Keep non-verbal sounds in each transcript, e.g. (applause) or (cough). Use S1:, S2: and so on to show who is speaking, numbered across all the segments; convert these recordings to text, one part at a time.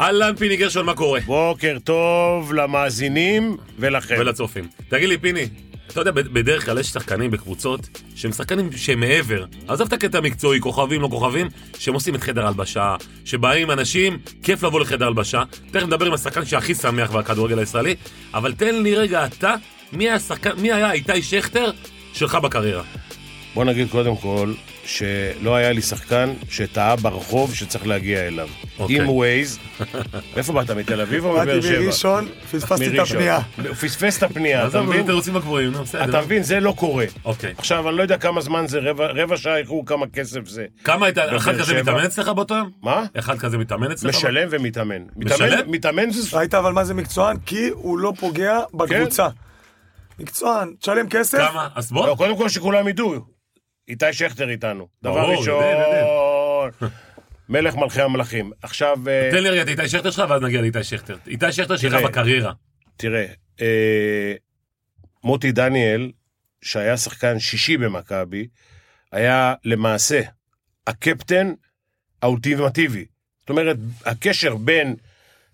S1: אהלן פיני גרשון, מה קורה?
S2: בוקר טוב למאזינים ולכם.
S1: ולצופים. תגיד לי, פיני, אתה יודע, בד- בדרך כלל יש שחקנים בקבוצות שהם שחקנים שהם מעבר. עזוב את הקטע המקצועי, כוכבים, לא כוכבים, שהם עושים את חדר הלבשה, שבאים אנשים, כיף לבוא לחדר הלבשה. תכף נדבר עם השחקן שהכי שמח בכדורגל הישראלי, אבל תן לי רגע אתה, מי היה, השחקן, מי היה איתי שכטר שלך בקריירה?
S2: בוא נגיד קודם כל, שלא היה לי שחקן שטעה ברחוב שצריך להגיע אליו.
S1: אוקיי.
S2: עם ווייז, מאיפה באת, מתל אביב או מבאר
S3: באתי
S2: שבע?
S3: מראשון, פספסתי את הפנייה.
S2: הוא פספס את הפנייה, אתה
S1: עזוב,
S2: מבין?
S1: מבין תירוצים הגבוהים, נו, בסדר.
S2: אתה מבין, זה לא קורה.
S1: אוקיי.
S2: עכשיו, אני לא יודע כמה זמן זה, רבע- רבע שעה איחור, כמה כסף זה.
S1: כמה הייתה, אחד
S2: בבאר
S1: כזה
S2: שבע.
S1: מתאמן אצלך באותו יום?
S2: מה?
S1: אחד כזה מתאמן אצלך?
S2: משלם ומתאמן.
S1: משלם?
S2: מתאמן- מתאמן זה...
S3: ראית אבל מה זה מקצוען? כי הוא לא פוגע בקבוצה.
S2: כן.
S3: מקצוען, תשלם כסף,
S1: כמה? אז
S2: לא,
S1: בוא,
S2: קודם כל שכולם ידעו. איתי שכטר איתנו. דבר
S1: ברור,
S2: ראשון,
S1: יודע,
S2: (laughs) מלך מלכי המלכים. עכשיו... אה,
S1: תן לי רגע את איתי שכטר שלך, ואז נגיע לאיתי שכטר. איתי שכטר שלך
S2: תראה.
S1: בקריירה.
S2: תראה, אה, מוטי דניאל, שהיה שחקן שישי במכבי, היה למעשה הקפטן האולטימטיבי. זאת אומרת, הקשר בין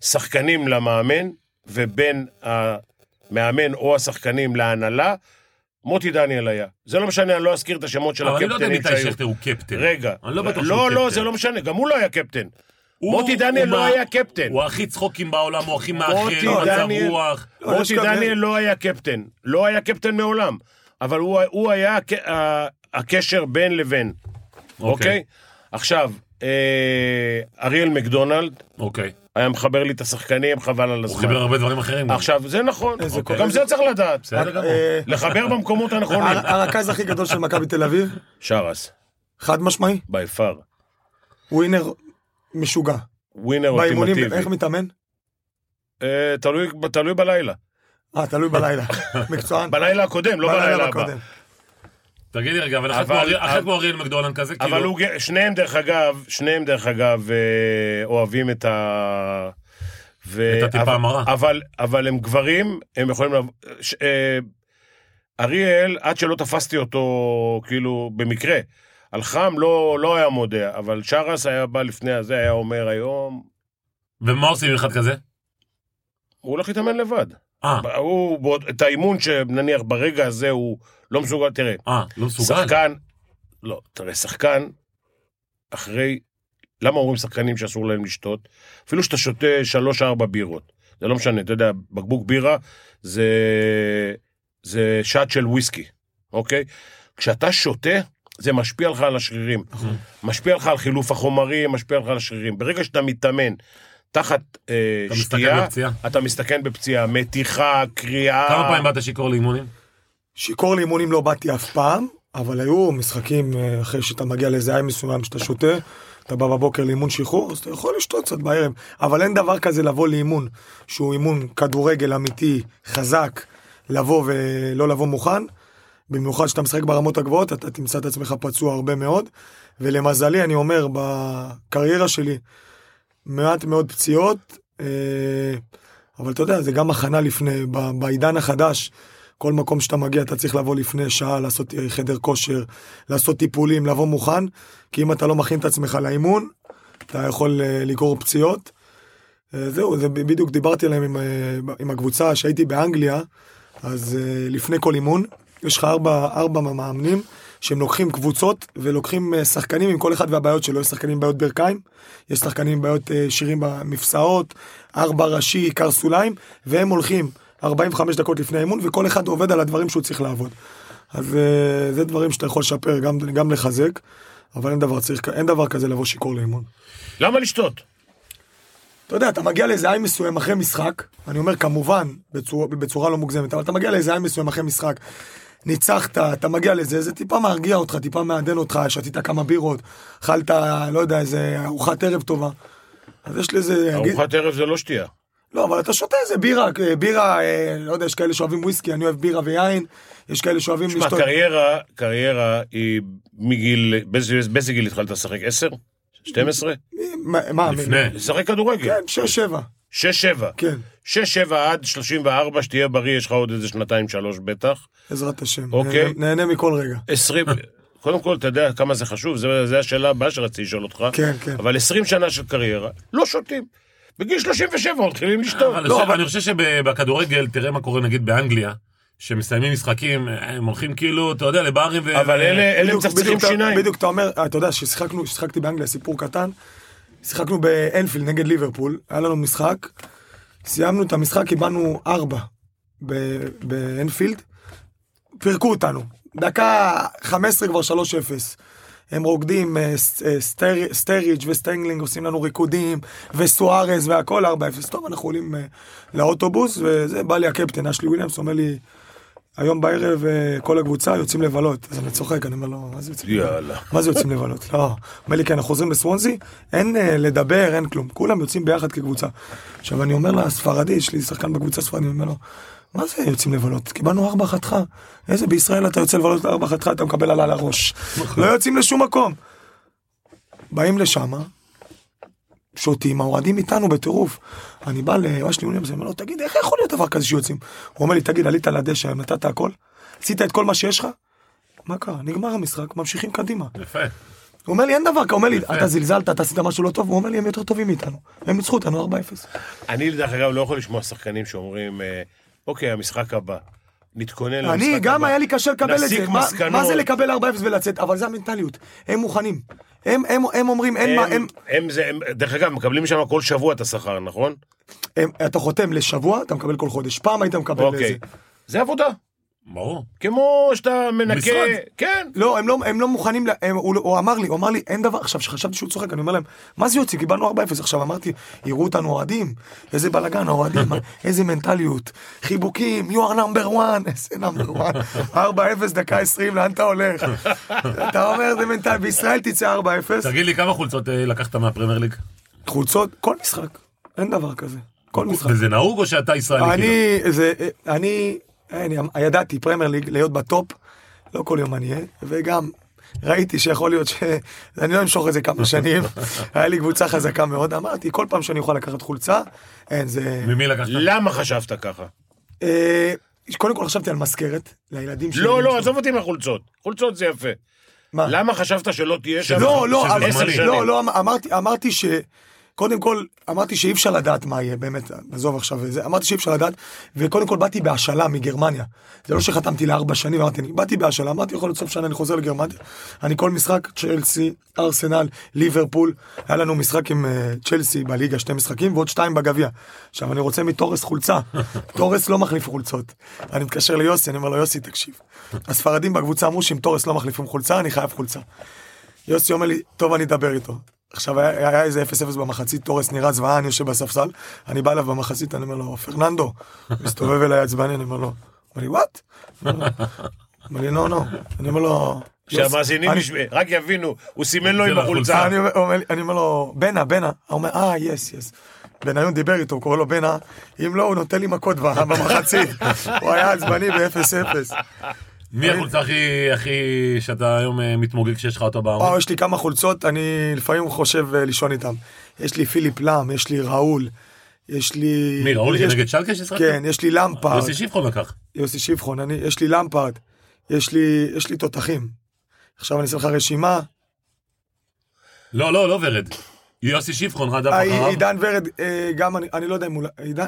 S2: שחקנים למאמן ובין המאמן או השחקנים להנהלה, מוטי דניאל היה. זה לא משנה, אני לא אזכיר את השמות של
S1: אבל אני
S2: הקפטנים
S1: לא
S2: שהיו.
S1: יודע אם איתי שכטר הוא קפטן.
S2: רגע.
S1: אני לא בטוח שהוא
S2: לא, לא,
S1: קפטן.
S2: זה לא משנה, גם הוא לא היה קפטן.
S1: הוא-
S2: מוטי דניאל
S1: הוא
S2: לא
S1: מה-
S2: היה קפטן.
S1: הוא הכי צחוקים בעולם, הוא הכי
S2: מוטי
S1: מאחר, הוא מצב
S2: דניאל-
S1: רוח.
S3: לא,
S2: מוטי
S3: יש כאן-
S2: דניאל לא היה קפטן, לא היה קפטן מעולם, אבל הוא, הוא היה הק- ה- הקשר בין לבין, אוקיי?
S1: אוקיי.
S2: Okay. עכשיו, אה, אריאל מקדונלד
S1: אוקיי.
S2: היה מחבר לי את השחקנים, חבל על
S1: הוא
S2: הזמן.
S1: חיבר הרבה דברים אחרים. גם.
S2: עכשיו, זה נכון,
S3: איזה
S2: אוקיי.
S3: כוח.
S2: גם זה צריך לדעת.
S1: בסדר גמור.
S3: אה,
S2: לחבר במקומות
S3: (laughs)
S2: הנכונים.
S3: הר- הרכז הכי גדול של מכבי תל אביב,
S2: שרס,
S3: חד משמעי,
S2: בי פאר,
S3: ווינר משוגע.
S2: ווינר
S3: באימונים,
S2: אולטימטיבי.
S3: איך מתאמן?
S2: אה, תלוי- תלוי בלילה.
S3: אה, תלוי בלילה. מקצוען.
S2: בלילה הקודם, לא בלילה הבא.
S3: הקודם.
S1: תגיד לי רגע, אבל אחד
S2: אבל-
S1: כמו אריאל- אחד
S2: אבל-
S1: כמו אריאל מקדונלד כזה,
S2: אבל
S1: כאילו...
S2: הוא, ג- שניהם דרך אגב, שניהם דרך אגב אה, אוהבים את ה... ו...
S1: את הטיפה
S2: אבל-
S1: המרה.
S2: אבל, אבל הם גברים, הם יכולים... לב- ש... אה, אריאל, עד שלא תפסתי אותו, כאילו, במקרה, על חם לא, לא היה מודה, אבל שרס היה בא לפני הזה, היה אומר היום,
S1: ומה עושים עם אחד כזה?
S2: הוא הולך להתאמן לבד.
S1: אה,
S2: הוא, בוא- את האימון שנניח ברגע הזה הוא לא מסוגל, תראה,
S1: אה, לא מסוגל.
S2: שחקן, לא, תראה, שחקן, אחרי, למה אומרים שחקנים שאסור להם לשתות? אפילו שאתה שותה שלוש-ארבע בירות, זה לא משנה, אתה יודע, בקבוק בירה זה, זה שעת של וויסקי, אוקיי? כשאתה שותה, זה משפיע לך על השרירים,
S1: נכון.
S2: משפיע לך על חילוף החומרים, משפיע לך על השרירים. ברגע שאתה מתאמן תחת אה,
S1: אתה מסתכל
S2: שתייה,
S1: בפציעה.
S2: אתה מסתכן בפציעה, מתיחה, קריאה.
S1: כמה פעמים באת שיכור לאימונים?
S3: שיכור לאימונים לא באתי אף פעם, אבל היו משחקים אה, אחרי שאתה מגיע לאיזה עין מסוים שאתה שותה, אתה בא בבוקר לאימון שחרור, אז אתה יכול לשתות קצת בערב, אבל אין דבר כזה לבוא לאימון, שהוא אימון כדורגל אמיתי, חזק, לבוא ולא לבוא מוכן. במיוחד כשאתה משחק ברמות הגבוהות, אתה תמצא את עצמך פצוע הרבה מאוד. ולמזלי, אני אומר, בקריירה שלי, מעט מאוד פציעות, אה, אבל אתה יודע, זה גם הכנה לפני, ב- בעידן החדש, כל מקום שאתה מגיע אתה צריך לבוא לפני שעה, לעשות אה, חדר כושר, לעשות טיפולים, לבוא מוכן, כי אם אתה לא מכין את עצמך לאימון, אתה יכול אה, לגרור פציעות. אה, זהו, זה ב- בדיוק דיברתי עליהם עם, אה, עם הקבוצה שהייתי באנגליה, אז אה, לפני כל אימון, יש לך ארבע, ארבע מאמנים שהם לוקחים קבוצות ולוקחים אה, שחקנים עם כל אחד והבעיות שלו, יש שחקנים עם בעיות ברכיים, יש שחקנים עם בעיות אה, שירים במפסעות, ארבע ראשי, עיקר סוליים, והם הולכים 45 דקות לפני האימון וכל אחד עובד על הדברים שהוא צריך לעבוד. אז אה, זה דברים שאתה יכול לשפר, גם, גם לחזק, אבל אין דבר, צריך, אין דבר כזה לבוא שיכור לאימון.
S2: למה לשתות?
S3: אתה יודע, אתה מגיע לאיזה עין מסוים אחרי משחק, אני אומר כמובן, בצורה, בצורה לא מוגזמת, אבל אתה מגיע לאיזה עין מסוים אחרי משחק, ניצחת, אתה מגיע לזה, זה טיפה מרגיע אותך, טיפה מעדן אותך, שתית כמה בירות, אכלת, לא יודע, איזה ארוחת ערב טובה. אז יש לזה...
S2: ארוחת ערב זה לא שתייה.
S3: לא, אבל אתה שותה איזה בירה, אה, בירה, אה, לא יודע, יש כאלה שאוהבים וויסקי, אני אוהב בירה ויין, יש כאלה שאוהבים
S2: תשמע,
S3: לשתות...
S2: קריירה, קריירה היא מגיל, באיזה באיזה גיל התחלת לשחק? 10? 12?
S3: מה, מה,
S1: לפני.
S2: לשחק כדורגל.
S3: כן, שש, שבע,
S2: 6-7.
S3: כן,
S2: 6-7 עד 34, שתהיה בריא, יש לך עוד איזה שנתיים-שלוש בטח.
S3: בעזרת השם.
S2: אוקיי.
S3: נהנה- נהנה מכל רגע.
S2: 20,
S3: אה.
S2: קודם כל, אתה יודע כמה זה חשוב, זו השאלה הבאה שרציתי לשאול אותך.
S3: כן, כן.
S2: אבל 20 שנה של קריירה, לא שותים. בגיל 37 מתחילים לשתות.
S1: אבל
S2: לא,
S1: זה-
S2: אבל-
S1: אה, אני חושב שבכדורגל, תראה מה קורה נגיד באנגליה, שמסיימים משחקים, הם הולכים כאילו, אתה יודע, לברים ו... אה,
S2: אבל אלה אלה
S3: אה, בדיוק,
S2: מצפצפים
S3: בדיוק, אתה-
S2: שיניים.
S3: בדיוק, אתה אומר, אה, אתה יודע, ששיחקנו, שיחקתי באנגליה, סיפור קטן, שיחקנו באנפילד נגד ליברפול, היה לנו משחק, סיימנו את המשחק, קיבלנו ארבע ב- באנפילד, פירקו אותנו, דקה 15 כבר 3-0. הם רוקדים, אה, ס- אה, סטר- סטריג' וסטנגלינג עושים לנו ריקודים, וסוארז והכל 4-0. טוב, אנחנו עולים אה, לאוטובוס, וזה, בא לי הקפטן, אשלי וויליאמס, אומר לי, היום בערב אה, כל הקבוצה יוצאים לבלות. אז אני צוחק, אני אומר לו, מה זה יוצאים לבלות?
S2: יאללה.
S3: מה זה יוצאים לבלות? לא. אומר לי, כן, אנחנו חוזרים לסוונזי, אין אה, לדבר, אין כלום. כולם יוצאים ביחד כקבוצה. עכשיו, אני אומר לספרדי, יש לי שחקן בקבוצה ספרדית, אני אומר לו, מה זה יוצאים לבלות? קיבלנו ארבע חתך. איזה בישראל אתה יוצא לבלות ארבע חתך, אתה מקבל עלה על הראש. לא יוצאים לשום מקום. באים לשם, שותים, האוהדים איתנו בטירוף. אני בא לאבא שלי, הוא אומר לו, תגיד, איך יכול להיות דבר כזה שיוצאים? הוא אומר לי, תגיד, עלית לדשא, נתת הכל? עשית את כל מה שיש לך? מה קרה? נגמר המשחק, ממשיכים קדימה.
S1: יפה.
S3: הוא אומר לי, אין דבר כזה, הוא אומר לי, אתה זלזלת, אתה עשית משהו לא טוב, הוא אומר לי, הם יותר טובים מאיתנו. הם ניצחו אותנו 4-0.
S2: אני, דרך אגב, לא יכול לשמוע שחקנים שאומרים, אה, אוקיי, המשחק הבא. נתכונן למשחק לא, הבא.
S3: אני, גם היה לי קשה לקבל את
S2: נסיק
S3: זה. מה-
S2: מסקנות.
S3: מה זה לקבל 4-0 ולצאת? אבל זה המנטליות. הם מוכנים. הם- הם הם אומרים, אין מה,
S2: הם,
S3: הם...
S2: הם, זה, הם, דרך אגב, מקבלים שם כל שבוע את השכר, נכון?
S3: הם- אתה חותם לשבוע, אתה מקבל כל חודש. פעם היית מקבל את זה.
S2: אוקיי. זה עבודה.
S1: ברור.
S2: כמו שאתה מנקה...
S1: משרד.
S2: כן.
S3: לא, הם לא, הם לא מוכנים, ל- הם, הוא, הוא אמר לי, הוא אמר לי, אין דבר, עכשיו, כשחשבתי שהוא צוחק, אני אומר להם, מה זה יוצא, קיבלנו 4-0, עכשיו אמרתי, יראו אותנו אוהדים, איזה בלאגן, האוהדים, מה- (laughs) איזה מנטליות, חיבוקים, you are number one, (laughs) איזה number one, 4-0 דקה 20, לאן אתה הולך? (laughs) אתה אומר, זה מנטל, בישראל תצא 4-0,
S1: תגיד לי, כמה חולצות אה, לקחת מהפרמייר ליג?
S3: חולצות, כל משחק, אין דבר כזה, כל משחק.
S1: וזה נהוג או שאתה ישראלי? כאילו?
S3: אני, זה, אני, אני ידעתי, פרמייר ליג, להיות בטופ, לא כל יום אני אהיה, וגם ראיתי שיכול להיות ש... אני לא אמשוך את זה כמה שנים, היה לי קבוצה חזקה מאוד, אמרתי, כל פעם שאני אוכל לקחת חולצה, אין, זה...
S1: כאילו? ממי לקחת?
S2: למה חשבת ככה?
S3: אה, קודם כל חשבתי על מזכרת, לילדים שלי.
S2: לא, לא, עזוב אותי מהחולצות. חולצות זה יפה.
S3: מה?
S2: למה חשבת שלא תהיה שם
S3: אה. לא, לא, אבל-
S2: עשר שנים?
S3: לא, לא, אמ- אמרתי, אמרתי ש... קודם כל, אמרתי שאי אפשר לדעת מה יהיה, באמת, עזוב עכשיו את זה, אמרתי שאי אפשר לדעת, וקודם כל באתי בהשאלה מגרמניה. זה לא שחתמתי לארבע שנים, אמרתי, אני באתי בהשאלה, אמרתי, יכול להיות סוף שנה, אני חוזר לגרמניה. אני כל משחק, צ'לסי, ארסנל, ליברפול, היה לנו משחק עם אה, צ'לסי בליגה, שני משחקים, ועוד שתיים בגביע. עכשיו, אני רוצה מתורס חולצה. תורס לא מחליף חולצות. אני מתקשר ליוסי, אני אומר לו, יוסי, תקשיב. הספרדים בקבוצה אמרו שאם תורס לא מחליפים חולצה, אני חייב חולצה. יוסי אומר לי, טוב, אני אדבר איתו. עכשיו, היה, היה איזה 0-0 במחצית, תורס נראה זוועה, אני יושב בספסל, אני בא אליו במחצית, אני אומר לו, פרננדו, מסתובב אליי עצבני, אני אומר לו, הוא אומר לי, וואט? אומר לי, נו, נו. אני אומר לו, "יוסי,
S2: שהמאזינים
S3: אני-
S2: ישמע- רק יבינו, הוא סימן לו עם
S1: זה
S2: החולצה.
S1: לחולצה.
S3: אני אומר- אומר לי- אני אומר לו, בנה, בנה. הוא אומר, אה, יס, יס. בניון דיבר איתו, הוא קורא לו בנה, אם לא, הוא נותן לי מכות במחצית. הוא היה עצבני ב-0-0.
S1: מי החולצה הכי, הכי, שאתה היום אה, מתמוגג שיש לך אותה בארון?
S3: וואו, יש לי כמה חולצות, אני לפעמים חושב אה, לישון איתם. יש לי פיליפ לאם, יש לי ראול, יש לי...
S1: מי, ראול
S3: יש-
S1: שנגד שלקה ששחקת?
S3: כן, יש לי למפרד,
S1: יוסי שיפחון לקח.
S3: יוסי שבחון, אני- יש לי למפרד, יש לי יש לי תותחים. עכשיו אני אעשה לך רשימה,
S1: לא, לא, לא ורד. יוסי שיפחון רדף
S3: אה,
S1: אחריו.
S3: עידן ורד, אה, גם אני, אני לא יודע אם הוא... עידן...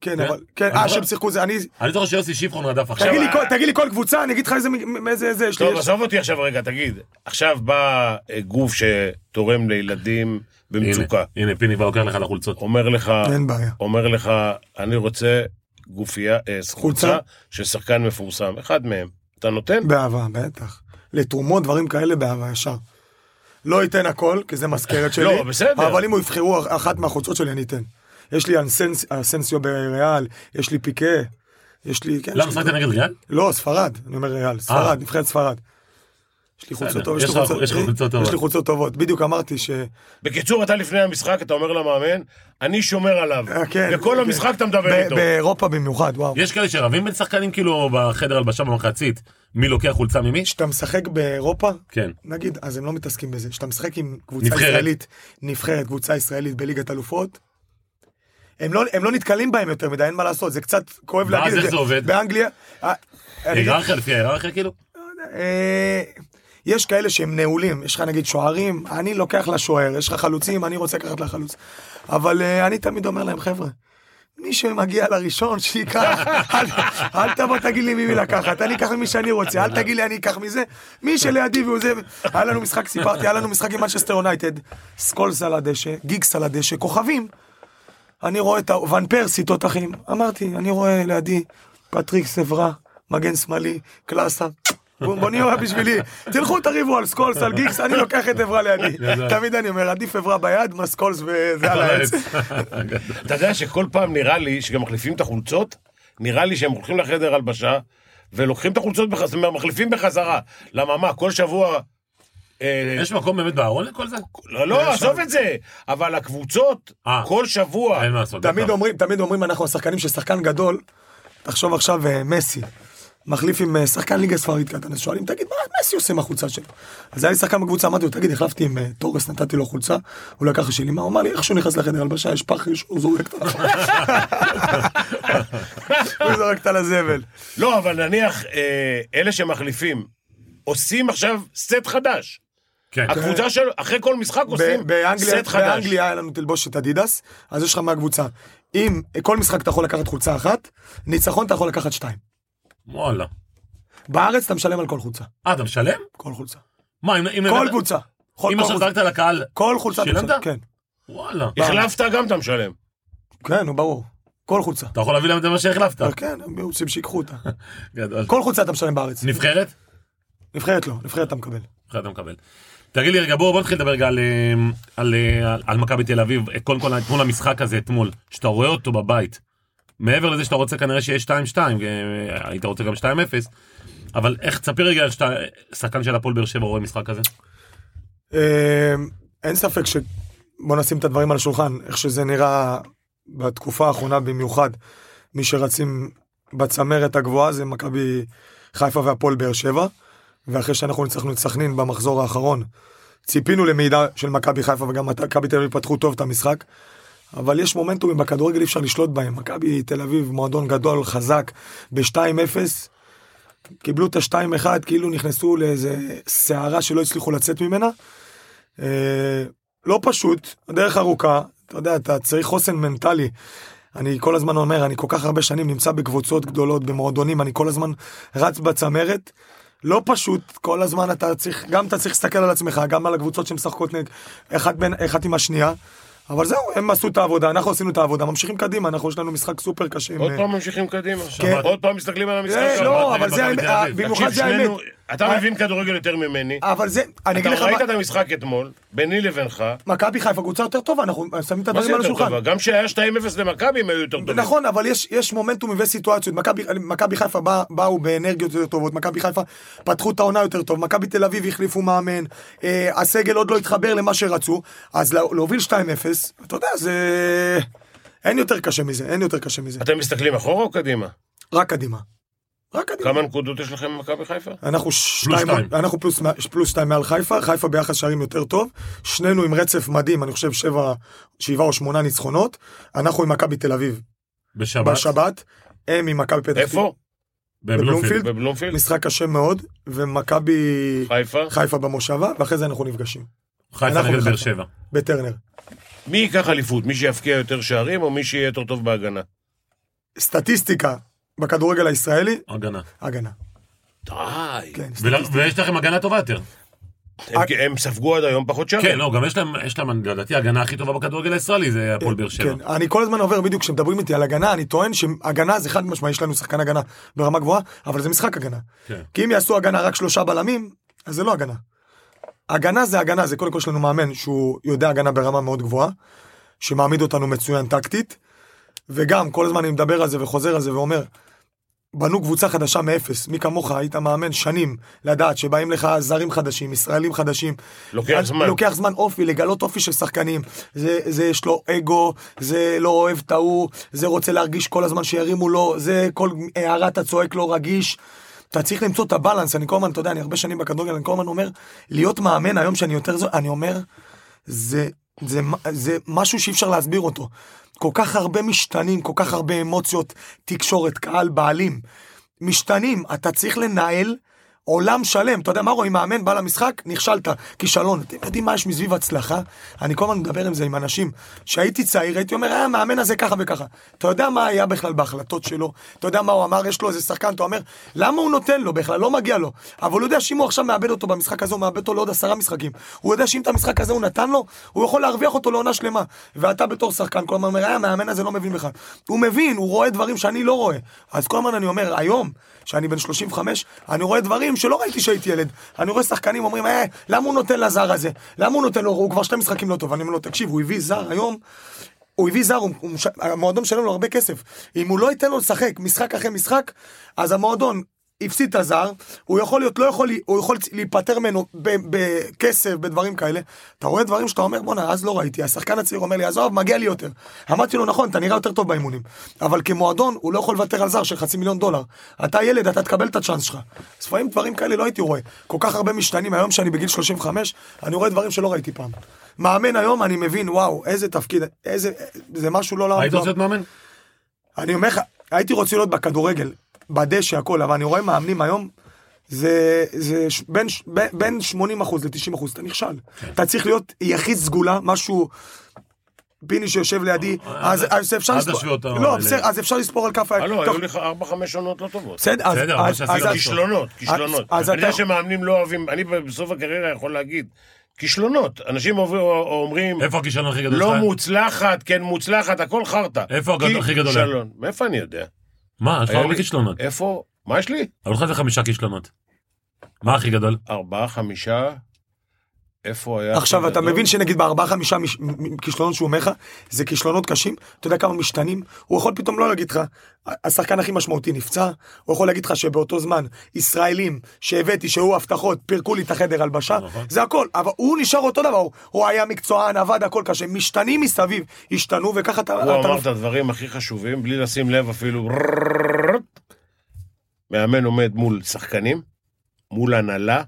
S3: כן,
S1: כן?
S3: אבל... כן,
S1: אני
S3: אה,
S1: זוכר.
S3: שהם שיחקו זה, אני...
S1: אני זוכר שיוסי שיפחון רדף עכשיו.
S3: תגיד לי
S2: אה,
S3: כל- תגיד לי כל קבוצה, אני אגיד לך איזה... מ- מאיזה... איזה יש לי...
S2: טוב,
S3: יש-
S2: עזוב אותי עכשיו רגע, תגיד. עכשיו בא אה, גוף שתורם לילדים במצוקה.
S1: הנה, הנה, פיני בא לוקח לך לחולצות.
S2: אומר לך,
S3: אין בעיה.
S2: אומר לך, אני רוצה גופייה, אה, חולצה
S3: חולצה.
S2: של שחקן מפורסם, אחד מהם. אתה נותן?
S3: באהבה, בטח. לתרומות, דברים כאלה, באהבה ישר. לא אתן הכל, כי זה
S1: (laughs)
S3: מזכרת שלי.
S2: לא, בסדר.
S3: אבל אם הוא יבחרו אח- אחת מהחולצות שלי, אני אתן. יש לי אנסנס- אסנסיו בריאל, יש לי פיקה, יש לי... כן,
S1: למה
S3: יש לי-
S1: שחקת נגד ריאל?
S3: לא, ספרד, אני אומר ריאל, ספרד, נבחרת ספרד. יש לי חולצות טובות,
S1: יש לך- יש לך חולצות טובות.
S3: יש לי חולצות טובות, בדיוק אמרתי ש...
S2: בקיצור, אתה לפני המשחק, אתה אומר למאמן, אני שומר עליו.
S3: אה, כן.
S2: וכל
S3: כן.
S2: המשחק אתה מדבר
S3: ב-
S2: איתו.
S3: באירופה במיוחד, וואו.
S1: יש כאלה שרבים בין שחקנים כאילו בחדר הלבשה במחצית, מי לוקח חולצה ממי?
S3: כשאתה משחק באירופה,
S1: כן.
S3: נגיד, אז הם לא מתעסקים בזה. כשאתה משחק עם קבוצה
S1: נבחרת.
S3: ישראלית, נבחרת, קבוצה ישראלית בליגת אלופות, הם לא, הם לא נתקלים בהם יותר מדי, אין מה לעשות, זה קצת כואב
S1: ואז
S3: להגיד את
S1: איך
S3: זה.
S1: זה עובד?
S3: באנגליה... אה, אני אגיד-
S1: היררכיה לפי ההיררכיה כאילו?
S3: אה, יש כאלה שהם נעולים, יש לך נגיד שוערים, אני לוקח לשוער, יש לך חלוצים, אני רוצה לקחת לחלוץ. אבל אה, אני תמיד אומר להם, חבר'ה, מי שמגיע לראשון, שייקח. אל, אל תבוא תגיד לי ממי לקחת, אני אקח ממי שאני רוצה, אל תגיד לי אני אקח מזה. מי שלידי והוא זה... היה לנו משחק, סיפרתי, היה לנו משחק עם מנצ'סטר יונייטד, סקולס על הדשא, גיגס על הדשא, כוכבים. אני רואה את ה- ון פרסי, תותחים. אמרתי, אני רואה לידי פטריק סברה, מגן שמאלי, קלאסה. בומבוני היה בשבילי, תלכו תריבו על סקולס, על גיקס, אני לוקח את עברה לידי. תמיד אני אומר, עדיף עברה ביד, מה סקולס וזה על העץ.
S2: אתה יודע שכל פעם נראה לי שגם מחליפים את החולצות, נראה לי שהם הולכים לחדר הלבשה, ולוקחים את החולצות, בחז... מחליפים בחזרה. למה, מה, כל שבוע... אה,
S1: יש מקום באמת בארון לכל זה?
S2: לא, לא, עזוב את זה, אבל הקבוצות,
S1: אה.
S2: כל שבוע,
S1: אין מה לעשות.
S3: תמיד
S1: נכון.
S3: אומרים, תמיד אומרים אנחנו השחקנים ששחקן גדול, תחשוב עכשיו אה, מסי, מחליף עם אה, שחקן ליגה ספרדית קטן, אז שואלים, תגיד, מה מסי עושה עם החולצה שלו? אז היה לי שחקן בקבוצה, אמרתי לו, תגיד, החלפתי עם אה, תורס, נתתי לו חולצה, הוא לקח שלי, מה, הוא אמר לי, איך שהוא נכנס לחדר הלבשה, יש פח ראשון, הוא זורק אותה. (laughs) הוא זורק אותה לזבל.
S2: לא, אבל נניח אה, אלה שמחליפים, עושים עכשיו סט חדש.
S1: כן.
S3: אוקיי.
S2: הקבוצה של, אחרי כל משחק עושים
S3: ב- באנגליה,
S2: סט חדש.
S3: באנגליה היה לנו תלבושת אדידס, אז יש לך מהקבוצה. אם אה, כל משחק אתה יכול לקחת חולצה אחת, ניצחון אתה יכול לקחת שתיים.
S1: וואלה.
S3: בארץ אתה משלם על כל חולצה.
S1: אה, אתה משלם?
S3: כל חולצה.
S1: מה, אם... אם-
S3: כל קבוצה. כל-
S1: אם
S3: כל
S1: עכשיו
S3: חולצה.
S1: זרקת לקהל,
S3: כל חולצה. אתה
S1: שילמת?
S3: משלם, כן.
S1: וואלה.
S2: החלפת גם אתה משלם.
S3: כן, נו, ברור. כל חולצה.
S1: אתה יכול להביא להם את מה שהחלפת.
S3: כן, הם רוצים שיקחו אותה.
S1: גדול.
S3: כל חולצה אתה משלם בארץ.
S1: נבחרת?
S3: נבחרת לא, נבחרת אתה מקבל.
S1: אחד אתה מקבל. תגיד לי רגע, בואו בוא נתחיל לדבר רגע על, אה, על, אה, על, על מכבי תל אביב, אה, קודם כל אתמול המשחק הזה אתמול, שאתה רואה אותו בבית. מעבר לזה שאתה רוצה כנראה שיהיה 2-2, אה, היית רוצה גם 2-0, אבל איך, תספר רגע איך שאתה, שחקן של הפועל באר שבע רואה משחק כזה.
S3: אה, אין ספק ש... בוא נשים את הדברים על השולחן, איך שזה נראה בתקופה האחרונה במיוחד, מי שרצים בצמרת הגבוהה זה מכבי חיפה והפועל באר שבע, ואחרי שאנחנו ניצחנו את סכנין במחזור האחרון, ציפינו למידע של מכבי חיפה וגם מכבי תל אביב פתחו טוב את המשחק, אבל יש מומנטומים בכדורגל אי אפשר לשלוט בהם, מכבי תל אביב מועדון גדול, חזק, ב-2-0, קיבלו את ה-2-1, כאילו נכנסו לאיזה סערה שלא הצליחו לצאת ממנה. אה, לא פשוט, הדרך ארוכה, אתה יודע, אתה צריך חוסן מנטלי. אני כל הזמן אומר, אני כל כך הרבה שנים נמצא בקבוצות גדולות, במועדונים, אני כל הזמן רץ בצמרת. לא פשוט, כל הזמן אתה צריך, גם אתה צריך להסתכל על עצמך, גם על הקבוצות שמשחקות נגד, אחת, בין, אחת עם השנייה. אבל זהו, הם עשו את העבודה, אנחנו עשינו את העבודה, ממשיכים קדימה, אנחנו, יש לנו משחק סופר קשה. עם,
S2: עוד
S3: אה,
S2: פעם ממשיכים קדימה.
S1: שמעתי.
S2: עוד פעם מסתכלים על המשחק
S3: זה
S2: שם.
S3: כן. לא,
S1: שמעת
S3: אבל זה
S1: ממכבי
S3: האמת,
S1: תל אביב.
S3: במיוחד
S2: תקשיב,
S3: זה האמת. אה,
S2: שנינו- אתה מבין כדורגל יותר ממני.
S3: אבל זה, אני
S2: אתה
S3: אגיד לך,
S2: ראית
S3: מה-
S2: את המשחק אתמול, ביני לבינך.
S3: מכבי חיפה קבוצה יותר טובה, אנחנו שמים את
S2: מה זה
S3: הדברים על
S2: יותר
S3: השולחן.
S2: טובה? גם כשהיה 2-0 למכבי הם היו יותר טובים.
S3: נכון, אבל יש, יש מומנטומים וסיטואציות. מכבי- מכבי חיפה בא, באו באנרגיות יותר טובות, מכבי חיפה פתחו את העונה יותר טוב, מכבי תל אביב החליפו מאמן, אה, הסגל עוד לא התחבר למה שרצו, אז לה- להוביל 2-0, אתה יודע, זה... אין יותר קשה מזה, אין יותר קשה מזה.
S2: אתם מסתכלים אחורה או קדימה?
S3: רק קדימה. רק קדימה.
S2: כמה נקודות יש לכם במכבי חיפה?
S3: אנחנו שתיים,
S1: שתיים.
S3: אנחנו פלוס, פלוס שתיים מעל חיפה, חיפה ביחס שערים יותר טוב, שנינו עם רצף מדהים, אני חושב שבע, שבעה או שמונה ניצחונות, אנחנו עם מכבי תל אביב
S1: בשבת?
S3: בשבת, הם עם מכבי פתח תקווה,
S2: איפה?
S1: בבלומפילד?
S3: בבלומפילד?
S2: בבלומפילד?
S3: משחק קשה מאוד, ומכבי
S2: חיפה?
S3: חיפה במושבה, ואחרי זה אנחנו נפגשים,
S1: חיפה
S3: אנחנו
S1: נגד באר
S3: בחיפה.
S1: שבע.
S3: בטרנר.
S2: מי ייקח אליפות? מי שיפקיע יותר שערים או מי שיהיה יותר טוב בהגנה?
S3: סטטיסטיקה בכדורגל הישראלי,
S1: הגנה.
S3: הגנה.
S2: די.
S3: כן,
S1: ול- ויש לכם הגנה טובה יותר.
S2: הם- הם ספגו עד היום פחות שערים.
S1: כן, לא, גם יש להם, יש להם, לדעתי, ההגנה הכי טובה בכדורגל הישראלי זה הפועל באר שבע.
S3: כן, אני כל הזמן עובר בדיוק כשמדברים איתי על הגנה, אני טוען שהגנה זה חד משמעי, יש לנו שחקן הגנה ברמה גבוהה, אבל זה משחק הגנה.
S1: כן.
S3: כי אם יעשו הגנה רק שלושה בלמים, אז זה לא הגנה. הגנה זה הגנה, זה קודם כל יש לנו מאמן שהוא יודע הגנה ברמה מאוד גבוהה, שמעמיד אותנו מצוין טקטית, וגם כל הזמן אני מדבר על זה וחוזר על זה ואומר, בנו קבוצה חדשה מאפס, מי כמוך היית מאמן שנים לדעת שבאים לך זרים חדשים, ישראלים חדשים.
S2: לוקח
S3: אז
S2: זמן.
S3: לוקח זמן אופי, לגלות אופי של שחקנים. זה, זה יש לו אגו, זה לא אוהב את ההוא, זה רוצה להרגיש כל הזמן שירימו לו, זה כל הערה אתה צועק לא רגיש. אתה צריך למצוא את הבלנס, אני כל הזמן, אתה יודע, אני הרבה שנים בכדורגל, אני כל הזמן אומר, להיות מאמן היום שאני יותר זו, אני אומר, זה, זה, מ- זה משהו שאי אפשר להסביר אותו. כל כך הרבה משתנים, כל כך הרבה אמוציות, תקשורת, קהל, בעלים. משתנים, אתה צריך לנהל עולם שלם, אתה יודע מה רואים, מאמן בא למשחק, נכשלת, כישלון. אתם יודעים מה יש מסביב הצלחה? אני כל הזמן מדבר עם זה עם אנשים. כשהייתי צעיר הייתי אומר, אה, המאמן הזה ככה וככה. אתה יודע מה היה בכלל בהחלטות שלו? אתה יודע מה הוא אמר, יש לו איזה שחקן, אתה אומר, למה הוא נותן לו בכלל? לא מגיע לו. אבל הוא יודע שאם הוא עכשיו מאבד אותו במשחק הזה, הוא מאבד אותו לעוד עשרה משחקים. הוא יודע שאם את המשחק הזה הוא נתן לו, הוא יכול להרוויח אותו לעונה שלמה. ואתה בתור שחקן כל הזמן אומר, אה, המאמן הזה לא מבין בכלל. הוא מבין, הוא רואה דברים שאני לא רואה. אז כל הזמן אני אומר, היום, שאני בן 35, אני רואה דברים שלא ראיתי כשהייתי ילד. אני רואה שחקנים אומרים, אה, למה הוא נותן לזר הזה? למה הוא נותן לו? הוא כבר שני משחקים לא טוב. אני אומר לו, תקשיב, הוא הביא זר היום. הוא הביא זר, הוא, הוא, מש- המועדון משלם לו הרבה כסף. אם הוא לא ייתן לו לשחק משחק אחרי משחק, אז המועדון הפסיד את הזר, הוא יכול להיות, לא יכול, הוא יכול להיפטר ממנו ב- בכסף, בדברים כאלה. אתה רואה דברים שאתה אומר, בואנה, אז לא ראיתי. השחקן הצעיר אומר לי, עזוב, מגיע לי יותר. אמרתי לו, נכון, אתה נראה יותר טוב באימונים. אבל כמועדון, הוא לא יכול לוותר על זר של חצי מיליון דולר. אתה ילד, אתה תקבל את הצ'אנס שלך. אז לפעמים דברים כאלה לא הייתי רואה. כל כך הרבה משתנים, היום שאני בגיל 35, אני רואה דברים שלא ראיתי פעם. מאמן היום, אני מבין, וואו, איזה תפקיד, איזה, זה משהו לא...
S1: היית רוצה להיות מאמן?
S3: אני אומר לך, הייתי רוצה להיות בכדורגל, בדשא, הכל, אבל אני רואה מאמנים היום, זה, זה ש- בין, ש- בין- בין 80 אחוז ל-90 אחוז, אתה נכשל.
S1: כן.
S3: אתה צריך להיות יחיד סגולה, משהו... פיני שיושב לידי, אז, אז אפשר
S1: אה, אל
S3: לספור,
S1: תשווה אותם,
S3: לא,
S1: אבל-
S3: בסדר, אז אפשר לספור על כף ה...
S2: אה, לא,
S3: טוב,
S2: היו לך 4-5 עונות לא טובות.
S3: בסדר, אז-
S1: בסדר, אבל
S3: אז-
S1: מה שעשית
S3: אז-
S1: עכשיו.
S2: כישלונות, כישלונות.
S3: אז
S2: אני יודע
S3: אתה-
S2: שמאמנים לא אוהבים, אני בסוף הקריירה יכול להגיד, כישלונות. אנשים עובר- אומרים,
S1: איפה הכישלון הכי גדול
S2: לא
S1: שלך?
S2: מוצלחת, כן מוצלחת, הכל חרטא.
S1: איפה הגדול- הכי גדול היה?
S2: כישלון. מאיפה אני יודע?
S1: מה, יש לך
S2: היה
S1: הרבה
S2: לי-
S1: כישלונות.
S2: איפה? מה יש לי?
S1: אבל לך זה חמישה כישלונות. מה הכי גדול?
S2: ארבעה, חמישה, איפה היה?
S3: עכשיו
S2: הכי
S3: אתה
S2: גדול?
S3: מבין שנגיד בארבעה חמישה מש- מ- מ- כישלונות שהוא אומר לך זה כישלונות קשים אתה יודע כמה משתנים הוא יכול פתאום לא להגיד לך השחקן הכי משמעותי נפצע הוא יכול להגיד לך שבאותו זמן ישראלים שהבאתי שהיו הבטחות פירקו לי את החדר הלבשה
S1: נכון.
S3: זה הכל אבל הוא נשאר אותו דבר הוא- הוא היה מקצוען עבד הכל קשה משתנים מסביב השתנו וככה אתה לא-
S2: הוא
S3: אתה-
S2: אמר את הדברים הכי חשובים, בלי לשים לב אפילו. מאמן עומד מול שחקנים, מול הנהלה,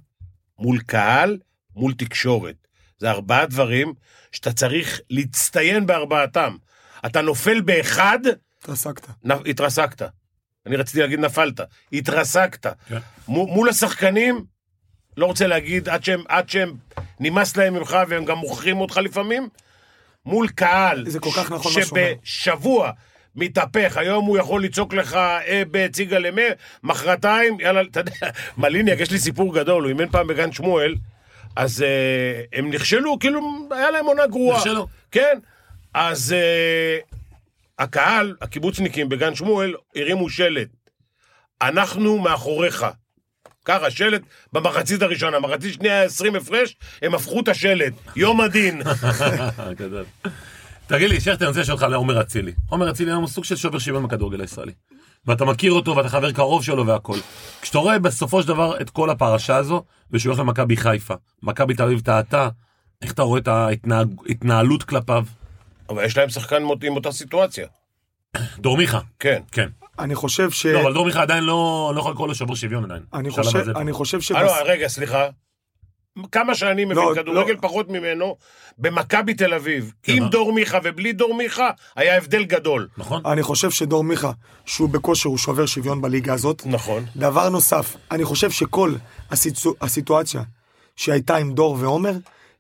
S2: מול קהל, מול תקשורת. זה ארבעה דברים שאתה צריך להצטיין בארבעתם. אתה נופל באחד,
S3: התרסקת.
S2: נ- התרסקת. אני רציתי להגיד נפלת, התרסקת.
S1: כן.
S2: מ- מול השחקנים, לא רוצה להגיד, עד שהם, עד שהם נמאס להם ממך והם גם מוכרים אותך לפעמים, מול קהל.
S3: זה כל כך נכון מה שהוא אומר.
S2: שבשבוע מתהפך, היום הוא יכול לצעוק לך אה, בציגה למה, מחרתיים, יאללה, אתה יודע, (laughs) מליניאק, יש לי סיפור גדול, הוא אימן פעם בגן שמואל, אז אה, הם נכשלו, כאילו, היה להם עונה גרועה.
S1: נכשלו.
S2: כן, אז אה, הקהל, הקיבוצניקים בגן שמואל, הרימו שלט. אנחנו מאחוריך. ככה, שלט במחצית הראשונה, מחצית שנייה 20 הפרש, הם הפכו את השלט. יום הדין.
S1: (laughs) גדול. תגיד לי, שכטר, אני רוצה לשאול אותך על עומר אצילי. עומר אצילי היום הוא סוג של שובר שוויון בכדורגל הישראלי. ואתה מכיר אותו ואתה חבר קרוב שלו והכל. כשאתה רואה בסופו של דבר את כל הפרשה הזו, ושהוא הולך למכבי חיפה, מכבי תל אביב טעתה, איך אתה רואה את ההתנהלות כלפיו?
S2: אבל יש להם שחקן מות- עם אותה סיטואציה.
S1: דור מיכה,
S2: כן.
S1: כן.
S3: אני חושב ש...
S1: לא, אבל דור מיכה עדיין לא לא יכול לקרוא לו שובר שוויון עדיין.
S3: אה, אני
S1: אפשר
S3: חושב,
S1: לבזל אותו.
S3: אני חושב ש...
S2: הלו, אה, לא, רגע, סליחה. כמה שאני מבין
S3: לא,
S2: כדורגל
S3: לא.
S2: פחות ממנו, במכבי תל אביב,
S1: כן,
S2: עם
S1: מה?
S2: דור מיכה ובלי דור מיכה, היה הבדל גדול.
S1: נכון?
S3: אני חושב שדור מיכה, שהוא בכושר, הוא שובר שוויון בליגה הזאת.
S2: נכון.
S3: דבר נוסף, אני חושב שכל הסיצו, הסיטואציה שהייתה עם דור ועומר,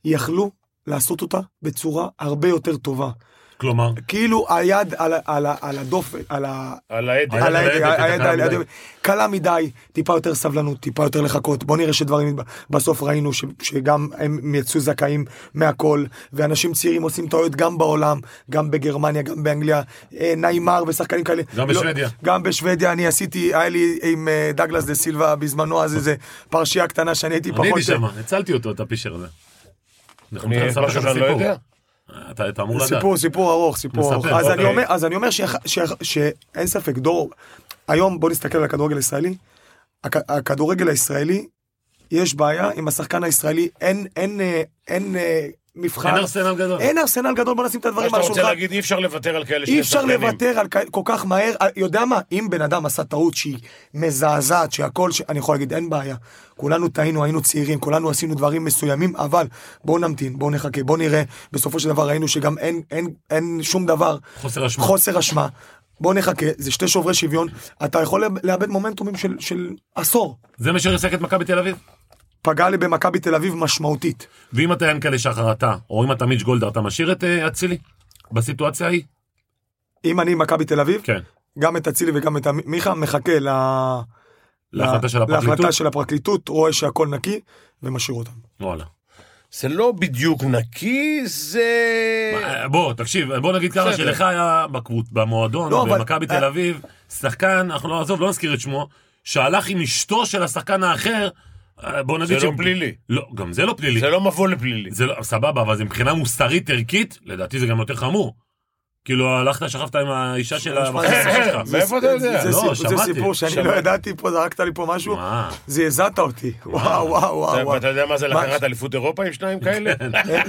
S3: יכלו לעשות אותה בצורה הרבה יותר טובה.
S1: כלומר,
S3: כאילו היד על, ה- על, ה- על הדופן, על, ה-
S2: על העדר.
S1: על
S3: על
S1: ההדק,
S3: ההדק,
S1: הייתה
S3: היד
S1: קלה
S3: על ההדק.
S1: מדי.
S3: קלה מדי, טיפה יותר סבלנות, טיפה יותר לחכות, בוא נראה שדברים, בסוף ראינו ש- שגם הם יצאו זכאים מהכל, ואנשים צעירים עושים טעויות גם בעולם, גם בגרמניה, גם באנגליה, אה, ניימר ושחקנים כאלה.
S1: גם
S3: לא-
S1: בשוודיה.
S3: גם בשוודיה, אני עשיתי, היה לי עם אה, דגלס דה סילבה בזמנו, אז איזה פרשייה קטנה שאני הייתי פחות...
S1: אני הייתי שם, הצלתי אותו, את הפישר הזה. אנחנו
S2: אני-
S1: נספר לך
S2: משהו
S1: את
S2: שאני לא
S1: הסיפור.
S2: יודע?
S1: אתה אתה אמור לדעת.
S3: סיפור, סיפור ארוך, סיפור
S1: מספר,
S3: ארוך. אז
S1: אוקיי.
S3: אני אומר, אז אני אומר שיח- שיח- שאין ספק, דור, היום בוא נסתכל על הכדורגל הישראלי. הכ- הכדורגל הישראלי, יש בעיה עם השחקן הישראלי, אין, אין, אה, אין אה, מבחן.
S1: אין ארסנל גדול.
S3: אין ארסנל גדול, בוא נשים את
S2: מה
S3: הדברים
S2: שאתה
S3: על
S2: רוצה
S3: השולחן.
S2: להגיד, אי אפשר לוותר על כאלה שני
S3: אי אפשר
S2: שחקנים.
S3: לוותר על כאלה- כל כך מהר, אה, יודע מה, אם בן אדם עשה טעות שהיא מזעזעת, שהכל, ש... אני יכול להגיד, אין בעיה. כולנו טעינו, היינו צעירים, כולנו עשינו דברים מסוימים, אבל בואו נמתין, בואו נחכה, בואו נראה. בסופו של דבר ראינו שגם אין, אין, אין שום דבר.
S1: חוסר אשמה.
S3: חוסר אשמה. בוא נחכה, זה שתי שוברי שוויון, אתה יכול לאבד מומנטומים של, של עשור.
S1: זה מה שריסק את מכבי תל אביב.
S3: פגע לי במכבי תל אביב משמעותית.
S1: ואם אתה ינקלה שחר אתה, או אם אתה מיץ' גולדהר, אתה משאיר את אה, אצילי? בסיטואציה ההיא?
S3: אם אני עם מכבי תל אביב,
S1: כן.
S3: גם את אצילי וגם את המ- מיכה מחכה ל...
S1: להחלטה של
S3: להחלטה
S1: הפרקליטות?
S3: של הפרקליטות, רואה שהכל נקי, ומשאיר אותם.
S1: וואלה.
S2: זה לא בדיוק נקי, זה...
S1: אה, בוא, תקשיב, בוא נגיד ככה
S2: בסדר.
S1: שלך היה בקבוצ- במועדון,
S3: לא, אבל-
S1: במכבי
S3: אה.
S1: תל אביב, שחקן, אנחנו לא נעזוב, לא נזכיר את שמו, שהלך עם אשתו של השחקן האחר, אה, בוא נגיד
S2: זה לא פלילי.
S1: לא, גם זה לא פלילי.
S2: זה לא מבוא לפלילי.
S1: זה לא, סבבה, אבל זה מבחינה מוסרית ערכית, לדעתי זה גם יותר חמור. כאילו, הלכת, שכבת עם האישה של
S3: שמע,
S1: הבחור
S2: לא, זה-
S1: שלך.
S2: זה- (laughs) מאיפה אתה יודע?
S3: זה,
S1: לא,
S3: סיפור, זה
S1: שמעתי,
S3: סיפור שאני
S2: שמעתי.
S3: לא ידעתי פה, זרקת לי פה משהו,
S1: מה?
S3: זעזעת אותי. וואו, וואו,
S2: אתה-
S3: וואו, וואו.
S2: ואתה יודע מה זה
S3: מה-
S2: לקחת אליפות אירופה עם שניים כאלה?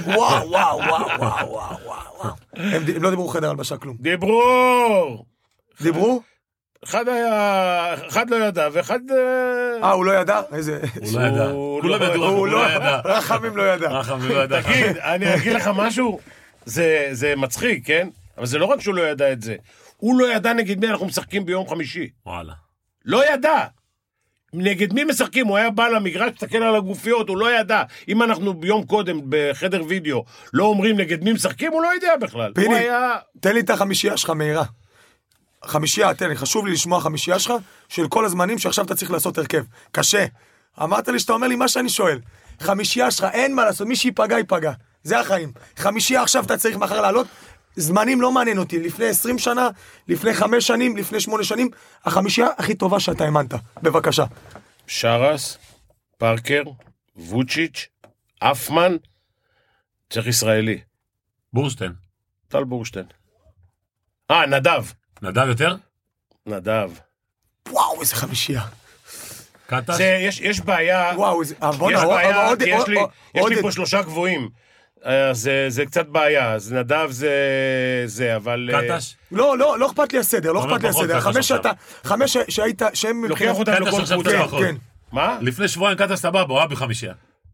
S3: וואו, וואו, וואו, וואו, וואו, וואו. הם ד- הם לא דיברו חדר הלבשה כלום.
S2: דיברו!
S3: דיברו?
S2: אחד היה... אחד לא ידע ואחד... אה,
S3: אה, הוא לא ידע? איזה...
S1: הוא לא ידע.
S2: הוא
S1: כולם
S2: לא-
S1: ידעו, רק
S3: הוא
S1: הוא
S3: לא...
S1: לא ידע.
S3: רחמים לא ידע.
S1: רחם ולא ידע.
S2: תגיד, אני אגיד לך משהו, זה, זה מצחיק, כן? אבל זה לא רק שהוא לא ידע את זה, הוא לא ידע נגד מי אנחנו משחקים ביום חמישי.
S1: וואלה.
S2: לא ידע. נגד מי משחקים? הוא היה בא למגרש, מסתכל על הגופיות, הוא לא ידע. אם אנחנו ביום קודם בחדר וידאו לא אומרים נגד מי משחקים, הוא לא יודע בכלל. הוא
S3: פיני.
S2: היה...
S3: תן לי את החמישייה שלך מהירה. חמישייה, תן לי, חשוב לי לשמוע חמישייה שלך, של כל הזמנים שעכשיו אתה צריך לעשות הרכב. קשה. אמרת לי שאתה אומר לי מה שאני שואל. חמישייה שלך, אין מה לעשות, מי שייפגע ייפגע. זה החיים. חמישייה עכשיו אתה צריך מחר לעלות. זמנים לא מעניין אותי, לפני 20 שנה, לפני 5 שנים, לפני 8 שנים, החמישייה הכי טובה שאתה האמנת. בבקשה.
S2: שרס, פארקר, ווצ'יץ', אפמן, צריך ישראלי.
S1: בורשטיין.
S2: טל בורשטיין. אה, נדב.
S1: נדב יותר?
S2: נדב.
S3: וואו, איזה חמישייה.
S1: קטש?
S2: זה, יש, יש בעיה...
S3: וואו, איזה... אה, בואנה,
S2: יש
S3: עוד-
S2: בעיה,
S3: עוד-
S2: כי יש
S3: עוד-
S2: לי-
S3: עוד-
S2: יש לי
S3: עוד-
S2: פה שלושה גבוהים. אה, זה זה קצת בעיה, אז נדב זה... זה, אבל... אה,
S1: קטש?
S3: לא, לא, לא אכפת לי הסדר, לא
S1: אבל
S2: נכון,
S3: אכפת לי
S1: פחות
S3: הסדר.
S1: ככה
S3: חמש
S1: עכשיו.
S3: שאתה, חמש ש- שהיית, שהם
S2: לוקח אותם
S1: קטש
S2: לכל
S1: עכשיו
S2: קבוצה.
S1: אתה
S3: כן,
S1: יכול.
S3: כן.
S2: מה?
S1: לפני שבועיים קטש סבבה, הוא היה בחמישייה.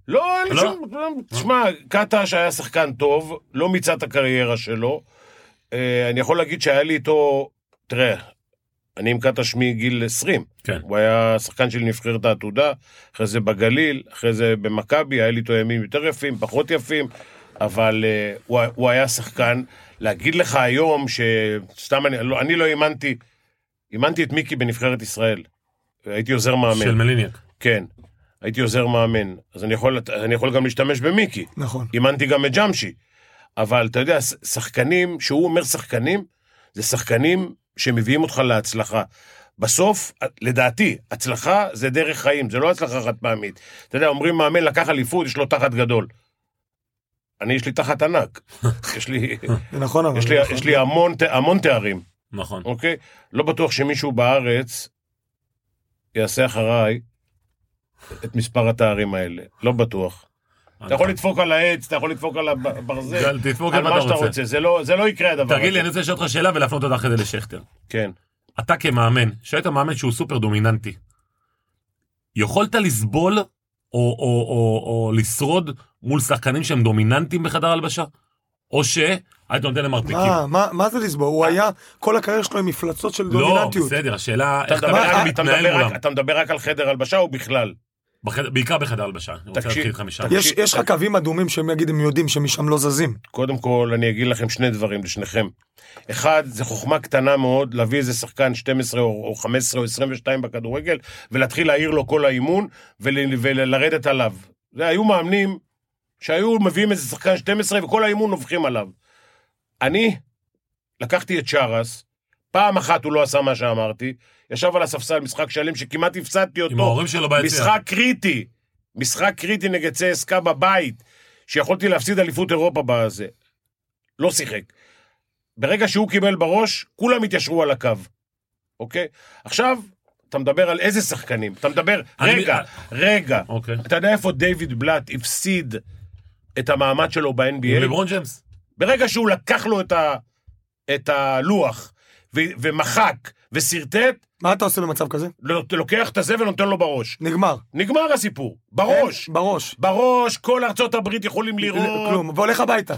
S2: לא, אין לי
S1: לא?
S2: שום... תשמע, קטש היה שחקן טוב, לא מיצה את הקריירה שלו. אה, אני יכול להגיד שהיה לי איתו... תראה, אני עם קטש מגיל 20.
S1: כן.
S2: הוא היה שחקן של נבחרת העתודה, אחרי זה בגליל, אחרי זה במכבי, היה לי איתו ימים יותר יפים, פחות יפים, אבל uh, הוא, הוא היה שחקן. להגיד לך היום שסתם אני לא, אני לא אימנתי, אימנתי את מיקי בנבחרת ישראל. הייתי עוזר מאמן.
S1: של מליניאק.
S2: כן. הייתי עוזר מאמן, אז אני יכול, אני יכול גם להשתמש במיקי.
S3: נכון.
S2: אימנתי גם את ג'אמשי. אבל אתה יודע, ש- שחקנים, שהוא אומר שחקנים, זה שחקנים שמביאים אותך להצלחה. בסוף, לדעתי, הצלחה זה דרך חיים, זה לא הצלחה חד פעמית. אתה יודע, אומרים מאמן לקח אליפות, יש לו תחת גדול. אני, יש לי תחת ענק. יש לי,
S3: זה נכון אבל.
S2: יש לי,
S3: נכון.
S2: יש לי המון, ת- המון תארים.
S1: נכון.
S2: אוקיי? לא בטוח שמישהו בארץ יעשה אחריי את מספר התארים האלה. לא בטוח. אתה יכול לדפוק על העץ, אתה יכול לדפוק על הברזל,
S1: גל, תדפוק
S2: על
S1: על
S2: מה שאתה רוצה. זה לא, זה לא יקרה הדבר הזה.
S1: תגיד לי, אני רוצה לשאול אותך שאלה ולהפנות אותך כדי לשכטר.
S2: כן.
S1: אתה כמאמן, שהיית מאמן שהוא סופר דומיננטי, יכולת לסבול או, או, או, או לשרוד מול שחקנים שהם דומיננטיים בחדר הלבשה? או שהיית נותן להם מרפקים?
S3: מה, מה, מה זה לסבור?
S2: אה.
S3: הוא היה, כל הקריירה שלו עם מפלצות של
S1: לא,
S3: דומיננטיות.
S1: בסדר, השאלה
S2: אתה
S1: איך אתה בכלל
S2: מדבר רק- אתה מדבר
S1: מתנהל
S2: רק-
S1: מולם.
S2: אתה מדבר רק על חדר הלבשה או בכלל?
S1: בחדר- בעיקר בחדר הלבשה. אני רוצה
S2: תקשיב,
S1: להתחיל איתך משם.
S2: תקשיב.
S3: יש, יש לך קווים אדומים שהם יגיד, הם יודעים שמשם לא זזים.
S2: קודם כל, אני אגיד לכם שני דברים, לשניכם. אחד, זה חוכמה קטנה מאוד להביא איזה שחקן 12 או או 15 או 22 בכדורגל, ולהתחיל להעיר לו כל האימון, ול- ולרדת עליו. זה, היו מאמנים שהיו מביאים איזה שחקן 12 וכל האימון נובחים עליו. אני לקחתי את שרס, פעם אחת הוא לא עשה מה שאמרתי, ישב על הספסל משחק שלם שכמעט הפסדתי אותו.
S1: עם ההורים שלו ביציע.
S2: משחק קריטי, משחק קריטי נגד צסקה בבית, שיכולתי להפסיד אליפות אירופה בזה. לא שיחק. ברגע שהוא קיבל בראש, כולם התיישרו על הקו, אוקיי? עכשיו, אתה מדבר על איזה שחקנים? אתה מדבר,
S1: אני-
S2: רגע, רגע.
S1: אוקיי.
S2: אתה יודע איפה דיוויד בלאט הפסיד את המעמד שלו
S1: עם
S2: ב-NBA?
S1: לברון ג'מס.
S2: ברגע שהוא לקח לו את, ה, את הלוח ו, ומחק וסרטט,
S3: מה אתה עושה במצב כזה?
S2: לוקח את הזה ונותן לו בראש.
S3: נגמר.
S2: נגמר הסיפור, בראש.
S3: אין, בראש. אה,
S2: בראש, כל ארצות הברית יכולים לראות.
S3: כלום, והולך הביתה.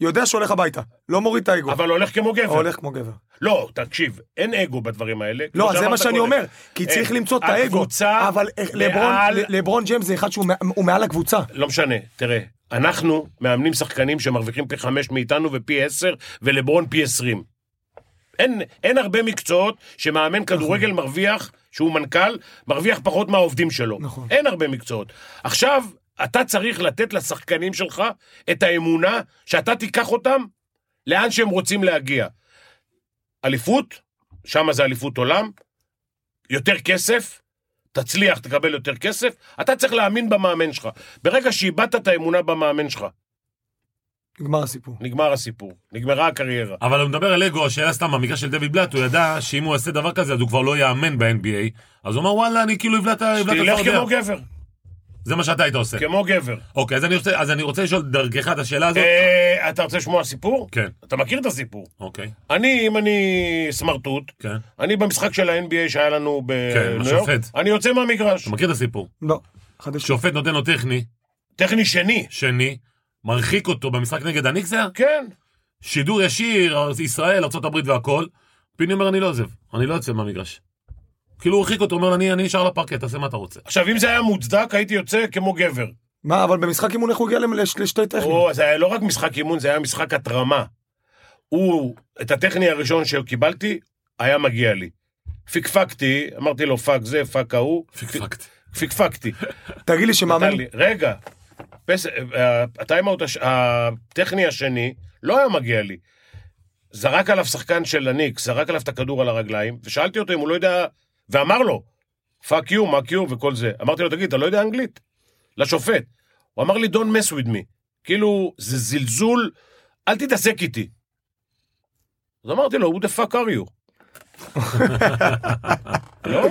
S3: יודע שהולך הביתה, לא מוריד את האגו.
S2: אבל הולך כמו גבר.
S3: הולך כמו גבר.
S2: לא, תקשיב, אין אגו בדברים האלה. כמו
S3: לא, אז זה מה
S2: שאמרת
S3: שאני
S2: קודם.
S3: אומר, כי צריך
S2: אין.
S3: למצוא את האגו.
S2: הקבוצה
S3: אבל אה, לברון-
S2: מעל-
S3: לברון ג'יימס זה אחד שהוא מע- הוא מעל הקבוצה.
S2: לא משנה, תראה, אנחנו מאמנים שחקנים שמרוויחים פי חמש מאיתנו ופי עשר, ולברון פי עשרים. אין, אין הרבה מקצועות שמאמן כדורגל מרוויח, שהוא מנכ"ל, מרוויח פחות מהעובדים שלו.
S3: נכון.
S2: אין הרבה מקצועות. עכשיו, אתה צריך לתת לשחקנים שלך את האמונה שאתה תיקח אותם לאן שהם רוצים להגיע. אליפות, שם זה אליפות עולם, יותר כסף, תצליח, תקבל יותר כסף, אתה צריך להאמין במאמן שלך. ברגע שאיבדת את האמונה במאמן שלך,
S3: נגמר הסיפור.
S2: נגמר הסיפור, נגמרה הקריירה.
S1: אבל הוא מדבר על אגו, השאלה סתם, במקרה של דויד בלאט, הוא ידע שאם הוא יעשה דבר כזה, אז הוא כבר לא יאמן ב-NBA, אז הוא אמר, וואלה, אני כאילו אבלע את ה- אבלע את
S2: תלך כמו
S1: הצפרדע.
S2: גבר, כן.
S1: זה מה שאתה היית עושה.
S2: כמו גבר.
S1: אוקיי, אז אני רוצה- אז אני רוצה לשאול דרכך את השאלה הזאת.
S2: אה, אתה רוצה לשמוע סיפור?
S1: כן,
S2: אתה מכיר את הסיפור.
S1: אוקיי,
S2: אני, אם אני סמרטוט,
S1: כן.
S2: אני במשחק של ה-NBA שהיה לנו בניו יורק,
S1: השופט.
S2: אני יוצא מהמגרש.
S1: כן, אתה מכיר את הסיפור?
S3: לא. חדש.
S1: שופט נותן לו טכני,
S2: טכני שני.
S1: שני, מרחיק אותו במשחק נגד הניקס זה היה?
S2: כן.
S1: שידור ישיר, ישראל, ארה"ב והכל. פיני אומר, אני לא עוזב, אני לא יוצא מהמגרש. כאילו הוא הרחיק אותו, אומר, אני אני נשאר על הפרקט, תעשה מה אתה רוצה.
S2: עכשיו, אם זה היה מוצדק, הייתי יוצא כמו גבר.
S3: מה, אבל במשחק אימון איך הוא הגיע למ- לש- לשתי טכניות?
S2: או, זה היה לא רק משחק אימון, זה היה משחק התרמה. הוא, את הטכני הראשון שקיבלתי, היה מגיע לי. פיקפקתי, אמרתי לו פאק זה, פאק ההוא,
S1: פיקפקת.
S2: פיקפקתי.
S3: תגיד לי שמאמן...
S2: נתן לי- רגע, פס- אה, הטיימאוט הש- הטכני השני לא היה מגיע לי. זרק עליו שחקן של הניקס, זרק עליו את הכדור על הרגליים, ושאלתי אותו אם הוא לא יודע, ואמר לו, פאק יו, מאק יו וכל זה. אמרתי לו, תגיד, אתה לא יודע אנגלית? לשופט. הוא אמר לי, don't mess with me. כאילו, זה זלזול, אל תתעסק איתי. אז אמרתי לו, who the fuck are you? (laughs) לא?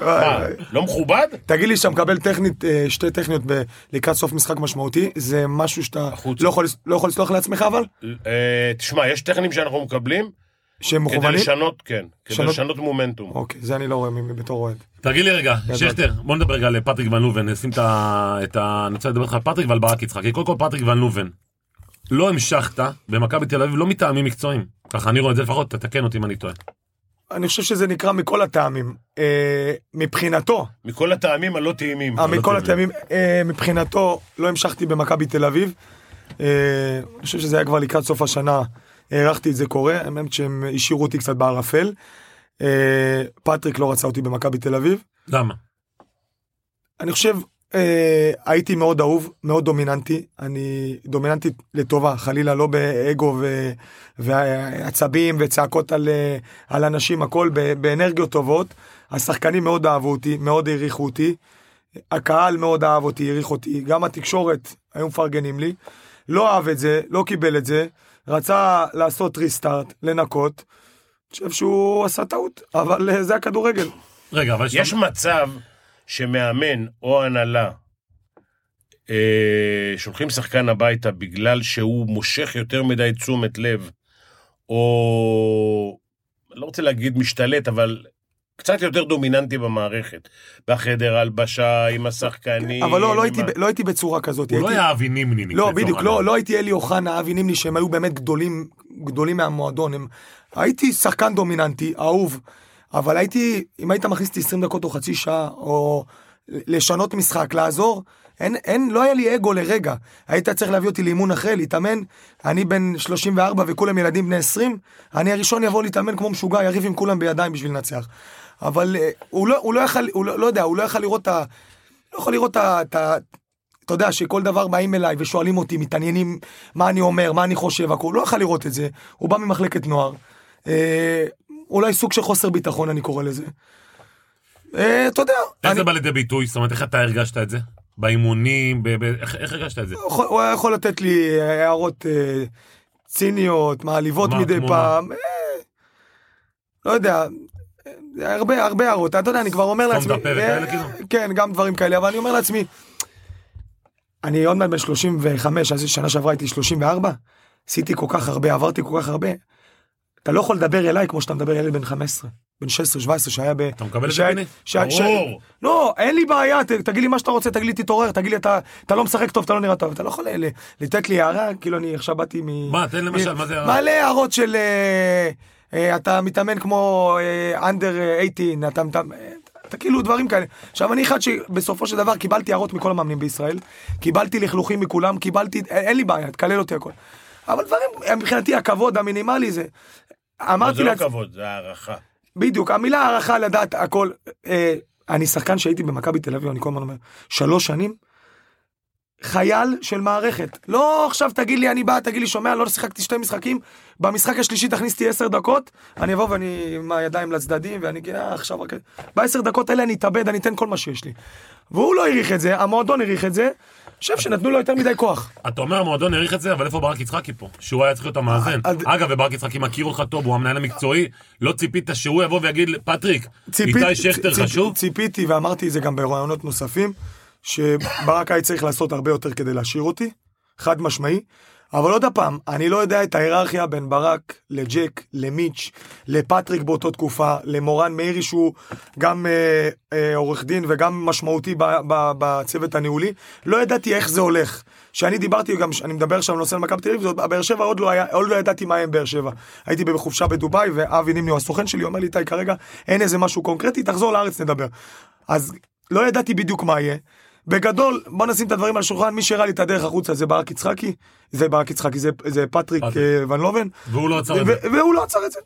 S2: מה, לא מכובד?
S3: תגיד לי שאתה מקבל טכנית, אה, שתי טכניות ב- לקראת סוף משחק משמעותי, זה משהו שאתה
S2: החוצה.
S3: לא יכול, לס- לא יכול לסלוח לעצמך אבל?
S2: אה, תשמע, יש טכנים שאנחנו מקבלים
S3: שהם
S2: כדי
S3: מכוונים?
S2: לשנות, כן, כדי
S3: לשנות-
S2: לשנות מומנטום.
S3: אוקיי, זה אני לא רואה מ- בתור אוהד.
S1: תגיד לי רגע,
S3: גדול.
S1: שכטר, בוא נדבר רגע על אה, פטריק ון לובן, נשים את ה... את ה... אני רוצה לדבר איתך על פטריק ועל ברק יצחקי. קודם כל פטריק ון לובן, לא המשכת במכבי תל אביב, לא מטעמים מקצועיים. ככה אני רואה את זה לפחות, תתקן אותי אם אני טועה.
S3: אני חושב שזה נקרא מכל הטעמים. אה, מבחינתו,
S2: מכל הטעמים הלא טעימים.
S3: אה, מכל
S1: טבעי.
S3: הטעמים, אה, מבחינתו לא המשכתי במכבי תל אביב. אה, אני חושב שזה היה כבר לקראת סוף השנה, הערכתי את זה קורה, האמת שהם השאירו אותי קצת בערפל. אה, פטריק לא רצה אותי במכבי תל אביב.
S1: למה?
S3: אני חושב, אה, הייתי מאוד אהוב, מאוד דומיננטי. אני דומיננטי לטובה, חלילה לא באגו ו, ועצבים וצעקות על, אה, על אנשים, הכל ב, באנרגיות טובות. השחקנים מאוד אהבו אותי, מאוד העריכו אותי. הקהל מאוד אהב אותי, העריך אותי. גם התקשורת, היו מפרגנים לי. לא אהב את זה, לא קיבל את זה. רצה לעשות ריסטארט, לנקות. אני חושב שהוא עשה טעות, אבל אה, זה הכדורגל.
S1: רגע, אבל יש...
S2: יש מצב שמאמן או הנהלה אה, שולחים שחקן הביתה בגלל שהוא מושך יותר מדי תשומת לב, או לא רוצה להגיד משתלט, אבל קצת יותר דומיננטי במערכת. בחדר ההלבשה, עם השחקנים.
S3: אבל לא,
S2: עם
S3: לא הייתי,
S2: ה-
S3: ב- לא הייתי בצורה כזאת.
S1: הוא לא
S3: הייתי-
S1: היה אבי נימני.
S3: לא,
S1: לצורך
S3: בדיוק,
S1: העניין.
S3: לא, לא הייתי אלי אוחנה, אבי נימני, שהם היו באמת גדולים, גדולים מהמועדון. הם... הייתי שחקן דומיננטי, אהוב, אבל הייתי, אם היית מכניס אותי 20 דקות או חצי שעה, או לשנות משחק, לעזור, אין, אין, לא היה לי אגו לרגע. היית צריך להביא אותי לאימון אחרי, להתאמן, אני בן 34 וכולם ילדים בני 20, אני הראשון יבוא להתאמן כמו משוגע, יריב עם כולם בידיים בשביל לנצח. אבל אה, הוא לא, הוא לא יכל, הוא לא, לא יודע, הוא לא יכל לראות את ה... לא יכול לראות את ה- את ה... אתה יודע שכל דבר באים אליי ושואלים אותי, מתעניינים מה אני אומר, מה אני חושב, הכל, הוא לא יכול לראות את זה, הוא בא ממחלקת נוער. אה, אולי סוג של חוסר ביטחון אני קורא לזה. אה, אתה יודע,
S1: איך
S3: אני,
S1: זה בא לידי ביטוי? זאת אומרת, איך אתה הרגשת את זה? באימונים? ב... ב... איך, איך הרגשת את זה?
S3: הוא יכול- הוא היה יכול לתת לי אה, הערות אה, ציניות, מעליבות
S1: מה,
S3: מדי
S1: כמו
S3: פעם, אה, לא יודע, אה, הרבה הרבה הערות, אתה יודע, אני כבר אומר
S1: סתום את
S3: לעצמי,
S1: הפה וכאלה,
S3: אה,
S1: כאילו?
S3: כן, גם דברים כאלה, אבל אני אומר לעצמי, אני עוד מעט בן 35, אז שנה שעברה הייתי 34, עשיתי כל כך הרבה, עברתי כל כך הרבה, אתה לא יכול לדבר אליי כמו שאתה מדבר אל ילד בן 15. בן 16-17 שהיה ב...
S1: אתה מקבל את
S3: שהיה-
S1: זה, פיני?
S3: שהיה- ש-
S2: ברור.
S3: לא, אין לי בעיה, ת- תגיד לי מה שאתה רוצה, תגיד לי תתעורר, תגיד לי אתה אתה לא משחק טוב, אתה לא נראה טוב, אתה לא יכול ל- ל- לתת לי הערה, כאילו אני עכשיו באתי מ...
S1: מה, תן למשל,
S3: אה,
S1: מה זה הערה?
S3: מלא הערות של אה, אה, אתה מתאמן כמו אה, אנדר 18, אתה מתאמן... אה, אתה כאילו דברים כאלה. עכשיו אני אחד שבסופו של דבר קיבלתי הערות מכל המאמנים בישראל, קיבלתי לכלוכים מכולם, קיבלתי, אין, אין לי בעיה, תקלל אותי הכל. אבל דברים, מבחינתי הכבוד המינימלי זה,
S2: אבל
S3: אמרתי
S2: זה לא
S3: לעצמי,
S2: כבוד, זה הערכה.
S3: בדיוק, המילה הערכה לדעת הכל. אה, אני שחקן שהייתי במכבי תל אביב, אני כל הזמן אומר, שלוש שנים, חייל של מערכת. לא עכשיו תגיד לי, אני בא, תגיד לי, שומע, לא שיחקתי שתי משחקים, במשחק השלישי תכניס אותי עשר דקות, אני אבוא ואני עם הידיים לצדדים, ואני כאילו, אה, עכשיו רק... בעשר דקות האלה אני אתאבד, אני אתן כל מה שיש לי. והוא לא העריך את זה, המועדון העריך את זה, אני חושב שנתנו לו יותר מדי כוח.
S1: אתה אומר המועדון העריך את זה, אבל איפה ברק יצחקי פה? שהוא היה צריך להיות המאזן.
S3: אז-
S1: אגב, וברק יצחקי מכיר אותך טוב, הוא המנהל המקצועי, לא ציפית שהוא יבוא ויגיד, פטריק,
S3: ציפית-
S1: איתי שכטר
S3: ציפ-
S1: חשוב?
S3: ציפיתי ואמרתי את זה גם ברעיונות נוספים, שברק היה צריך לעשות הרבה יותר כדי להשאיר אותי, חד משמעי. אבל עוד פעם, אני לא יודע את ההיררכיה בין ברק לג'ק, למיץ', לפטריק באותה תקופה, למורן מאירי שהוא גם אה, אה, עורך דין וגם משמעותי ב, ב, בצוות הניהולי, לא ידעתי איך זה הולך. שאני דיברתי גם, אני מדבר שם על נושא מכבי תל אביב, זאת- באר שבע עוד לא היה, עוד לא ידעתי מה היה עם באר שבע. הייתי בחופשה בדובאי, ואבי נימני, הסוכן שלי, אומר לי, איתי, כרגע אין איזה משהו קונקרטי, תחזור לארץ, נדבר. אז לא ידעתי בדיוק מה יהיה. בגדול, בוא נשים את הדברים על השולחן, מי שהראה לי את הדרך החוצה זה ברק יצחקי, זה ברק יצחקי, זה, זה פטריק
S1: פטריק.
S3: אה, ון לובן,
S1: והוא לא עצר את זה.
S3: ו- והוא לא עצר את זה.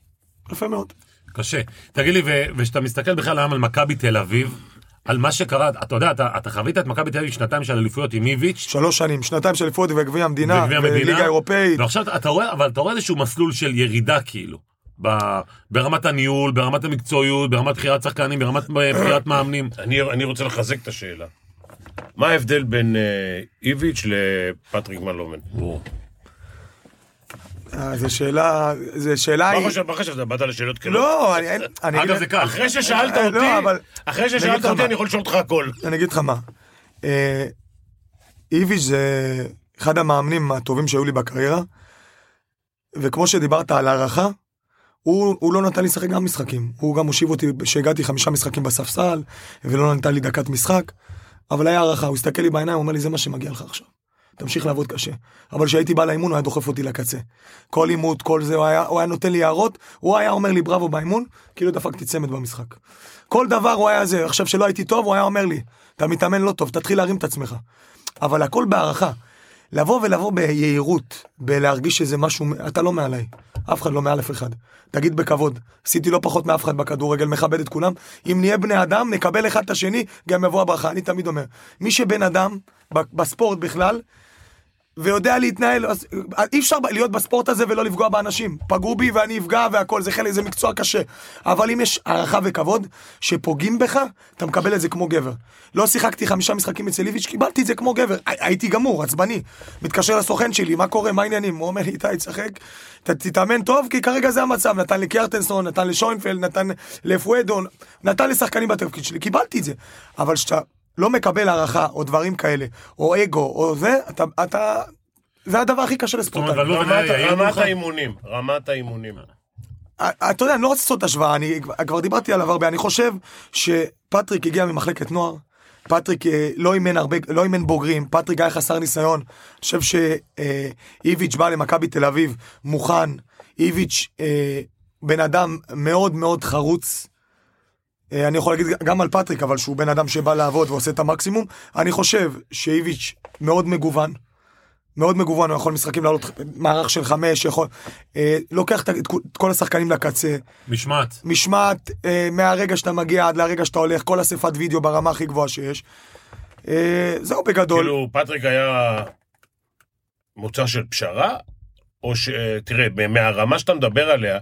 S3: יפה מאוד.
S1: קשה. תגיד לי, ו- וכשאתה מסתכל בכלל היום על מכבי תל אביב, על מה שקרה, אתה יודע, אתה, אתה חווית את מכבי תל אביב שנתיים של אליפויות עם איביץ'
S3: שלוש שנים, שנתיים של אליפות וגביע המדינה,
S1: וגביע
S3: וליגה
S1: המדינה,
S3: אה,
S1: לא.
S3: אירופאית.
S1: ועכשיו אתה- אתה רואה, אבל אתה רואה איזשהו מסלול של ירידה כאילו, ב- ברמת הניהול, ברמת המקצועיות, ברמת בחירת שחקנים, ברמת אה, בחירת מאמנים.
S2: אני, אני רוצה לחזק את השאלה. מה ההבדל בין אה, איביץ' לפטריק מלומן?
S3: אה, זו שאלה, זו שאלה
S2: מה
S3: היא...
S2: חשבת? מה חשבת? באת לשאלות כאלה?
S3: לא, אני- אין- אני
S1: אגב,
S3: אגיד-
S1: זה כך.
S2: אחרי ששאלת
S3: לא,
S2: אותי,
S3: אבל-
S2: אחרי
S3: אני
S2: ששאלת
S3: אגיד לך
S2: אותי,
S3: מה.
S2: אני יכול לשאול אותך הכל.
S3: אני אגיד לך מה. אה, איביץ' זה אחד המאמנים הטובים שהיו לי בקריירה, וכמו שדיברת על הערכה, הוא, הוא לא נתן לי לשחק גם משחקים. הוא גם הושיב אותי שהגעתי חמישה משחקים בספסל, ולא נתן לי דקת משחק, אבל היה הערכה, הוא הסתכל לי בעיניים, הוא אומר לי, זה מה שמגיע לך עכשיו. תמשיך לעבוד קשה. אבל כשהייתי בא לאימון, הוא היה דוחף אותי לקצה. כל עימות, כל זה, הוא היה, הוא היה נותן לי הערות, הוא היה אומר לי בראבו באימון, כאילו דפקתי צמד במשחק. כל דבר הוא היה זה, עכשיו שלא הייתי טוב, הוא היה אומר לי, אתה מתאמן לא טוב, תתחיל להרים את עצמך. אבל הכל בהערכה. לבוא ולבוא ביהירות, בלהרגיש שזה משהו, אתה לא מעליי, אף אחד לא מעל אף אחד. תגיד בכבוד, עשיתי לא פחות מאף אחד בכדורגל, מכבד את כולם. אם נהיה בני אדם, נקבל אחד את השני, גם יבוא הברכה. אני תמיד אומר, מי שבן אדם, ב- בספורט בכלל, ויודע להתנהל, אז אה, אי אפשר ב- להיות בספורט הזה ולא לפגוע באנשים. פגעו בי ואני אפגע והכל, זה חלק, זה מקצוע קשה. אבל אם יש הערכה וכבוד, שפוגעים בך, אתה מקבל את זה כמו גבר. לא שיחקתי חמישה משחקים אצל איביץ', קיבלתי את זה כמו גבר. הי- הייתי גמור, עצבני. מתקשר לסוכן שלי, מה קורה, מה העניינים? הוא אומר לי, איתי, תשחק, ת- תתאמן טוב, כי כרגע זה המצב. נתן לקרטנסון, נתן לשוינפלד, נתן לפואדון, נתן לשחקנים בתפקיד שלי, קיבלתי את זה. אבל כשאתה... לא מקבל הערכה או דברים כאלה, או אגו, או זה, אתה, אתה, זה הדבר הכי קשה
S1: זאת אומרת,
S3: לספורטאי.
S1: אבל לא יודע,
S2: רמת-
S1: יאיר
S2: רמת
S1: מולך?
S2: האימונים, רמת האימונים.
S3: א- אתה יודע, אני לא רוצה לעשות השוואה, אני כבר- כבר דיברתי עליו הרבה, אני חושב שפטריק הגיע ממחלקת נוער, פטריק אה, לא אימן הרבה, לא אימן בוגרים, פטריק היה חסר ניסיון, אני חושב שאיביץ' בא למכבי תל אביב מוכן, איביץ' אה, בן אדם מאוד מאוד חרוץ, אה, אני יכול להגיד גם על פטריק, אבל שהוא בן אדם שבא לעבוד ועושה את המקסימום. אני חושב שאיביץ' מאוד מגוון. מאוד מגוון, הוא יכול משחקים לעלות מערך של חמש, יכול... אה, לוקח את, את כל השחקנים לקצה.
S1: משמעת.
S3: משמעת אה, מהרגע שאתה מגיע עד לרגע שאתה הולך, כל אספת וידאו ברמה הכי גבוהה שיש. אה, זהו בגדול.
S2: כאילו, פטריק היה מוצא של פשרה, או ש... תראה, מה- מהרמה שאתה מדבר עליה,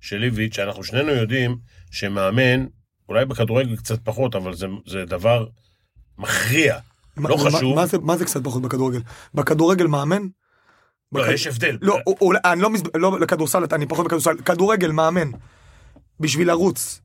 S2: של איביץ', אנחנו שנינו יודעים שמאמן, אולי בכדורגל קצת פחות, אבל זה, זה דבר מכריע.
S3: מה-
S2: לא
S3: מה-
S2: חשוב.
S3: מה זה- מה זה קצת פחות בכדורגל? בכדורגל מאמן?
S2: לא,
S3: בכד-
S2: יש הבדל.
S3: לא, הוא- הוא- אני לא, מז- לא לכדורסל, אני פחות בכדורסל, כדורגל, מאמן. בשביל לרוץ,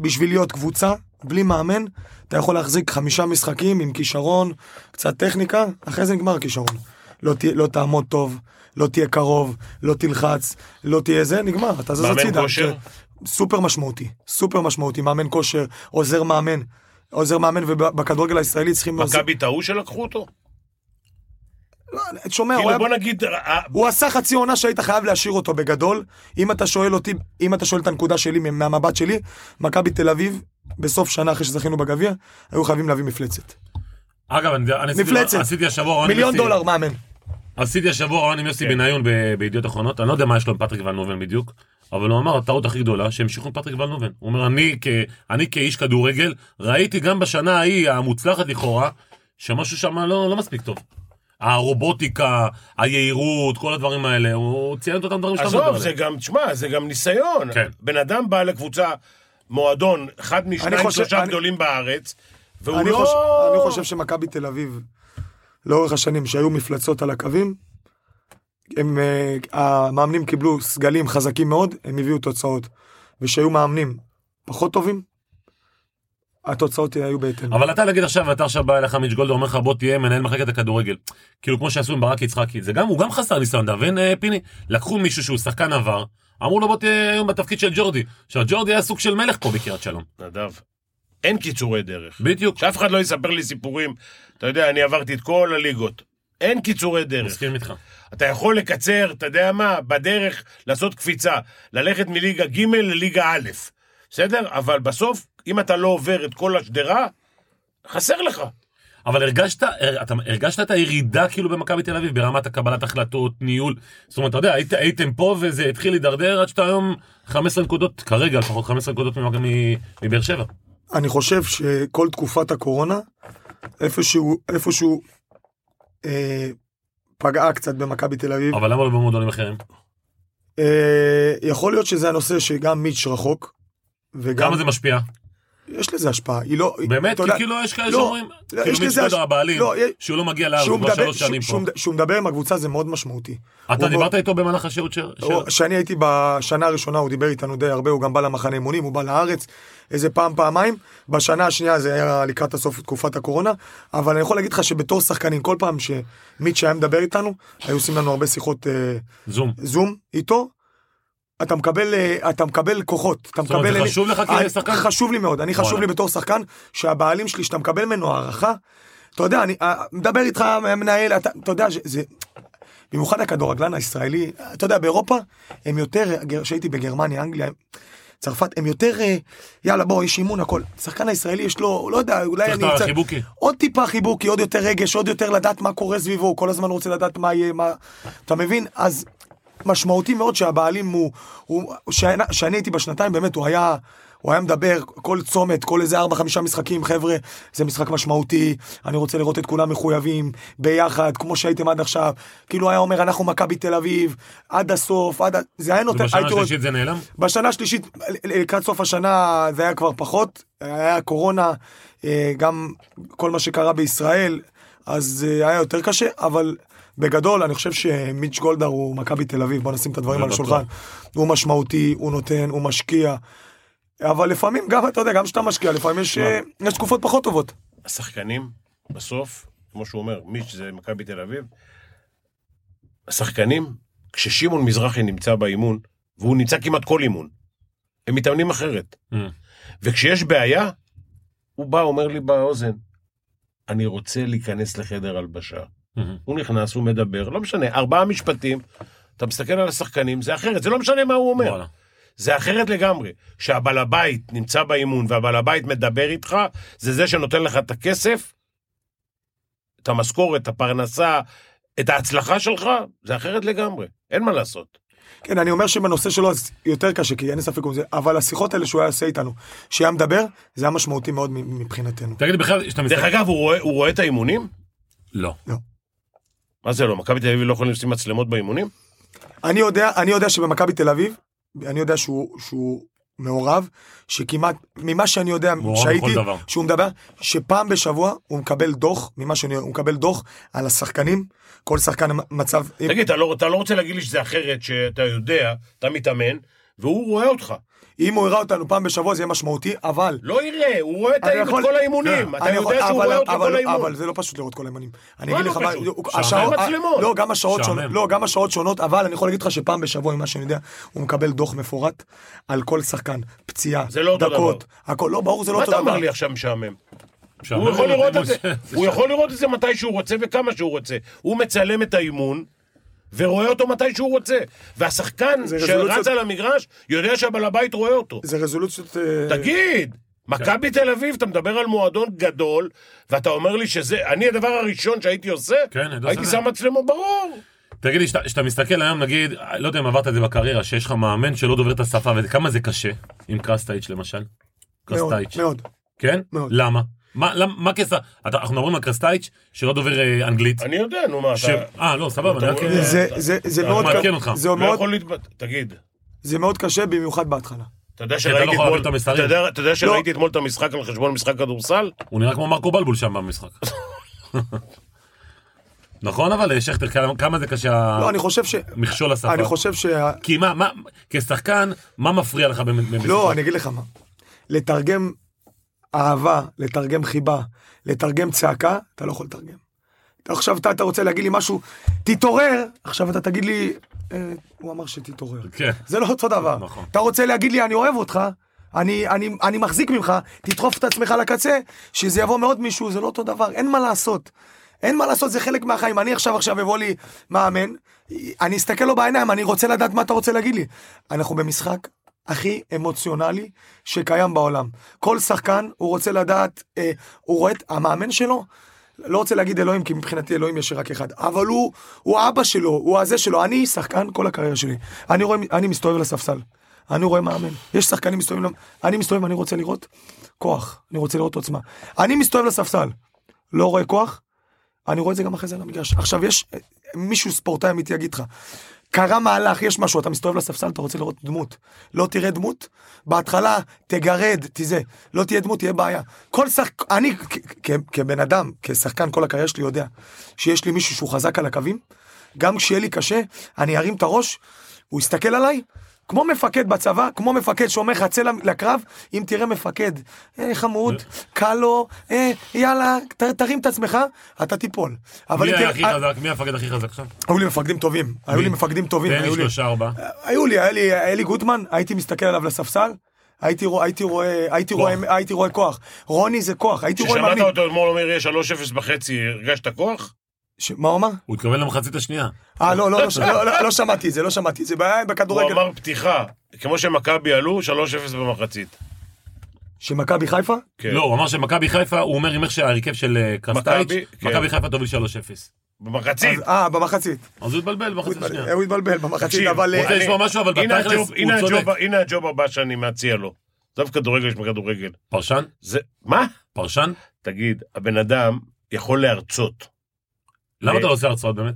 S3: בשביל להיות קבוצה, בלי מאמן, אתה יכול להחזיק חמישה משחקים עם כישרון, קצת טכניקה, אחרי זה נגמר הכישרון. לא, תה, לא תעמוד טוב, לא תהיה קרוב, לא תלחץ, לא תהיה זה, נגמר, אתה זז
S2: מאמן
S3: הצידה.
S2: כושר?
S3: כן. סופר משמעותי, סופר משמעותי, מאמן כושר, עוזר מאמן. עוזר מאמן ובכדורגל הישראלי צריכים... עוזר-
S2: מכבי טעו שלקחו אותו?
S3: לא, אני- שומע, הוא
S2: כאילו
S3: היה...
S2: בוא נגיד, אה,
S3: הוא עשה חצי עונה שהיית חייב להשאיר אותו בגדול. אם אתה שואל אותי, אם אתה שואל את הנקודה שלי מהמבט שלי, מכבי תל אביב, בסוף שנה אחרי שזכינו בגביע, היו חייבים להביא מפלצת.
S1: אגב, אני, אני עשיתי-
S3: מפלצת.
S1: עשיתי השבוע רעיון עם
S3: מיליון
S1: יוסי-
S3: דולר, מאמן.
S1: עשיתי השבוע רעיון עם יוסי
S2: כן.
S1: בניון ב- בידיעות אחרונות, אני לא יודע מה יש לו עם פטריק ון נובן בדיוק, אבל הוא אמר, הטעות הכי גדולה, שהמשיכו עם פטריק ון נובן. הוא אומר, אני, כ, אני כאיש כדורגל, ראיתי גם בשנה ההיא, המוצלחת לכאורה, שמשהו שם לא, לא מספיק טוב. הרובוטיקה, היהירות, כל הדברים האלה, הוא ציין את אותם דברים שאתה מדבר
S2: עזוב, זה
S1: עליהם.
S2: גם, תשמע, זה גם ניסיון.
S1: כן.
S2: בן אדם בא לקבוצה, מועדון, אחד
S3: אני
S2: משניים,
S3: חושב-
S2: שלושה
S3: אני-
S2: גדולים בארץ, והוא
S3: אני חושב-
S2: לא...
S3: אני חושב שמכבי תל אביב, לאורך השנים שהיו מפלצות על הקווים, הם, אה, המאמנים קיבלו סגלים חזקים מאוד, הם הביאו תוצאות. ושהיו מאמנים פחות טובים, התוצאות היו בהתאם.
S1: אבל אתה נגיד עכשיו, אתה עכשיו בא אליך מיץ' גולדור, אומר לך בוא תהיה מנהל מחלקת הכדורגל. כאילו כמו שעשו עם ברק יצחקי, זה גם, הוא גם חסר ניסיון, אתה מבין אה, פיני? לקחו מישהו שהוא שחקן עבר, אמרו לו בוא תהיה היום בתפקיד של ג'ורדי. עכשיו ג'ורדי היה סוג של מלך פה בקריית שלום.
S2: נדב, אין קיצורי דרך.
S1: בדיוק.
S2: שאף אחד לא יספר לי סיפורים. אתה יודע, אני עברתי את כל הליגות. אין קיצורי דרך.
S1: מסכים איתך.
S2: אתה יכול לקצר, אתה יודע מה, בדרך לעשות קפיצה, ללכת מליגה ג' לליגה א', בסדר? אבל בסוף, אם אתה לא עובר את כל השדרה, חסר לך.
S1: אבל הרגשת, הר- אתה, הרגשת את הירידה כאילו במכבי תל אביב ברמת הקבלת החלטות, ניהול. זאת אומרת, אתה יודע, היית, הייתם פה וזה התחיל להידרדר עד שאתה היום 15 נקודות, כרגע לפחות 15 נקודות ממכבי- מבאר שבע.
S3: אני חושב שכל תקופת הקורונה, איפשהו, איפשהו אה, פגעה קצת במכבי תל אביב.
S1: אבל למה לא במועדונים אחרים?
S3: אה, יכול להיות שזה הנושא שגם מיץ' רחוק, וגם
S1: כמה זה משפיע?
S3: יש לזה השפעה. היא לא... היא-
S1: באמת? כי
S3: אתה יודע-
S1: כאילו יש כאלה
S3: לא,
S1: שאומרים,
S3: לא,
S1: כאילו
S3: יש
S1: מיץ'
S3: לזה
S1: גולדור
S3: הש-
S1: הבעלים,
S3: לא, יש-
S1: שהוא לא מגיע לארץ
S3: שהוא
S1: כבר
S3: מדבר-
S1: שלוש שנים
S3: שהוא-
S1: פה.
S3: שהוא- שהוא מדבר עם הקבוצה זה מאוד משמעותי.
S1: אתה
S3: הוא-
S1: דיברת איתו במהלך השירות של...
S3: הוא-
S1: של-
S3: כשאני הייתי בשנה הראשונה הוא דיבר איתנו די הרבה, הוא גם בא למחנה אימונים, הוא בא לארץ איזה פעם פעמיים, בשנה השנייה זה היה לקראת הסוף תקופת הקורונה, אבל אני יכול להגיד לך שבתור שחקנים כל פעם שמיץ' היה מדבר איתנו, היו עושים לנו הרבה שיחות אה,
S1: זום.
S3: זום איתו, אתה מקבל, אה, אתה מקבל כוחות, אתה
S1: זאת אומרת,
S3: מקבל...
S1: זה חשוב לך
S3: אני-
S1: כשחקן?
S3: חשוב לי מאוד, אני חשוב
S1: וואלה.
S3: לי בתור שחקן, שהבעלים שלי, שאתה מקבל ממנו הערכה, אתה יודע, אני אה, מדבר איתך, מנהל, אתה אתה יודע, זה... במיוחד הכדורגלן הישראלי, אתה יודע, באירופה, הם יותר, כשהייתי בגרמניה, אנגליה, צרפת, הם יותר, אה, יאללה, בוא, יש אימון, הכל. השחקן הישראלי יש לו, לא יודע, אולי
S1: צריך
S3: אני
S1: את
S3: קצת...
S1: החיבוקי.
S3: עוד טיפה חיבוקי, עוד יותר רגש, עוד יותר לדעת מה קורה סביבו, הוא כל הזמן רוצה לדעת מה יהיה, מה... אתה מבין? אז משמעותי מאוד שהבעלים הוא... הוא שאני, שאני הייתי בשנתיים, באמת, הוא היה... הוא היה מדבר כל צומת, כל איזה 4-5 משחקים, חבר'ה, זה משחק משמעותי, אני רוצה לראות את כולם מחויבים, ביחד, כמו שהייתם עד עכשיו. כאילו היה אומר, אנחנו מכבי תל אביב, עד הסוף, עד... ה- זה היה נותן...
S1: ובשנה
S3: הייתי רואה-
S1: השלישית זה נעלם?
S3: בשנה השלישית, לקראת סוף השנה זה היה כבר פחות, היה קורונה, אה, גם כל מה שקרה בישראל, אז אה, היה יותר קשה, אבל בגדול אני חושב שמיץ' גולדהר הוא מכבי תל אביב, בוא נשים את הדברים
S1: זה
S3: על
S1: בטוח.
S3: השולחן. הוא משמעותי, הוא נותן, הוא משקיע, אבל לפעמים גם, אתה יודע, גם כשאתה משקיע, לפעמים יש,
S1: נכון.
S3: אה, יש תקופות פחות טובות.
S2: השחקנים, בסוף, כמו שהוא אומר, מיץ' זה מכבי תל אביב, השחקנים, כששמעון מזרחי נמצא באימון, והוא נמצא כמעט כל אימון, הם מתאמנים אחרת.
S1: אה.
S2: וכשיש בעיה, הוא בא, אומר לי באוזן, אני רוצה להיכנס לחדר הלבשה.
S1: אה.
S2: הוא נכנס, הוא מדבר, לא משנה, ארבעה משפטים, אתה מסתכל על השחקנים, זה אחרת, זה לא משנה מה הוא אומר.
S1: וואלה.
S2: זה אחרת לגמרי. כשהבעל הבית נמצא באימון והבעל הבית מדבר איתך, זה זה שנותן לך את הכסף, את המשכורת, את הפרנסה, את ההצלחה שלך, זה אחרת לגמרי. אין מה לעשות.
S3: כן, אני אומר שבנושא שלו אז יותר קשה, כי אין לי ספק עם זה, אבל השיחות האלה שהוא היה עושה איתנו, שהיה מדבר, זה היה משמעותי מאוד מבחינתנו.
S1: תגיד לי, בכלל, שאתה
S2: דרך
S1: מסתכל...
S2: אגב, הוא רואה, הוא רואה את האימונים?
S1: לא.
S2: מה זה לא, מכבי תל אביב לא יכולים לשים מצלמות באימונים?
S3: אני יודע, אני יודע שבמכבי תל אביב, אני יודע שהוא, שהוא מעורב, שכמעט, ממה שאני יודע,
S1: מעורב
S3: שהייתי,
S1: בכל דבר.
S3: שהוא מדבר, שפעם בשבוע הוא מקבל דוח, ממה שאני יודע, הוא מקבל דוח על השחקנים, כל שחקן מצב,
S1: אה?
S2: תגיד, אתה לא, אתה לא רוצה להגיד לי שזה אחרת, שאתה יודע, אתה מתאמן, והוא רואה אותך.
S3: אם הוא יראה אותנו פעם בשבוע זה יהיה משמעותי, אבל...
S2: לא יראה, הוא רואה את
S3: אני
S2: האימ- את
S3: יכול- אה, לא,
S2: כל האימונים. אתה
S3: אני
S2: יודע
S3: יכול-
S2: שהוא
S3: אבל-
S2: רואה אותך
S3: אבל-
S2: כל האימון.
S3: אבל זה לא פשוט לראות כל האימונים. אני
S2: מה
S3: אגיד
S2: לא
S3: לך מה...
S2: פשוט?
S3: הוא-
S1: שעמם.
S3: השעות-
S2: מצלמות.
S3: לא, גם השעות
S1: שעמם.
S3: שונות. לא, גם השעות שונות, אבל אני יכול להגיד לך שפעם בשבוע, ממה שאני יודע, הוא מקבל דוח מפורט על כל שחקן. פציעה,
S2: זה לא אותו
S3: דקות, הכל. לא, ברור, זה לא
S2: מה
S3: אותו
S2: אתה
S3: דבר.
S2: אומר לי עכשיו משעמם?
S1: משעמם
S2: הוא יכול
S1: לו,
S2: לראות את
S1: לא משה.
S2: זה, הוא יכול לראות את זה מתי שהוא רוצה וכמה שהוא רוצה. הוא מצלם את האימון. ורואה אותו מתי שהוא רוצה. והשחקן
S3: זה רזולוציות-
S2: שרץ על המגרש יודע שהבעל הבית רואה אותו.
S3: זה רזולוציות... אה,
S2: תגיד, מכבי תל אביב, אתה מדבר על מועדון גדול, ואתה אומר לי שזה, אני הדבר הראשון שהייתי עושה,
S1: כן, אני לא
S2: הייתי
S1: שם
S2: שם מצלמות, ברור.
S1: תגיד לי, כשאתה- כשאתה מסתכל היום, נגיד, לא יודע אם עברת את זה בקריירה, שיש לך מאמן שלא דובר את השפה, וכמה זה קשה, עם קרסטייץ' למשל?
S3: מאוד,
S1: קרסטייץ'.
S3: מאוד.
S1: כן?
S3: מאוד.
S1: למה? מה, למה, מה קסה? אתה- אנחנו מדברים על קרסטייץ' שלא דובר אה, אנגלית.
S2: אני יודע, נו מה,
S1: ש-
S2: אתה
S1: אה, לא, סבבה, אני רק...
S2: אתה
S1: אה,
S2: רואה-
S3: זה- זה- זה מאוד
S1: מעדכן
S3: קשה-
S1: אותך.
S3: זה
S2: לא
S3: מאוד-
S2: יכול להתבטא, תגיד.
S3: זה מאוד קשה, במיוחד בהתחלה.
S2: אתה יודע
S1: לא
S2: שראיתי
S1: יכול להעביר
S2: אתמול,
S1: את המסרים. לא.
S2: אתה יודע- אתה יודע שראיתי אתמול את המשחק על חשבון משחק כדורסל?
S1: הוא נראה כמו מרקו בלבול שם במשחק. נכון, אבל אה, שכטר, כמה- כמה זה קשה
S3: לא, אני חושב ש...
S1: המכשול לשפה?
S3: אני חושב שה...
S1: כי מה, מה, כשחקן, מה מפריע לך במ- במשחק?
S3: לא, אני אגיד לך מה. לתרגם אהבה, לתרגם חיבה, לתרגם צעקה, אתה לא יכול לתרגם. אתה- עכשיו אתה, אתה רוצה להגיד לי משהו, תתעורר, עכשיו אתה תגיד לי, אה, הוא אמר שתתעורר.
S1: כן.
S3: זה לא אותו דבר.
S1: נכון.
S3: אתה רוצה להגיד לי, אני אוהב אותך, אני, אני, אני מחזיק ממך, תדחוף את עצמך לקצה, שזה יבוא מעוד מישהו, זה לא אותו דבר, אין מה לעשות. אין מה לעשות, זה חלק מהחיים. אני עכשיו, עכשיו יבוא לי מאמן, אני אסתכל לו בעיניים, אני רוצה לדעת מה אתה רוצה להגיד לי. אנחנו במשחק הכי אמוציונלי שקיים בעולם. כל שחקן, הוא רוצה לדעת, אה, הוא רואה את המאמן שלו, לא רוצה להגיד אלוהים, כי מבחינתי אלוהים יש רק אחד, אבל הוא, הוא האבא שלו, הוא הזה שלו, אני שחקן כל הקריירה שלי. אני רואה, אני מסתובב לספסל, אני רואה מאמן, יש שחקנים מסתובבים, ל- אני מסתובב, אני רוצה לראות כוח, אני רוצה לראות עוצמה. אני מסתובב לספסל, לא רואה כוח, אני רואה את זה גם אחרי זה על המגרש. עכשיו יש, אה, מישהו ספורטאי אמיתי יגיד לך, קרה מהלך, יש משהו, אתה מסתובב לספסל, אתה רוצה לראות דמות. לא תראה דמות, בהתחלה תגרד, תזה. לא תהיה דמות, תהיה בעיה. כל שחק... אני כ- כ- כבן אדם, כשחקן כל הקריירה שלי יודע שיש לי מישהו שהוא חזק על הקווים, גם כשיהיה לי קשה, אני ארים את הראש, הוא יסתכל עליי, כמו מפקד בצבא, כמו מפקד שאומר לך, צא לקרב, אם תראה מפקד, אה, חמוד, קל לו, אה, יאללה, ת, תרים את עצמך, אתה תיפול. אבל
S1: מי
S3: אם כן, אה-
S1: היה
S3: תראה-
S1: הכי חזק? מי המפקד הכי חזק שם?
S3: היו לי מפקדים טובים, היו לי מפקדים טובים,
S1: תן
S3: היו
S1: לי
S3: לי...
S1: שלושה ארבעה.
S3: היו לי, היה לי אלי גוטמן, הייתי מסתכל עליו לספסל, הייתי רואה, הייתי רואה, הייתי רואה, הייתי רואה כוח. רוני זה כוח, הייתי רואה
S2: כששמעת
S3: מאמין.
S2: אותו אתמול אומר יהיה 3-0 בחצי, הרגשת כוח?
S3: ש- מה הוא אמר?
S1: הוא התכוון למחצית השנייה.
S3: אה, לא, לא, לא, ש- לא, לא, לא שמעתי את זה, לא שמעתי את זה, בעיה
S2: הוא
S3: בכדורגל.
S2: אמר פתיחה, כמו שמכבי עלו, 3-0 במחצית.
S3: שמכבי חיפה?
S2: כן.
S1: לא, הוא אמר שמכבי חיפה, הוא אומר עם איך שההרכב של אה, קרסטייץ',
S2: מכבי, כן.
S1: מכבי חיפה תוביל 3-0.
S2: במחצית.
S3: אז- אה, במחצית.
S1: אז הוא התבלבל
S3: הוא
S1: במחצית השנייה.
S3: התבלבל, אה, הוא התבלבל במחצית,
S2: תקשיב,
S3: אבל...
S1: אה,
S3: אה,
S1: רוצה
S2: אני-
S1: לשמוע משהו, אבל
S2: הנה
S1: בתכלס
S2: הג'וב-
S1: הוא
S2: הנה
S1: צודק.
S2: הג'וב- הנה הג'וב הבא שאני מציע לו. עזוב כדורגל, יש בכדורגל.
S1: פרשן?
S2: זה, מה?
S1: פרשן?
S2: תגיד, הבן אדם יכול להרצות.
S1: למה
S2: אה,
S1: אתה לא עושה הרצאות באמת?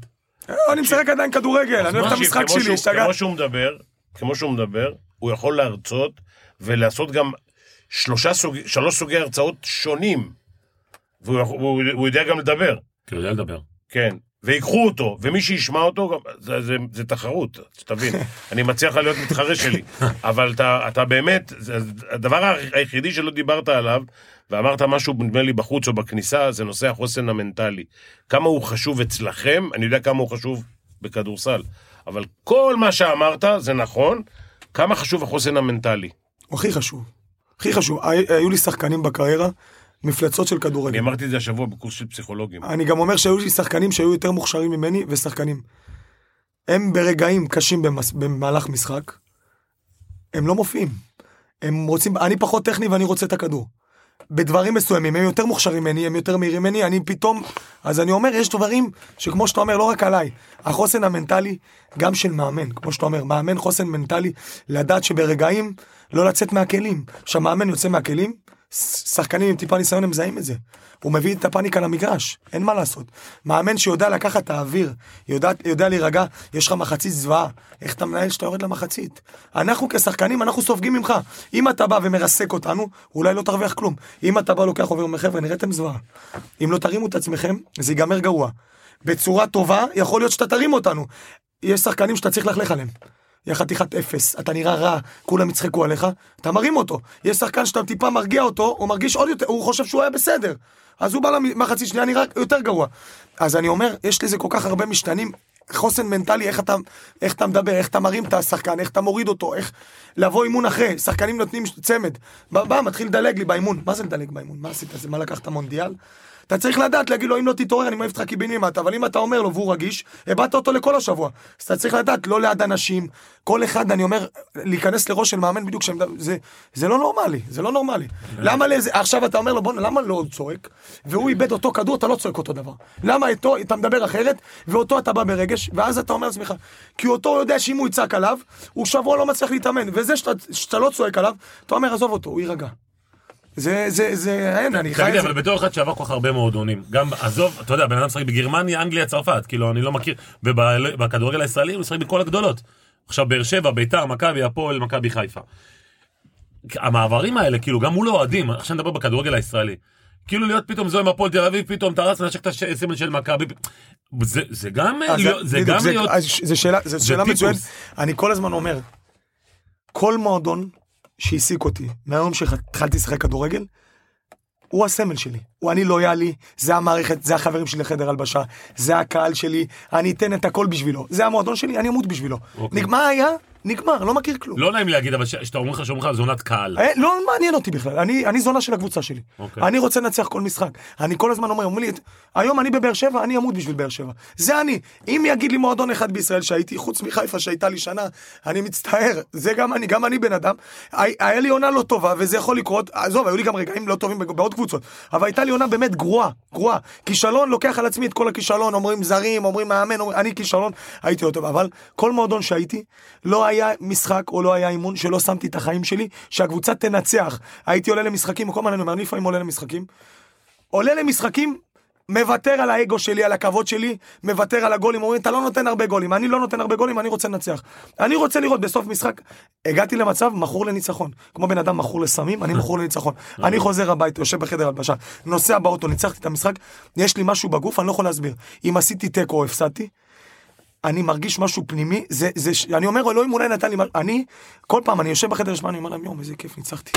S3: אה, אני משחק עדיין כדורגל, אני אוהב את
S2: תקשיב,
S3: המשחק
S2: כמו שהוא-
S3: שלי, השתגע.
S2: כמו שהוא מדבר, כמו שהוא מדבר, הוא יכול להרצות ולעשות גם שלושה סוג, שלוש סוגי הרצאות שונים. והוא יכול- הוא הוא יודע גם לדבר,
S1: כי הוא יודע לדבר.
S2: כן. ויקחו אותו, ומי שישמע אותו, גם- זה, זה, זה תחרות, שתבין. אני מציע לך להיות מתחרה שלי. אבל אתה, אתה באמת, זה, הדבר היחידי שלא דיברת עליו, ואמרת משהו, נדמה לי, בחוץ או בכניסה, זה נושא החוסן המנטלי. כמה הוא חשוב אצלכם, אני יודע כמה הוא חשוב בכדורסל. אבל כל מה שאמרת זה נכון, כמה חשוב החוסן המנטלי.
S3: הוא הכי חשוב. הכי חשוב. הי- היו לי שחקנים בקריירה, מפלצות של
S2: אני
S3: כדורגל.
S2: אמרתי את זה השבוע בקורס של פסיכולוגים.
S3: אני גם אומר שהיו לי שחקנים שהיו יותר מוכשרים ממני, ושחקנים. הם ברגעים קשים במס... במהלך משחק, הם לא מופיעים. הם רוצים, אני פחות טכני ואני רוצה את הכדור. בדברים מסוימים, הם יותר מוכשרים ממני, הם יותר מהירים ממני, אני פתאום... אז אני אומר, יש דברים שכמו שאתה אומר, לא רק עליי, החוסן המנטלי, גם של מאמן, כמו שאתה אומר, מאמן חוסן מנטלי, לדעת שברגעים לא לצאת מהכלים. כשהמאמן יוצא מהכלים, ש- שחקנים עם טיפה ניסיון הם מזהים את זה. הוא מביא את הפאניקה למגרש, אין מה לעשות. מאמן שיודע לקחת את האוויר, יודע, יודע להירגע, יש לך מחצית זוועה, איך אתה מנהל שאתה יורד למחצית? אנחנו כשחקנים, אנחנו סופגים ממך. אם אתה בא ומרסק אותנו, אולי לא תרוויח כלום. אם אתה בא, לוקח עובר, אומר חבר'ה, נראיתם זוועה. אם לא תרימו את עצמכם, זה ייגמר גרוע. בצורה טובה, יכול להיות שאתה תרים אותנו. יש שחקנים שאתה צריך ללכלך עליהם. יא חתיכת אפס, אתה נראה רע, כולם יצחקו עליך, אתה מרים אותו. יש שחקן שאתה טיפה מרגיע אותו, הוא מרגיש עוד יותר, הוא חושב שהוא היה בסדר. אז הוא בא למחצית שנייה נראה יותר גרוע. אז אני אומר, יש לזה כל כך הרבה משתנים, חוסן מנטלי, איך אתה, איך אתה מדבר, איך אתה מרים את השחקן, איך אתה מוריד אותו, איך... לבוא אימון אחרי, שחקנים נותנים צמד. בא, בא מתחיל לדלג לי באימון. מה זה לדלג באימון? מה עשית? זה מה לקחת מונדיאל? אתה צריך לדעת להגיד לו, אם לא תתעורר, אני מעיף אותך קיבינימט, אבל אם אתה אומר לו והוא רגיש, הבעת אותו לכל השבוע. אז אתה צריך לדעת, לא ליד אנשים, כל אחד, אני אומר, להיכנס לראש של מאמן בדיוק, שמד... זה, זה לא נורמלי, זה לא נורמלי. למה לזה, עכשיו אתה אומר לו, בוא'נה, למה לא צועק? והוא איבד אותו כדור, אתה לא צועק אותו דבר. למה איתו, אתה מדבר אחרת, ואותו אתה בא ברגש, ואז אתה אומר לעצמך, כי אותו יודע שאם הוא יצעק עליו, הוא שבוע לא מצליח להתאמן, וזה שאתה, שאתה לא צועק עליו, אתה אומר, עזוב אותו, הוא יירגע. זה, זה, זה, אין, אני חי
S1: תגיד
S3: את
S1: לי,
S3: זה.
S1: אבל בתור אחד שעבר כל כך הרבה מועדונים, גם, עזוב, אתה יודע, בן אדם משחק בגרמניה, אנגליה, צרפת, כאילו, אני לא מכיר, ובכדורגל הישראלי הוא משחק בכל הגדולות. עכשיו, באר שבע, ביתר, מכבי, הפועל, מכבי חיפה. המעברים האלה, כאילו, גם מול האוהדים, עכשיו נדבר בכדורגל הישראלי. כאילו להיות פתאום זוהה עם הפועל תל אביב, פתאום אתה רץ לנשק את הסימן של מכבי. זה זה גם
S3: אז
S1: להיות- זה
S3: לא, בדיוק,
S1: גם להיות...
S3: אז ש- זה שאלה, זה שאלה
S1: טיפוס.
S3: מצוינת. אני כל הזמן אומר, כל מועדון שהעסיק אותי מהיום שהתחלתי לשחק כדורגל, הוא הסמל שלי, הוא אני לויאלי, זה המערכת, זה החברים שלי לחדר הלבשה, זה הקהל שלי, אני אתן את הכל בשבילו, זה המועדון שלי, אני אמות בשבילו.
S1: אוקיי.
S3: נג- מה היה? נגמר, לא מכיר כלום.
S1: לא נעים להגיד, אבל כשאתה אומר לך שאומרים לך זונת קהל.
S3: אה, לא מעניין אותי בכלל, אני, אני זונה של הקבוצה שלי.
S1: אוקיי.
S3: אני רוצה לנצח כל משחק. אני כל הזמן אומר, אומרים לי, היום אני בבאר שבע, אני אמות בשביל באר שבע. זה אני. אם יגיד לי מועדון אחד בישראל שהייתי, חוץ מחיפה שהייתה לי שנה, אני מצטער, זה גם אני, גם אני בן אדם. הי- היה לי עונה לא טובה, וזה יכול לקרות, עזוב, היו לי גם רגעים לא טובים בג- בעוד קבוצות, אבל הייתה לי עונה באמת גרועה, גרועה. כישלון, לוקח על עצמי את כל הכישלון, אומרים זרים, אומרים מאמן, אומרים, אני כישלון, הייתי לא טוב, אבל כל מועדון שהייתי, לא היה משחק או לא היה אימון שלא שמתי את החיים שלי, שהקבוצה תנצח. הייתי עולה למשחקים, כל הזמן אני אומר, אני לפעמים עולה למשחקים, עולה למשחקים, מוותר על האגו שלי, על הכבוד שלי, מוותר על הגולים, אומרים, אתה לא נותן הרבה גולים, אני לא נותן הרבה גולים, אני רוצה לנצח. אני רוצה לראות בסוף משחק, הגעתי למצב מכור לניצחון. כמו בן אדם מכור לסמים, אני מכור לניצחון. אני חוזר הביתה, יושב בחדר הלבשה, נוסע באוטו, ניצחתי את המשחק, יש לי משהו בגוף, אני לא יכול להסביר. אם עשיתי תיקו או הפסדתי, אני מרגיש משהו פנימי, זה, זה, ש- אני אומר, אלוהים אולי נתן לי, מ- אני, כל פעם אני יושב בחדר שמע, אני אומר להם, יואו, איזה כיף, ניצחתי.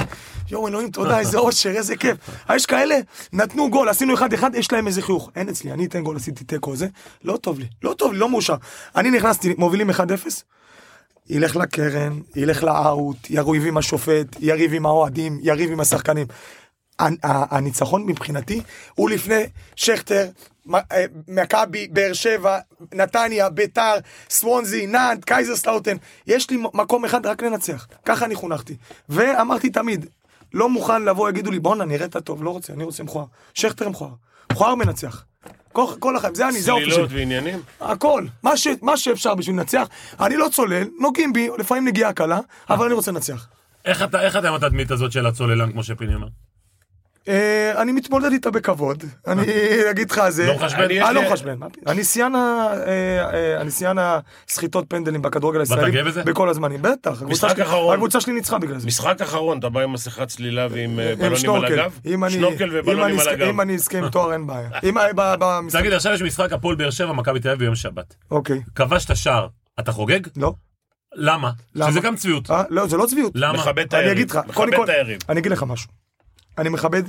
S3: יואו, אלוהים, תודה, איזה אושר, איזה כיף. אה, יש כאלה, נתנו גול, עשינו אחד-אחד, יש להם איזה חיוך. אין אצלי, אני אתן גול, עשיתי תיקו, זה, לא טוב לי, לא טוב לי, לא מאושר. אני נכנסתי, מובילים 1-0, ילך לקרן, ילך לאאוט, יריב עם השופט, יריב עם האוהדים, יריב עם השחקנים. הנ- ה- הניצחון מבחינתי הוא לפני שכטר, מ- אה, מכבי, באר שבע, נתניה, ביתר, סוונזי, נאנד, קייזרסלאוטן. יש לי מ- מקום אחד רק לנצח. ככה אני חונכתי. ואמרתי תמיד, לא מוכן לבוא, יגידו לי, בואנה, נראית טוב, לא רוצה, אני רוצה מכוער. שכטר מכוער. מכוער מנצח. כל, כל החיים, זה אני, זה האופי שלי.
S2: צלילות ועניינים?
S3: הכל, מה, ש, מה שאפשר בשביל לנצח, אני לא צולל, נוגעים בי, לפעמים נגיעה קלה, אבל אני רוצה לנצח.
S1: איך אתה איך אתה עם התדמית הזאת של הצוללן, כמו שפיני אומר?
S3: אה, אני מתמודד איתה בכבוד, אני אגיד לך, זה...
S1: לא מחשבן?
S3: אני- אה, לא
S2: יש לי-
S3: מחשבן, מה פתאום. אני שיאן ה- אה, אה, אני שיאן הסחיטות פנדלים בכדורגל הישראלי,
S1: גאה בזה?
S3: בכל הזמנים, בטח. הקבוצה שלי-
S2: אחרון.
S3: הקבוצה שלי ניצחה בגלל זה.
S2: משחק אחרון, אתה בא עם מסכת צלילה ועם אה,
S3: עם
S2: בלונים על הגב?
S3: אם אני-
S2: שנורקל
S3: אם אני
S2: ובלונים על
S3: אזכה-
S2: הגב.
S3: אם אני אזכה עם תואר אין בעיה. אם אה, ב- במשחק...
S1: תגיד, עכשיו יש משחק הפועל באר שבע, מכבי תל אביב ביום שבת.
S3: אוקיי,
S1: כבשת שער, אתה חוגג?
S3: לא.
S1: למה?
S3: למה?
S1: שזה גם צביעות.
S3: אה, לא, זה לא צביעות.
S1: למה?
S2: מכבד את
S3: אני
S2: היריב.
S3: אגיד לך,
S2: מכבד
S3: קודם כל,
S2: את היריב.
S3: אני אגיד לך משהו. אני מכבד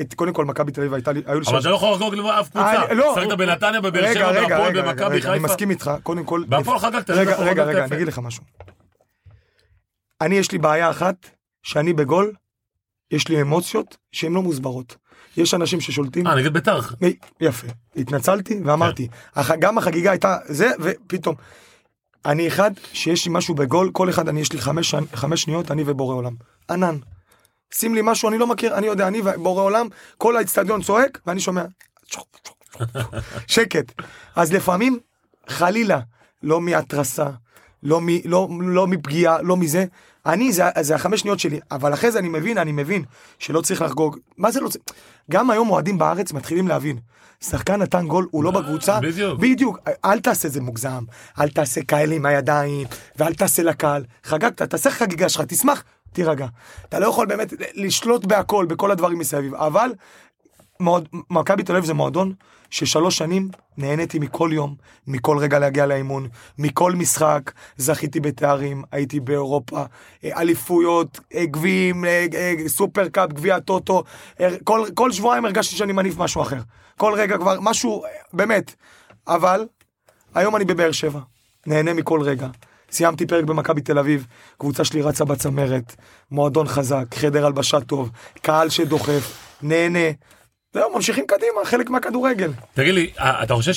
S3: את, קודם כל, מכבי תל אביב הייתה לי, היו לי
S1: אבל אתה לא יכול לחגוג לבוא אף קבוצה.
S3: אני- לא,
S1: שחקת
S3: הוא-
S1: בנתניה, בבאר
S3: רגע,
S1: שבע,
S3: רגע,
S1: בהפועל,
S3: רגע, רגע,
S1: במכבי
S3: רגע, אני
S1: חיפה.
S3: מסכים איתך, קודם כל...
S1: בהפועל חגגת,
S3: רגע,
S1: בהפועל
S3: רגע,
S1: חגגת לא
S3: רגע,
S1: יפה.
S3: אני אגיד לך משהו. אני, יש לי בעיה אחת, שאני בגול, יש לי אמוציות שהן לא מוסברות. יש אנשים ששולטים...
S1: אה, נגד ביתר.
S3: יפה. התנצלתי ואמרתי, הח- גם החגיגה הייתה זה, ופתאום. אני אחד שיש לי משהו בגול, כל אחד, אני יש לי חמש, שנ- חמש שניות, אני ובורא עולם. ענן. שים לי משהו, אני לא מכיר, אני יודע, אני ובורא עולם, כל האצטדיון צועק, ואני שומע, שקט. אז לפעמים, חלילה, לא מהתרסה, לא, מ, לא, לא מפגיעה, לא מזה. אני, זה, זה החמש שניות שלי, אבל אחרי זה אני מבין, אני מבין שלא צריך לחגוג. מה זה לא צריך? גם היום אוהדים בארץ מתחילים להבין. שחקן נתן גול, הוא לא בקבוצה.
S1: בדיוק.
S3: בדיוק. אל תעשה את זה מוגזם. אל תעשה כאלה עם הידיים, ואל תעשה לקהל. חגגת, תעשה חגיגה שלך, תשמח, תירגע. אתה לא יכול באמת לשלוט בהכל, בכל הדברים מסביב, אבל מועד- מכבי תל אביב זה מועדון ששלוש שנים נהניתי מכל יום, מכל רגע להגיע לאימון, מכל משחק, זכיתי בתארים, הייתי באירופה, אה, אליפויות, אה, גביעים, אה, אה, סופרקאפ, גביע טוטו, אה, כל, כל שבועיים הרגשתי שאני מניף משהו אחר. כל רגע כבר, משהו, אה, באמת. אבל, היום אני בבאר שבע, נהנה מכל רגע. סיימתי פרק במכבי תל אביב, קבוצה שלי רצה בצמרת, מועדון חזק, חדר הלבשה טוב, קהל שדוחף, נהנה. זהו, ממשיכים קדימה, חלק מהכדורגל.
S1: תגיד לי, ה- אתה חושב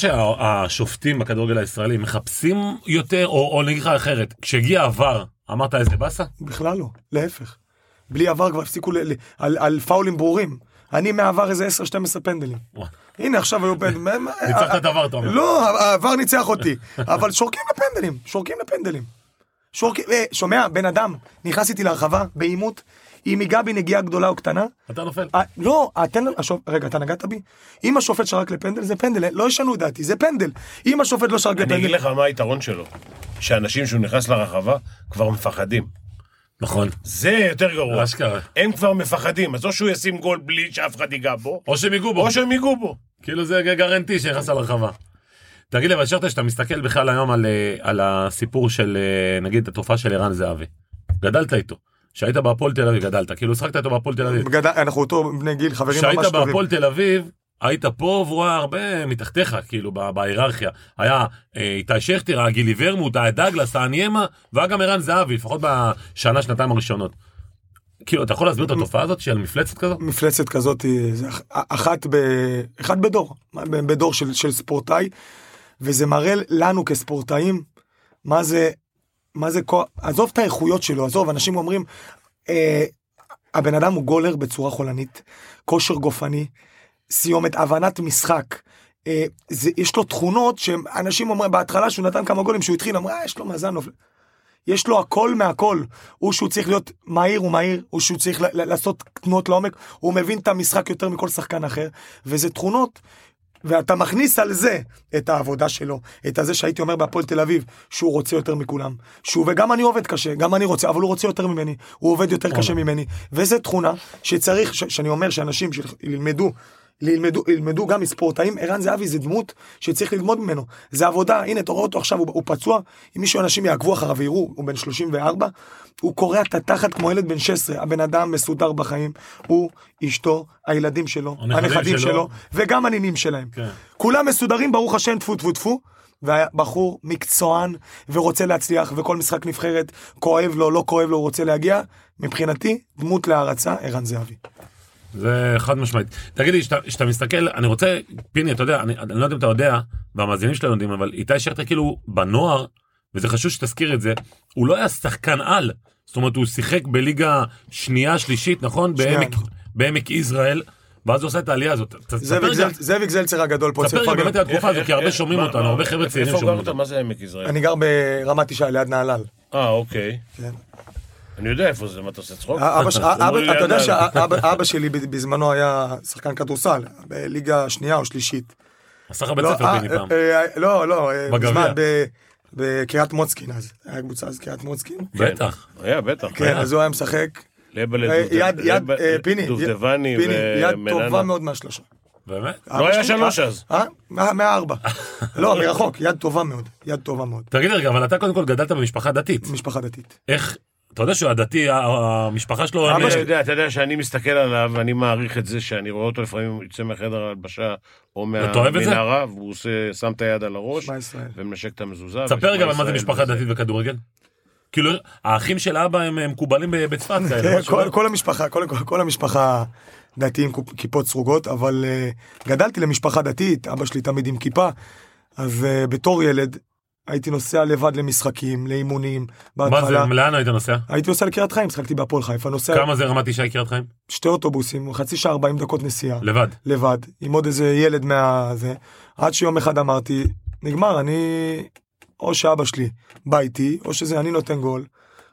S1: שהשופטים בכדורגל הישראלי מחפשים יותר, או או אני אגיד לך אחרת, כשהגיע עבר, אמרת איזה באסה?
S3: בכלל לא, להפך. בלי עבר כבר הפסיקו ל... ל- על, על פאולים ברורים. אני מהעבר איזה 10-12 פנדלים.
S1: וואי,
S3: הנה עכשיו היו פנדלים. מה- מה-
S1: (laughs) ניצחת את עבר, אתה אומר.
S3: לא, העבר ניצח אותי. אבל שורקים לפנדלים, שורקים לפנדלים. שורקים, אה, שומע, בן אדם, נכנס איתי להרחבה, בעימות, אם ייגע בי נגיעה גדולה או קטנה,
S1: אתה נופל.
S3: אה, לא, אה, תן לנו, השופ- רגע, אתה נגעת בי? אם השופט שרק לפנדל, זה פנדל, לא ישנו את דעתי, זה פנדל. אם השופט לא שרק
S2: אני אגיד
S3: לפנדל,
S2: לך מה היתרון שלו, שאנשים שהוא נכנס לרחבה כבר מפחדים.
S1: נכון.
S2: זה יותר גרוע.
S1: אשכרה.
S2: הם כבר מפחדים, אז או שהוא ישים גול בלי שאף אחד ייגע בו,
S1: או שהם יגעו בו.
S2: או שהם ייגעו בו.
S1: כאילו זה גרנטי שנכנס לרחבה. תגיד לי, אבל שרטה, שאתה מסתכל בכלל היום על, אה, על הסיפור של, אה, נגיד, התופעה של ערן זהבי. גדלת איתו. שהיית בהפועל תל אביב, גדלת. כאילו, שחקת איתו בהפועל תל אביב.
S3: בגד- אנחנו אותו בני גיל, חברים
S1: כשהיית
S3: ממש טובים.
S1: בהפועל תל אביב, היית פה והוא היה הרבה מתחתיך, כאילו, ב- בהיררכיה. היה אה, איתי שכטר, היה גילי ורמוט, היה דגלס, היה ניימה, והיה גם ערן זהבי, לפחות בשנה, שנתיים הראשונות. כאילו, אתה יכול להסביר את התופעה הזאת של מפלצת כזאת?
S3: מפלצת כזאת, אה, זה אח- אחת, ב, אחת בדור, ב- בדור של, של ספורטאי, וזה מראה לנו כספורטאים מה זה, מה זה כוח, עזוב את האיכויות שלו, עזוב, אנשים אומרים, אה, הבן אדם הוא גולר בצורה חולנית, כושר גופני, סיומת, הבנת משחק. אה, זה, יש לו תכונות שאנשים אומרים, בהתחלה שהוא נתן כמה גולים, שהוא התחיל, אמרו, אה, יש לו מאזן נופל. יש לו הכל מהכל. הוא שהוא צריך להיות מהיר, הוא מהיר, הוא שהוא צריך ל- ל- לעשות תנועות לעומק, הוא מבין את המשחק יותר מכל שחקן אחר, וזה תכונות. ואתה מכניס על זה את העבודה שלו, את הזה שהייתי אומר בהפועל תל אביב, שהוא רוצה יותר מכולם. שהוא, וגם אני עובד קשה, גם אני רוצה, אבל הוא רוצה יותר ממני, הוא עובד יותר קשה ממני. וזו תכונה שצריך, ש- שאני אומר שאנשים שילמדו ילמדו, ילמדו גם מספורטאים, ערן זהבי זה דמות שצריך ללמוד ממנו. זה עבודה, הנה, אתה רואה אותו עכשיו, הוא, הוא פצוע, אם מישהו, אנשים יעקבו אחריו ויראו, הוא בן 34, הוא קורע את התחת כמו ילד בן 16, הבן אדם מסודר בחיים, הוא, אשתו, הילדים שלו,
S1: הנכדים
S3: הנכדים
S1: שלו.
S3: שלו, שלו וגם הנינים שלהם.
S1: כן.
S3: כולם מסודרים, ברוך השם, טפו טפו טפו. והבחור מקצוען ורוצה להצליח, וכל משחק נבחרת, כואב לו, לא כואב לו, הוא רוצה להגיע. מבחינתי, דמות להערצה, ערן זהבי.
S1: זה חד משמעית. תגיד לי, כשאתה מסתכל, אני רוצה, פיני, אתה יודע, אני, אני לא יודע אם אתה יודע, והמאזינים שלנו יודעים, אבל איתי שכטר כאילו בנוער, וזה חשוב שתזכיר את זה, הוא לא היה שחקן על. זאת אומרת, הוא שיחק בליגה שנייה, שלישית, נכון?
S3: שנייה,
S1: בעמק,
S3: נכון.
S1: בעמק יזרעאל, ואז הוא עשה את העלייה הזאת. ת-
S3: זאביק
S1: תספר גם,
S3: זלצ- זאביק זלצר הגדול פה,
S1: תספר
S3: צריך
S1: גם
S3: לפרגן.
S1: באמת על התקופה
S2: איך-
S1: הזאת, כי הרבה
S2: איך-
S1: שומעים
S2: מה-
S1: אותנו, הרבה
S2: מה-
S1: חבר'ה צעירים
S2: איפה
S1: שומעים
S2: גרת?
S1: אותנו.
S2: מה זה עמק יזרעאל?
S3: אני גר ברמת ישי ליד נהלל.
S2: אה, אוקיי.
S3: כן.
S2: אני יודע איפה זה, מה אתה עושה צחוק?
S3: אבא ש-
S2: אמרו לי
S3: אבא- אתה יודע
S2: אוקיי. ליד נהלל.
S3: שאבא שלי בזמנו היה שחקן כדורסל, בליגה שנייה או שלישית.
S1: עשה לך בית
S3: לא,
S1: ספר
S3: אה,
S1: פיני פעם.
S3: אה, אה, לא, לא, אה,
S1: בגביע.
S3: בזמן, ב- בקריית מוצקין אז. היה קבוצה אז קריית מוצקין.
S2: כן.
S1: בטח.
S2: היה, בטח.
S3: כן, אז הוא היה משחק.
S2: אה. לב
S3: אה,
S2: לדובדבני.
S3: יד, יד, אה, פיני,
S2: דובדבני
S3: פיני, יד טובה
S2: ומננה.
S3: מאוד מהשלושה.
S1: באמת?
S2: לא היה
S3: אבא שלי-
S2: שלוש
S3: אה,
S2: אז.
S3: אה? מה-
S2: (laughs)
S3: מהארבע. לא, מרחוק, יד טובה מאוד, יד טובה מאוד.
S1: תגיד לי רגע, אבל אתה קודם כל גדלת במשפחה דתית.
S3: משפחה דתית.
S1: איך, אתה יודע שהוא הדתי, ה- ה- המשפחה שלו...
S3: אבא
S1: הם-
S2: אתה יודע, אתה יודע שאני מסתכל עליו, ואני מעריך את זה שאני רואה אותו לפעמים יוצא מחדר ההלבשה או
S1: אתה אוהב את זה?
S2: מהמנהרה, והוא עושה, שם את היד על הראש,
S3: שמע ישראל.
S2: ומנשק את המזוזה.
S1: ספר
S2: ושמע
S1: גם על מה זה
S2: ישראל
S1: משפחה
S2: וזה.
S1: דתית וכדורגל. כאילו, האחים של אבא הם הם מקובלים ב- בצפת
S3: כן,
S1: כאלה. משהו,
S3: כל-
S1: לא?
S3: כל המשפחה, כל- כל- כל המשפחה דתיים קופ- כיפות סרוגות, אבל אה, גדלתי למשפחה דתית, אבא שלי תמיד עם כיפה, אז אה, בתור ילד הייתי נוסע לבד למשחקים, לאימונים,
S1: מה זה,
S3: בהתחלה.
S1: לאן היית נוסע?
S3: הייתי נוסע לקריית חיים, שחקתי בהפועל חיפה, נוסע
S1: כמה זה רמת ישי קריית חיים?
S3: שתי אוטובוסים, חצי שעה 40 דקות נסיעה,
S1: לבד.
S3: לבד, עם עוד איזה ילד מה... זה, עד שיום אחד אמרתי, נגמר, אני... או שאבא שלי בא איתי, או שזה אני נותן גול.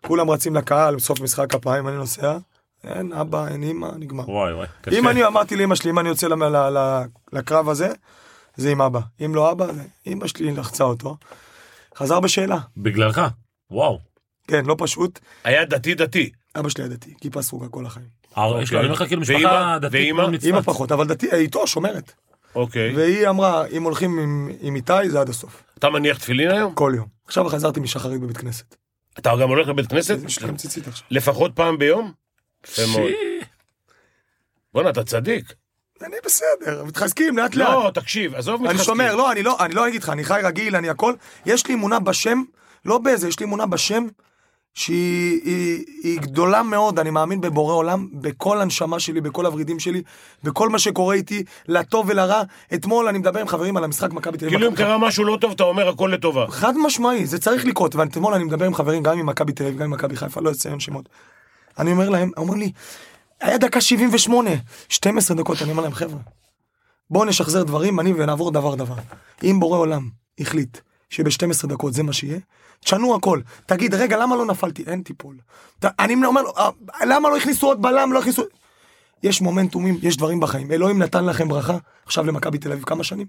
S3: כולם רצים לקהל, בסוף משחק כפיים, אני נוסע. אין אבא, אין אמא, נגמר.
S1: וואי וואי, קשה.
S3: אם אני אמרתי לאמא שלי, אם אני יוצא למ- ל- ל- לקרב הזה, זה עם אבא. אם לא אבא, זה... אמא שלי לחצה אותו. חזר בשאלה.
S1: בגללך. וואו.
S3: כן, לא פשוט.
S2: היה דתי דתי.
S3: אבא שלי היה דתי, כיפה סרוגה כל החיים.
S1: אה, יש לו, אני אומר לך, כאילו,
S2: ואמא?
S1: משפחה דתית
S2: ואמא?
S1: מאוד
S3: אמא
S1: מצפת.
S3: פחות, אבל דתי, איתו שומרת.
S2: אוקיי.
S3: והיא אמרה, אם הולכים עם- עם איתי, זה עד הסוף.
S2: אתה מניח תפילין היום?
S3: כל יום. עכשיו חזרתי משחרית בבית כנסת.
S2: אתה גם הולך לבית כנסת?
S3: יש לכם ציצית עכשיו.
S2: לפחות פעם ביום? יפה מאוד. בואנה, אתה צדיק.
S3: אני בסדר, מתחזקים לאט לאט.
S2: לא, תקשיב, עזוב
S3: אני
S2: מתחזקים.
S3: שומר, לא, אני לא, אני לא אגיד לך, אני חי רגיל, אני הכל. יש לי אמונה בשם, לא באיזה, יש לי אמונה בשם שהיא היא, היא גדולה מאוד, אני מאמין בבורא עולם, בכל הנשמה שלי, בכל הוורידים שלי, בכל מה שקורה איתי, לטוב ולרע. אתמול אני מדבר עם חברים על המשחק מכבי תל אביב.
S2: כאילו אם קרה משהו לא טוב, אתה אומר הכל לטובה.
S3: לא, חד משמעי, זה צריך לקרות. ואתמול אני מדבר עם חברים, גם עם מכבי תל אביב, גם עם מכבי חיפה, לא אציין שמות. אני אומר להם, אומרים לי, היה דקה 78, 12 דקות, אני אומר להם, חבר'ה, בואו נשחזר דברים, אני ונעבור דבר דבר. אם בורא עולם החליט שב-12 דקות זה מה שיהיה, תשנו הכל. תגיד, רגע, למה לא נפלתי? אין טיפול. ת, אני אומר לו, "אה, למה לא הכניסו עוד בלם, לא הכניסו... יש מומנטומים, יש דברים בחיים. אלוהים נתן לכם ברכה, עכשיו למכבי תל אביב כמה שנים?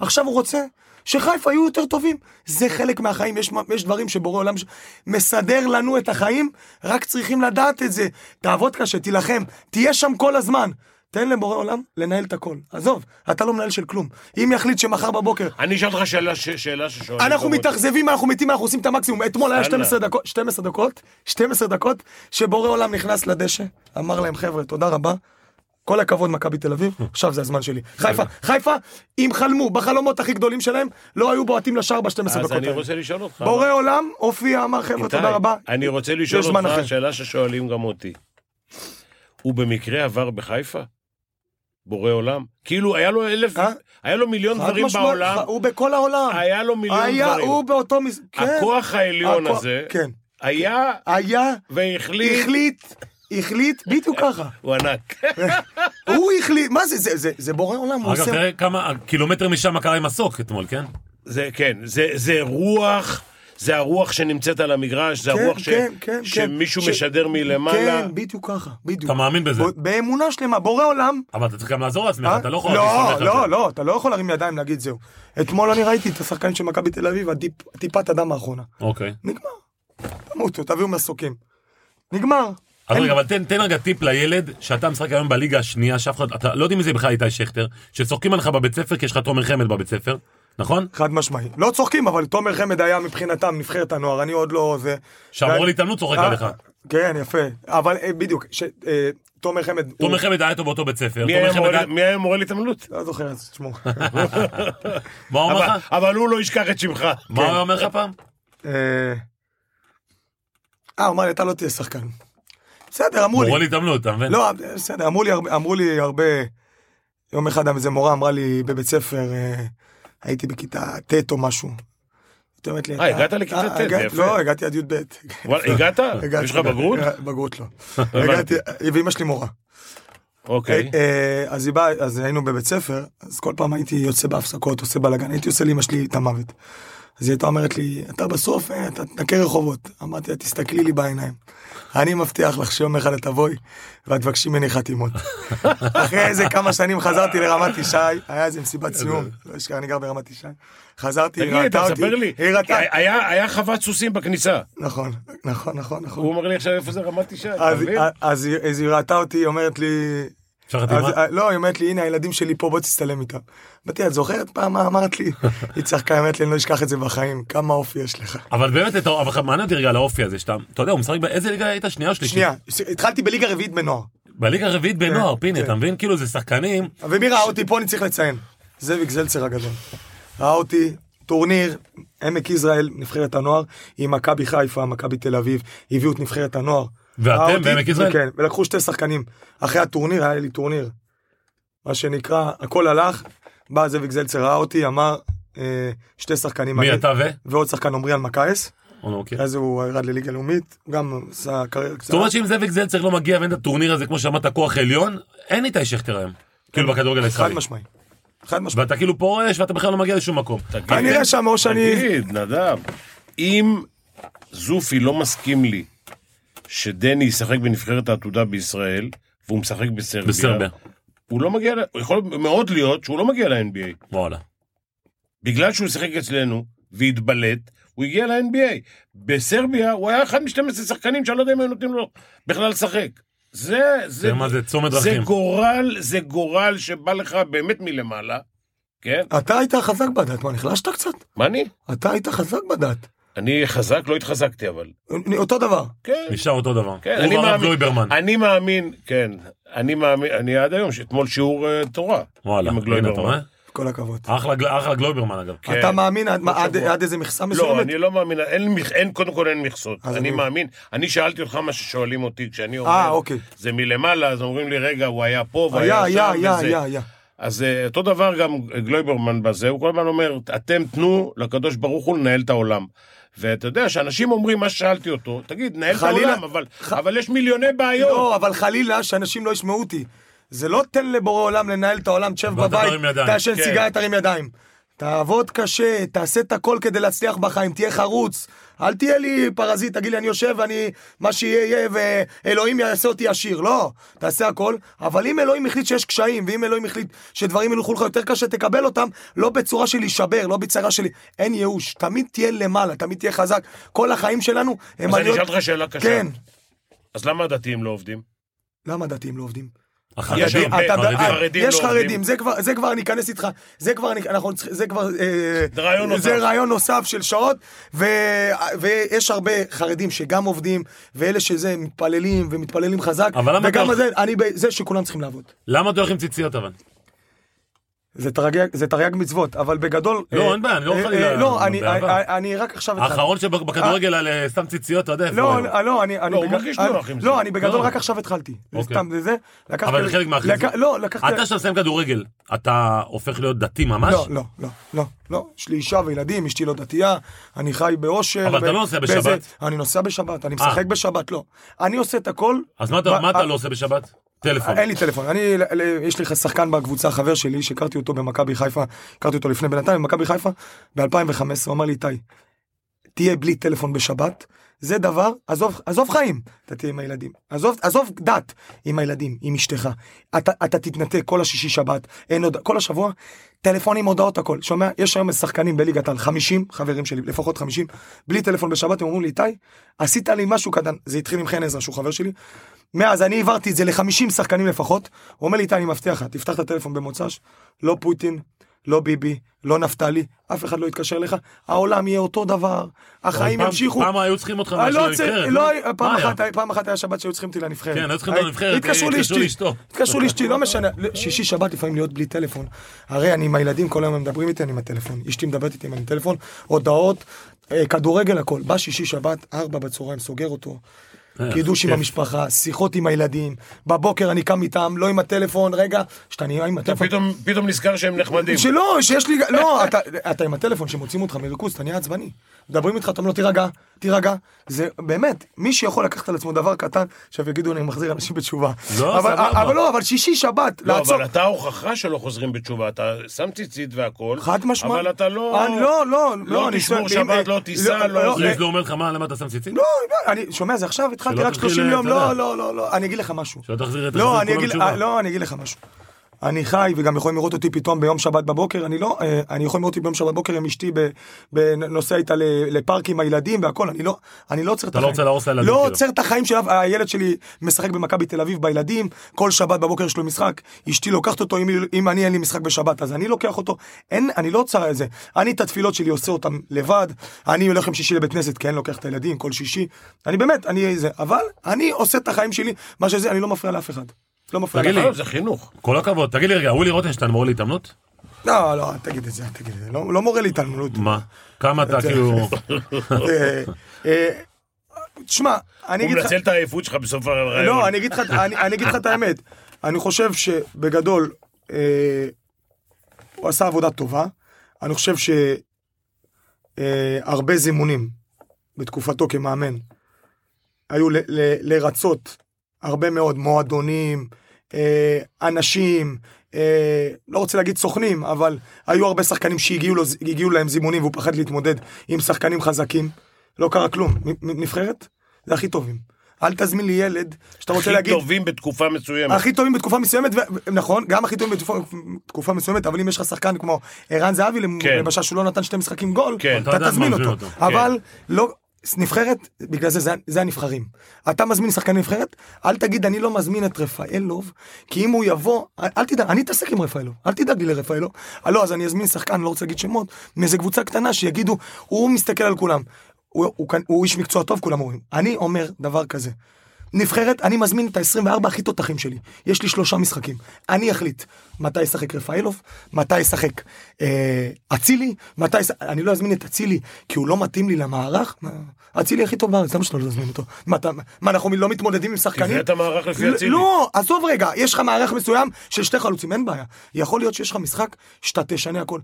S3: עכשיו הוא רוצה שחיפה יהיו יותר טובים. זה חלק מהחיים, יש, יש דברים שבורא עולם ש... מסדר לנו את החיים, רק צריכים לדעת את זה. תעבוד קשה, תילחם, תהיה שם כל הזמן. תן לבורא עולם לנהל את הכל. עזוב, אתה לא מנהל של כלום. אם יחליט שמחר בבוקר
S2: אני אשאל אותך שאלה ש- שאלה ששואלים.
S3: אנחנו
S2: כמוני.
S3: מתאכזבים, אנחנו מתים, אנחנו עושים את המקסימום. אתמול היה
S2: לא יאללה.
S3: 12 דקות, 12 דקות, 12 דקות, שבורא עולם נכנס לדשא, אמר להם, חבר'ה, תודה רבה. כל הכבוד מכבי תל
S2: (laughs)
S3: אביב, עכשיו זה הזמן שלי. חיפה, חיפה, אם חלמו בחלומות הכי גדולים שלהם, לא היו בועטים לשער ב-12 דקות.
S2: אז אני
S3: האלה.
S2: רוצה לשאול אותך.
S3: בורא עולם הופיע, אמר חבר'ה,
S2: איתי,
S3: תודה רבה.
S2: אני רוצה לשאול
S3: יש זמן
S2: אותך
S3: אחר.
S2: שאלה ששואלים גם אותי. הוא במקרה עבר בחיפה? בורא עולם? כאילו, היה לו אלף...
S3: אה?
S2: היה לו מיליון
S3: חד
S2: דברים
S3: משמעות,
S2: בעולם.
S3: הוא בכל העולם.
S2: היה לו מיליון
S3: היה,
S2: דברים.
S3: הוא באותו מס... כן.
S2: הכוח העליון
S3: הכוח-
S2: הזה
S3: כן.
S2: היה
S3: היה,
S2: והחליט...
S3: החליט, החליט, בדיוק ככה.
S2: הוא ענק.
S3: הוא החליט, מה זה, זה, זה, זה בורא עולם, הוא
S1: אגב,
S3: עושה...
S1: תראה כמה קילומטר משם מה קרה עם מסוק אתמול, כן?
S2: זה כן, זה, זה רוח, זה הרוח שנמצאת על המגרש, זה
S3: כן,
S2: הרוח ש,
S3: כן, כן,
S2: שמישהו
S3: כן.
S2: משדר מלמעלה.
S3: כן, בדיוק ככה, בדיוק.
S1: אתה מאמין בזה.
S3: ב- באמונה שלמה, בורא עולם.
S1: אבל אתה צריך גם לעזור לעצמך,
S3: אה?
S1: אתה לא יכול...
S3: לא,
S1: להסתמך על
S3: לא,
S1: זה.
S3: לא, אתה לא יכול להרים ידיים להגיד זהו. אתמול אני ראיתי את השחקנים של מכבי תל אביב, הטיפ- טיפת הדם האחרונה.
S1: אוקיי.
S3: נגמר. תמותו, תביאו מסוקים. נגמר.
S1: אז
S3: אין-
S1: רגע, אבל תן, תן רגע טיפ לילד שאתה משחק היום בליגה השנייה, שאף אחד, אתה לא יודע מי זה בכלל איתי שכטר, שצוחקים עליך בבית ספר כי יש לך תומר חמד בבית ספר, נכון?
S3: חד משמעי. לא צוחקים, אבל תומר חמד היה מבחינתם נבחרת הנוער, אני עוד לא... זה...
S1: שהמורה להתאמנות צוחק
S3: אה,
S1: עליך.
S3: כן, יפה. אבל אה, בדיוק, ש- אה, תומר חמד... הוא-
S1: תומר חמד היה איתו באותו בית ספר,
S2: מי
S1: תומר
S2: היה
S1: חמד
S2: מורה-
S1: היה-
S2: מי היה מורה להתעמלות?
S3: לא זוכר את שמו.
S1: (laughs) מה הוא אמר
S2: אבל,
S1: לך?
S2: אבל הוא לא ישכח את שמך.
S3: כן.
S1: מה הוא היה אומר לך פעם?
S3: אה, אה, הוא אמר לי, אתה לא תהיה שחקן. בסדר, אמרו לי.
S1: מורה להתאמנות, אתה מבין?
S3: לא, בסדר, אמרו לי, הרבה- אמרו לי הרבה, יום אחד איזה מורה אמרה לי בבית ספר, אה, הייתי בכיתה ט' או משהו. היא אומרת לי,
S2: אה,
S3: "אתה-
S2: הגעת לכיתה
S3: אה,
S2: ט', זה
S3: הגעת-
S2: יפה.
S3: לא, הגעתי עד י"ב.
S2: וואלה, הגעת?
S3: הגעתי,
S2: יש לך בגרות?
S3: אה, בגרות
S2: (laughs)
S3: לא. הגעתי, ואימא שלי מורה.
S2: אוקיי.
S3: אה, אז היא באה, אז היינו בבית ספר, אז כל פעם הייתי יוצא בהפסקות, עושה בלאגן, הייתי עושה לאמא שלי את המוות. אז היא הייתה אומרת לי, אתה בסוף, אה, אתה תנקה רחובות. אמרתי לה, תסתכלי לי בעיניים. אני מבטיח לך שיום אחד את תבואי, ואת תבקשי ממני
S2: (laughs)
S3: חתימות. אחרי איזה כמה שנים חזרתי לרמת ישי, היה איזה מסיבת סיום, לא אשכח, אני גר ברמת ישי. חזרתי, היא
S2: תגיד,
S3: ראתה אותי,
S2: תספר לי. אה,
S3: היא ראתה,
S2: היה היה חוות סוסים בכניסה.
S3: נכון, נכון, נכון, נכון.
S2: הוא אומר לי עכשיו איפה זה רמת אישה. אתה
S3: אז- אה,
S2: מבין?
S3: אז היא- אז היא ראתה אותי, היא אומרת לי,
S1: אפשר חתימה?
S3: אז, אה, לא, היא אומרת לי, הנה הילדים שלי פה, בוא תצטלם איתם. אמרתי, את זוכרת פעם מה אמרת לי? היא צחקה, היא אומרת לי, אני לא אשכח את זה בחיים, כמה אופי יש לך.
S1: אבל באמת, אתה- אבל מעניין אותי רגע על האופי הזה שאתה, אתה יודע, הוא משחק באיזה ליגה היית? שנייה או שלישית?
S3: שנייה, ש- התחלתי בליגה רביעית בנוער.
S1: בליגה הרביעית בנוער,
S3: כן,
S1: פיני,
S3: כן.
S1: אתה מבין? כאילו זה שחקנים,
S3: ומי ראה אותי פה, אני צריך לציין. זאביק זלצר הגדול. ראה אותי, טורניר, עמק יזרעאל, נבחרת הנוער, עם מכבי חיפה, מכבי תל אביב, הביאו את נבחרת הנוער.
S1: ואתם
S3: ראה אותי,
S1: בעמק יזרעאל?
S3: כן, ולקחו שתי שחקנים. אחרי הטורניר, היה לי טורניר. מה שנקרא, הכל הלך, בא זאביק זלצר, ראה אותי, אמר, אה, שתי שחקנים.
S1: מי
S3: אני-
S1: אתה ו?
S3: ועוד שחקן עמרי אלמקייס,
S1: או לא, אוקיי.
S3: אחרי זה הוא ירד לליגה לאומית, הוא גם עשה קריירה
S1: זאת
S3: קצרה.
S1: אומרת שאם זאביק זלצר לא מגיע ואין את הטורניר הזה, כמו שאמרת, כוח עליון, אין איתי שכטר היום. כאילו בכדורגל
S3: כן. חד
S1: הישראלי.
S3: משמעי. חד משמעי.
S1: ואתה כאילו פורש ואתה בכלל לא מגיע לשום מקום.
S3: כנראה שם או שאני...
S2: תגיד, נדב, אם זופי לא מסכים לי שדני ישחק בנבחרת העתודה בישראל, והוא משחק בסרביה,
S1: בסרביה.
S2: הוא לא מגיע, ל- הוא יכול מאוד להיות שהוא לא מגיע ל-NBA.
S1: וואלה.
S2: בגלל שהוא שיחק אצלנו והתבלט, הוא הגיע ל-NBA. בסרביה הוא היה אחד מ-12 שחקנים שאני לא יודע אם היו נותנים לו בכלל לשחק. זה, זה,
S1: תראה מה זה צומת
S2: זה
S1: דרכים.
S2: גורל, זה גורל שבא לך באמת מלמעלה, כן?
S3: אתה היית חזק בדת, מה, נחלשת קצת?
S2: מה אני?
S3: אתה היית חזק בדת.
S2: אני חזק? לא התחזקתי, אבל.
S3: אני- אותו דבר.
S2: כן.
S1: נשאר אותו דבר.
S2: כן,
S1: הוא
S2: אני
S1: והרב
S2: מאמין-
S1: גלויברמן.
S2: אני מאמין, כן. אני מאמין, אני עד היום, אתמול שיעור אה, תורה.
S1: וואלה,
S2: עם
S1: הנה אתה
S2: הגלויברמן.
S1: רואה?
S3: כל הכבוד.
S1: אחלה גל- אחלה גלויברמן אגב.
S2: כן.
S3: אתה מאמין עד-
S2: כל
S3: עד-
S2: שבוע.
S3: עד איזה מכסה
S2: לא,
S3: מסוימת?
S2: אני לא מאמין, אין, מכ- אין, קודם כל אין מכסות.
S3: אז
S2: אני
S3: אני-
S2: מאמין, אני שאלתי אותך מה ששואלים אותי כשאני
S3: אה,
S2: אומר,
S3: אוקיי.
S2: זה מלמעלה, אז אומרים לי, רגע, הוא היה פה, והוא
S3: היה,
S2: היה
S3: היה,
S2: שם,
S3: היה,
S2: וזה.
S3: היה, היה.
S2: אז אה, אותו דבר גם גלויברמן בזה, הוא כל הזמן אומר, אתם תנו לקדוש ברוך הוא לנהל את העולם. ואתה יודע שאנשים אומרים מה ששאלתי אותו, תגיד, נהל את
S3: חלילה.
S2: העולם, אבל, אבל יש מיליוני בעיות.
S3: לא, אבל חלילה שאנשים לא ישמעו אותי. זה לא תן לבורא עולם לנהל את העולם, תשב
S1: ואתה
S3: בבית,
S1: תרים ידיים,
S3: תעשן
S2: כן.
S3: סיגריה, תרים ידיים. תעבוד קשה, תעשה את הכל כדי להצליח בחיים, תהיה חרוץ. אל תהיה לי פרזיט, תגיד לי, אני יושב ואני, מה שיהיה יהיה, ואלוהים יעשה אותי עשיר. לא, תעשה הכל. אבל אם אלוהים החליט שיש קשיים, ואם אלוהים החליט שדברים ילכו לך יותר קשה, תקבל אותם, לא בצורה של להישבר, לא בצורה של... אין ייאוש, תמיד תהיה למעלה, תמיד תהיה חזק. כל החיים שלנו הם...
S2: אז אני
S3: עליות-
S2: אשאל אותך שאלה קשה.
S3: כן.
S2: אז למה הדתיים לא עובדים?
S3: למה דתיים לא עובדים? יש-
S1: החרדים,
S2: הרבה,
S3: אתה-
S1: חרדים.
S3: אה,
S2: חרדים לא
S3: יש
S2: עובדים.
S3: חרדים, זה כבר- זה כבר ניכנס איתך, זה כבר, אני- אנחנו צריכים, זה כבר, אה,
S2: זה רעיון נוסף.
S3: זה רעיון נוסף של שעות, ו- ויש הרבה חרדים שגם עובדים, ואלה שזה מתפללים ומתפללים חזק,
S1: אבל למה
S3: וגם
S1: אתה-
S3: זה, אני, ב- זה שכולם צריכים לעבוד.
S1: למה אתה הולך עם ציציות אבל?
S3: זה תרי"ג- זה תרי"ג מצוות, אבל בגדול...
S1: לא,
S3: אה,
S1: אין בעיה, אני לא
S3: אה,
S1: חלילה-
S3: אה, לא, אני-
S1: באהבה.
S3: אני- אני רק עכשיו... התחלתי.
S1: האחרון שבכדורגל על אה, שם ציציות, אתה יודע איפה
S3: לא,
S1: הוא.
S3: אה, לא, אני... אני
S2: הוא
S3: בג-
S2: מרגיש
S3: אני-
S2: נוח עם זה.
S3: לא, אני בגדול
S1: לא.
S3: רק עכשיו התחלתי. זה
S1: אוקיי.
S3: סתם, זה זה. לקחתי-
S1: אבל זה חלק מהחזק.
S3: לק- לא, לקחתי...
S1: אתה שאתה מסיים כדורגל, אתה הופך להיות דתי ממש?
S3: לא, לא, לא, לא, לא. יש לי אישה וילדים, אשתי לא דתייה, אני חי באושר.
S1: אבל אתה
S3: ב-
S1: לא נוסע
S3: באיזה-
S1: בשבת.
S3: אני נוסע בשבת, אני משחק
S1: אה.
S3: בשבת, לא. אני עושה את הכל.
S1: אז מה אתה-
S3: ב-
S1: מה אתה
S3: אה,
S1: לא עושה בשבת? טלפון.
S3: אין לי טלפון, אני, ל- ל- יש לי שחקן בקבוצה, חבר שלי, שהכרתי אותו במכבי חיפה, הכרתי אותו לפני בינתיים במכבי חיפה, ב-2015, הוא אמר לי, איתי, תהיה בלי טלפון בשבת, זה דבר, עזוב, עזוב חיים, אתה תהיה עם הילדים, עזוב, עזוב דת, עם הילדים, עם אשתך, אתה, אתה תתנתק כל השישי שבת, אין עוד, כל השבוע, טלפונים, הודעות, הכל, שומע, יש היום שחקנים בליגת העל, 50 חברים שלי, לפחות 50, בלי טלפון בשבת, הם אומרים לי, איתי, עשית לי משהו קטן, זה התחיל עם חן עזרא, שהוא חבר שלי, מאז אני העברתי את זה ל-50 שחקנים לפחות, הוא אומר לי, איתי, אני מבטיח לך, תפתח את הטלפון במוצ"ש, לא פוטין, לא ביבי, לא נפתלי, אף אחד לא יתקשר אליך, העולם יהיה אותו דבר, החיים
S1: פעם-
S3: ימשיכו.
S1: פעם היו צריכים אותך
S3: אה,
S1: משהו
S3: לא, זה-
S1: לנבחרת,
S3: לא,
S1: מה?
S3: היה-
S1: מה
S3: פעם
S1: היה?
S3: אחת היה- פעם אחת היה שבת שהיו צריכים אותי לנבחרת.
S1: כן, היו צריכים אותי
S3: אה,
S1: לנבחרת,
S3: התקשרו
S1: אה, התקשרו
S3: לאשתי.
S1: לאשתו.
S3: התקשרו לאשתי, לא משנה. לא, שישי שבת לפעמים להיות בלי טלפון. הרי אני עם הילדים, כל היום הם מדברים איתי, אני עם הטלפון. אשתי מדברת איתי עם הטלפון, הודעות, אה, כדורגל הכל. בא שישי שבת, ארבע בצהריים, סוגר אותו.
S1: אה,
S3: קידוש עם
S1: כיף.
S3: המשפחה, שיחות עם הילדים, בבוקר אני קם איתם, לא עם הטלפון, רגע, שאתה נהיה עם הטלפון.
S2: פתאום, פתאום נזכר שהם נחמדים.
S3: שלא, שיש לי... לא, אתה, אתה עם הטלפון שמוצאים אותך מריכוז, אתה נהיה עצבני. מדברים איתך, אתה אומר לו, תירגע, תירגע. זה באמת, מי שיכול לקחת על עצמו דבר קטן, עכשיו יגידו, אני מחזיר אנשים בתשובה.
S1: לא,
S3: אבל,
S1: סבבה.
S3: אבל לא, אבל שישי, שבת,
S2: לא,
S3: לעצור.
S2: אבל אתה ההוכחה שלא חוזרים בתשובה, אתה שם ציצית והכל,
S3: חד משמע.
S2: אבל אתה לא...
S3: אני לא, לא,
S2: לא
S3: לא, אני
S2: תשמור
S3: שואל,
S2: שבת,
S3: אם-
S2: לא תיסע, לא-
S3: אה,
S1: ריז לא אומר לך מה, למה אתה שם ציצית?
S3: לא, לא, אני שומע, זה עכשיו התחלתי
S1: שלא
S3: רק
S1: תתחיל,
S3: 30 יום,
S1: אתה יודע.
S3: לא, לא, לא, לא, אני אגיד לך משהו.
S1: שלא תחזיר את
S3: לא,
S1: החזיר
S3: אני
S1: כולם
S3: אגיד,
S1: בתשובה.
S3: אה, לא, אני אגיד לך משהו. אני חי, וגם יכולים לראות אותי פתאום ביום שבת בבוקר, אני לא, אה, אני יכול לראות אותי ביום שבת בבוקר עם אשתי, ב- ב- נוסע איתה ל- לפארק עם הילדים והכל, אני לא, אני לא עוצר את
S1: אתה לא
S3: החיים.
S1: רוצה להרוס לילדים,
S3: לא
S1: כאילו.
S3: עוצר את החיים של אף, הילד שלי משחק במכבי תל אביב בילדים, כל שבת בבוקר יש לו משחק, אשתי לוקחת אותו, אם, אם אני אין לי משחק בשבת, אז אני לוקח אותו, אין, אני לא עוצר את זה. אני את התפילות שלי עושה אותן לבד, אני הולך עם שישי לבית כנסת, כי אני לוקח את הילדים כל שישי, אני באמת, אני זה, אבל אני עושה את החיים שלי, מה שזה, אני לא מפריע לאף אחד. לא מפריע
S1: תגיד
S3: לאף
S1: לי.
S2: לא, זה חינוך.
S1: כל הכבוד, תגיד לי רגע, ווילי רוטנשטיין מורה להתעמלות?
S3: אחד. לא, לא, אל תגיד את זה, אל תגיד את זה, לא, לא מורה
S1: (laughs)
S3: להתעלמלות.
S1: מה? כמה
S3: (laughs)
S1: אתה כאילו...
S3: אה, אה, תשמע, אני
S2: הוא
S3: אגיד לך...
S2: מנצל את העייפות שלך בסוף הרעיון.
S3: לא, אני אגיד לך, אני, אני אגיד לך את האמת. אני חושב שבגדול, אה, הוא עשה עבודה טובה. אני חושב שהרבה זימונים בתקופתו כמאמן היו ל, ל, לרצות הרבה מאוד מועדונים, אה, אנשים, אה, לא רוצה להגיד סוכנים, אבל היו הרבה שחקנים שהגיעו לו, הגיעו להם זימונים והוא פחד להתמודד עם שחקנים חזקים. לא קרה כלום. מ- מ- נבחרת? זה הכי טובים. אל תזמין לי ילד שאתה רוצה
S2: הכי
S3: להגיד...
S2: טובים בתקופה מסוימת.
S3: הכי טובים בתקופה מסוימת, ו- ו- נכון, גם הכי טובים בתקופה- בתקופה מסוימת, אבל אם יש לך שחקן כמו ערן זהבי, למ-
S2: כן.
S3: למשל שהוא לא נתן שתי משחקים גול,
S2: כן.
S3: אתה
S1: אתה יודע,
S3: תזמין
S1: מזמין
S3: אותו.
S1: אותו.
S3: אבל לא, נבחרת, בגלל זה, זה, זה הנבחרים. אתה מזמין שחקן נבחרת, אל תגיד אני לא מזמין את רפאלוב, כי אם הוא יבוא, אל אל תדאג, אני אתעסק עם רפאלוב, אל תדאג לי לרפאלוב. אה, לא, אז אני אזמין שחקן, לא רוצה להגיד שמות, מאיזה קבוצה קטנה שיגידו, הוא מסתכל על כולם. הוא, הוא, הוא, הוא איש מקצוע טוב, כולם אומרים. אני אומר דבר כזה. נבחרת, אני מזמין את ה-24 הכי תותחים שלי. יש לי שלושה משחקים. אני אחליט מתי ישחק רפאלוב, מתי ישחק אה, אצילי, מתי... יש- אני לא אזמין את אצילי, כי הוא לא מתאים לי למערך. מה, אצילי הכי טוב בארץ, למה שלא נזמין אותו? מה, אתה, מה, אנחנו לא מתמודדים עם שחקנים?
S2: תבנה את המערך לפי אצילי.
S3: לא, עזוב רגע, יש לך מערך מסוים של שתי חלוצים, אין בעיה. יכול להיות שיש לך משחק שאתה תשנה הכל.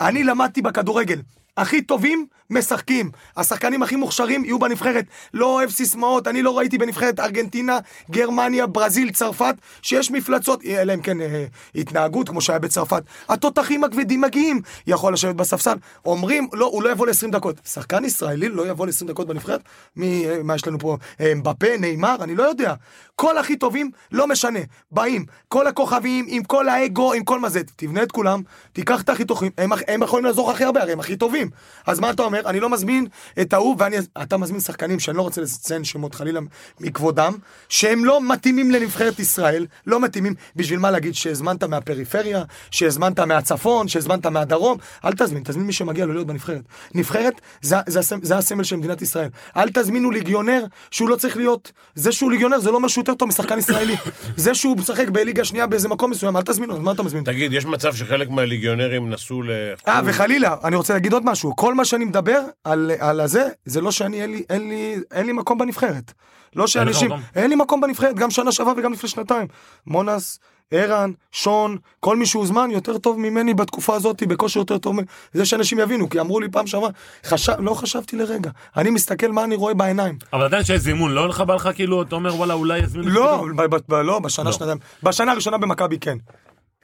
S3: אני למדתי בכדורגל, הכי טובים משחקים, השחקנים הכי מוכשרים יהיו בנבחרת. לא אוהב סיסמאות, אני לא ראיתי בנבחרת ארגנטינה, גרמניה, ברזיל, צרפת, שיש מפלצות, אה, אלא אם כן אה, התנהגות כמו שהיה בצרפת. התותחים הכבדים מגיעים, יכול לשבת בספסל, אומרים, לא, הוא לא יבוא ל-20 דקות. שחקן ישראלי לא יבוא ל-20 דקות בנבחרת? מי, אה, מה יש לנו פה? אה, מבפה, נאמר, אני לא יודע. כל הכי טובים, לא משנה, באים, כל הכוכבים, עם כל האגו, עם כל מה זה, תבנה את כולם, תיקח את הכי טובים, הם, הם יכולים לעזור הכי הרבה, הרי הם הכי טובים. אז מה אתה אומר? אני לא מזמין את ההוא, ואתה מזמין שחקנים שאני לא רוצה לציין שמות חלילה מכבודם, שהם לא מתאימים לנבחרת ישראל, לא מתאימים, בשביל מה להגיד שהזמנת מהפריפריה, שהזמנת מהצפון, שהזמנת מהדרום, אל תזמין, תזמין מי שמגיע לו להיות בנבחרת. נבחרת זה, זה, הסמ- זה הסמל של מדינת ישראל. אל תזמינו ליגיונר שהוא לא צריך להיות, זה שהוא ליגיונר זה לא אומר שהוא יותר טוב משחקן ישראלי. זה שהוא משחק בליגה שנייה באיזה מקום מסוים, אל תזמינו, אז מה אתה מזמין?
S2: תגיד, יש מצב שחלק מהליגיונרים נסעו לחו"ל?
S3: אה, וחלילה, אני רוצה להגיד עוד משהו. כל מה שאני מדבר על, על הזה, זה לא שאני, אין לי, אין לי, אין לי מקום בנבחרת. לא
S1: לך
S3: שאנשים,
S1: מקום?
S3: אין לי מקום בנבחרת, גם שנה שעברה וגם לפני שנתיים. מונס, ערן, שון, כל מי שהוזמן יותר טוב ממני בתקופה הזאת, בכושר יותר טוב. מ- זה שאנשים יבינו, כי אמרו לי פעם שעברה, חשב, לא חשבתי לרגע. אני מסתכל מה אני רואה בעיניים.
S1: אבל עדיין שיש זימון, לא לך בא לך כאילו, אתה אומר וואלה אולי יזמינו... אותי
S3: לא,
S1: פתאום?"
S3: ב, ב, ב, לא, בשנה,
S1: לא.
S3: שנתיים. בשנה הראשונה במכבי כן.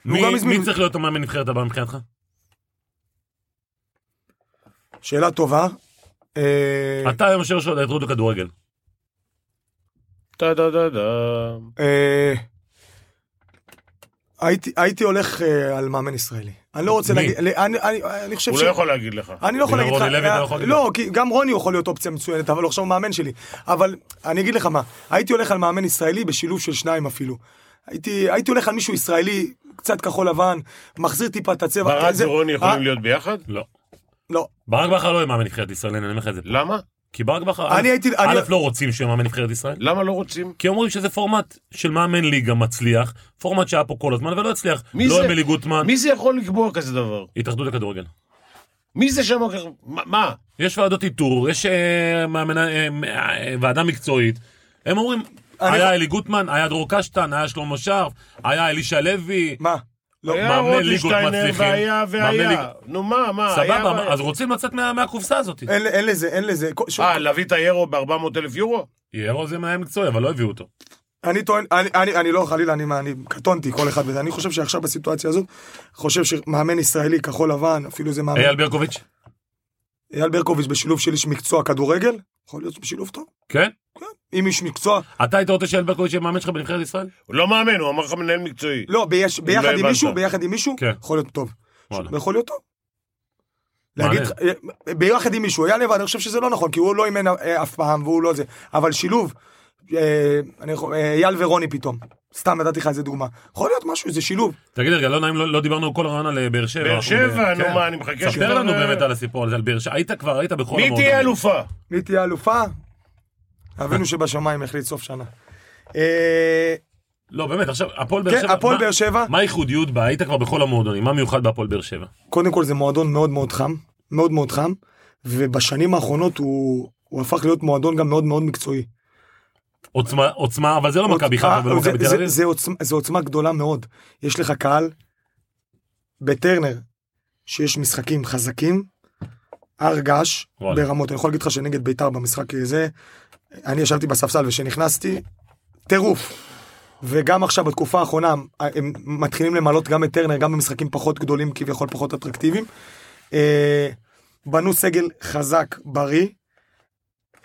S1: מי-
S3: גם הזמין-
S1: מי צריך להיות המאמן נבחרת הבאה מבחינתך?
S3: שאלה טובה. אה,
S1: אתה היום יושב ראש ההתאחדות לכדורגל.
S2: טה דה דה דה.
S3: אה, הייתי, הייתי הולך אה, על מאמן ישראלי. אני לא רוצה
S1: מי?
S3: להגיד, אני, אני, אני, אני חושב
S2: הוא
S3: ש...
S2: לא יכול להגיד לך.
S3: אני לא יכול
S1: בגלל
S3: להגיד לך,
S1: רוני לוי אתה לא יכול להגיד
S3: לא, כי גם רוני יכול להיות אופציה מצוינת, אבל עכשיו הוא מאמן שלי. אבל אני אגיד לך מה, הייתי הולך על מאמן ישראלי בשילוב של שניים אפילו. הייתי, הייתי הולך על מישהו ישראלי, קצת כחול לבן, מחזיר טיפה את הצבע.
S2: ברק
S3: זה-
S2: ורוני
S3: אה,
S2: יכולים להיות ביחד?
S1: לא.
S3: לא,
S1: ברק בכר לא יהיה מאמן נבחרת ישראל, אני אומר לך את זה. פה.
S2: למה?
S1: כי ברק בכר...
S3: אני
S1: א',
S3: הייתי-
S1: א',
S3: אני-
S1: לא רוצים שהוא יהיה מאמן נבחרת ישראל.
S2: למה לא רוצים?
S1: כי אומרים שזה פורמט של מאמן ליגה מצליח, פורמט שהיה פה כל הזמן ולא הצליח.
S2: מי
S1: לא
S2: זה?
S1: אמילי גוטמן,
S2: מי זה יכול לקבוע כזה דבר?
S1: התאחדות לכדורגל.
S2: מי זה שם כך... מה- מה?
S1: יש ועדות איתור, יש אה, מאמן- אה, אה, ועדה מקצועית. הם אומרים,
S3: אני-
S1: היה אלי גוטמן, היה דרור קשטן, היה שלמה שרף, היה אלישע לוי.
S3: מה? לא,
S2: היה
S1: מאמני ליגות
S2: רוטנשטיינר
S1: מצליחים.
S2: והיה
S1: מאמני
S2: והיה.
S1: ליג-
S2: נו מה, מה? היה
S1: סבבה,
S2: והיה.
S1: אז רוצים לצאת מה- מהקופסה הזאת.
S3: אין, אין לזה, אין לזה. כל- ש-
S2: אה, להביא את היורו ב-400 אלף יורו?
S1: יארו זה מאמן מקצועי, אבל לא הביאו אותו.
S3: אני טוען, אני, אני, אני לא חלילה, אני, מה- אני קטונתי כל אחד וזה, אני חושב שעכשיו בסיטואציה הזאת, חושב שמאמן ישראלי כחול לבן, אפילו זה מאמן,
S1: אייל ברקוביץ',
S3: אייל ברקוביץ' בשילוב של איש מקצוע כדורגל, יכול להיות בשילוב טוב,
S1: כן?
S3: עם איש מקצוע,
S1: אתה היית רוצה שאייל ברקוביץ' יהיה מאמן שלך בנבחרת ישראל?
S2: הוא לא מאמן, הוא אמר לך מנהל מקצועי.
S3: לא, ביש, ביחד
S2: לא
S3: עם
S2: הבנת.
S3: מישהו, ביחד עם מישהו,
S1: כן. נכון.
S3: יכול להיות טוב,
S1: וואלה.
S3: יכול להיות טוב.
S1: מעניין.
S3: להגיד, אה, ביחד עם מישהו, היה לבד, אני חושב שזה לא נכון, כי הוא לא אימן אה, אף פעם, והוא לא זה, אבל שילוב, אה, אני יכול- אה, אייל ורוני פתאום, סתם נתתי לך איזה דוגמה, יכול להיות משהו, זה שילוב.
S1: תגיד רגע, לא נעים, לא לא דיברנו כל הרעיון על אה, באר שבע.
S2: באר
S1: אנחנו
S2: שבע,
S1: ב-
S2: נו
S1: כן.
S2: מה, אני מחכה
S1: ספר לנו
S2: אה,
S1: באמת על הסיפור הזה, על באר שבע. היית כבר, היית בכל
S2: מי תהיה אלופה?
S3: מי תהיה אלופה? אבינו שבשמיים החליט סוף שנה. אה,
S1: לא, באמת, עכשיו, הפועל באר
S3: כן,
S1: שבע.
S3: הפועל
S1: מה-
S3: באר שבע,
S1: מה הייחודיות בה? היית כבר בכל המועדונים, מה מיוחד בהפועל באר שבע?
S3: קודם כל זה מועדון מאוד מאוד חם, מאוד מאוד חם, ובשנים האחרונות הוא הוא הפך להיות מועדון גם מאוד מאוד מקצועי.
S1: עוצמה, עוצמה, אבל זה לא מכבי חיפה
S3: אה,
S1: ולא
S3: זה-
S1: מכבי תל
S3: זה-
S1: אביב.
S3: זה עוצמה- זה עוצמה גדולה מאוד. יש לך קהל בטרנר, שיש משחקים חזקים, הר געש,
S1: וואלה.
S3: ברמות. אני יכול להגיד לך שנגד ביתר במשחק הזה, אני ישבתי בספסל וכשנכנסתי, טירוף. וגם עכשיו בתקופה האחרונה הם מתחילים למלות גם את טרנר גם במשחקים פחות גדולים כביכול פחות אטרקטיביים. אה, בנו סגל חזק בריא.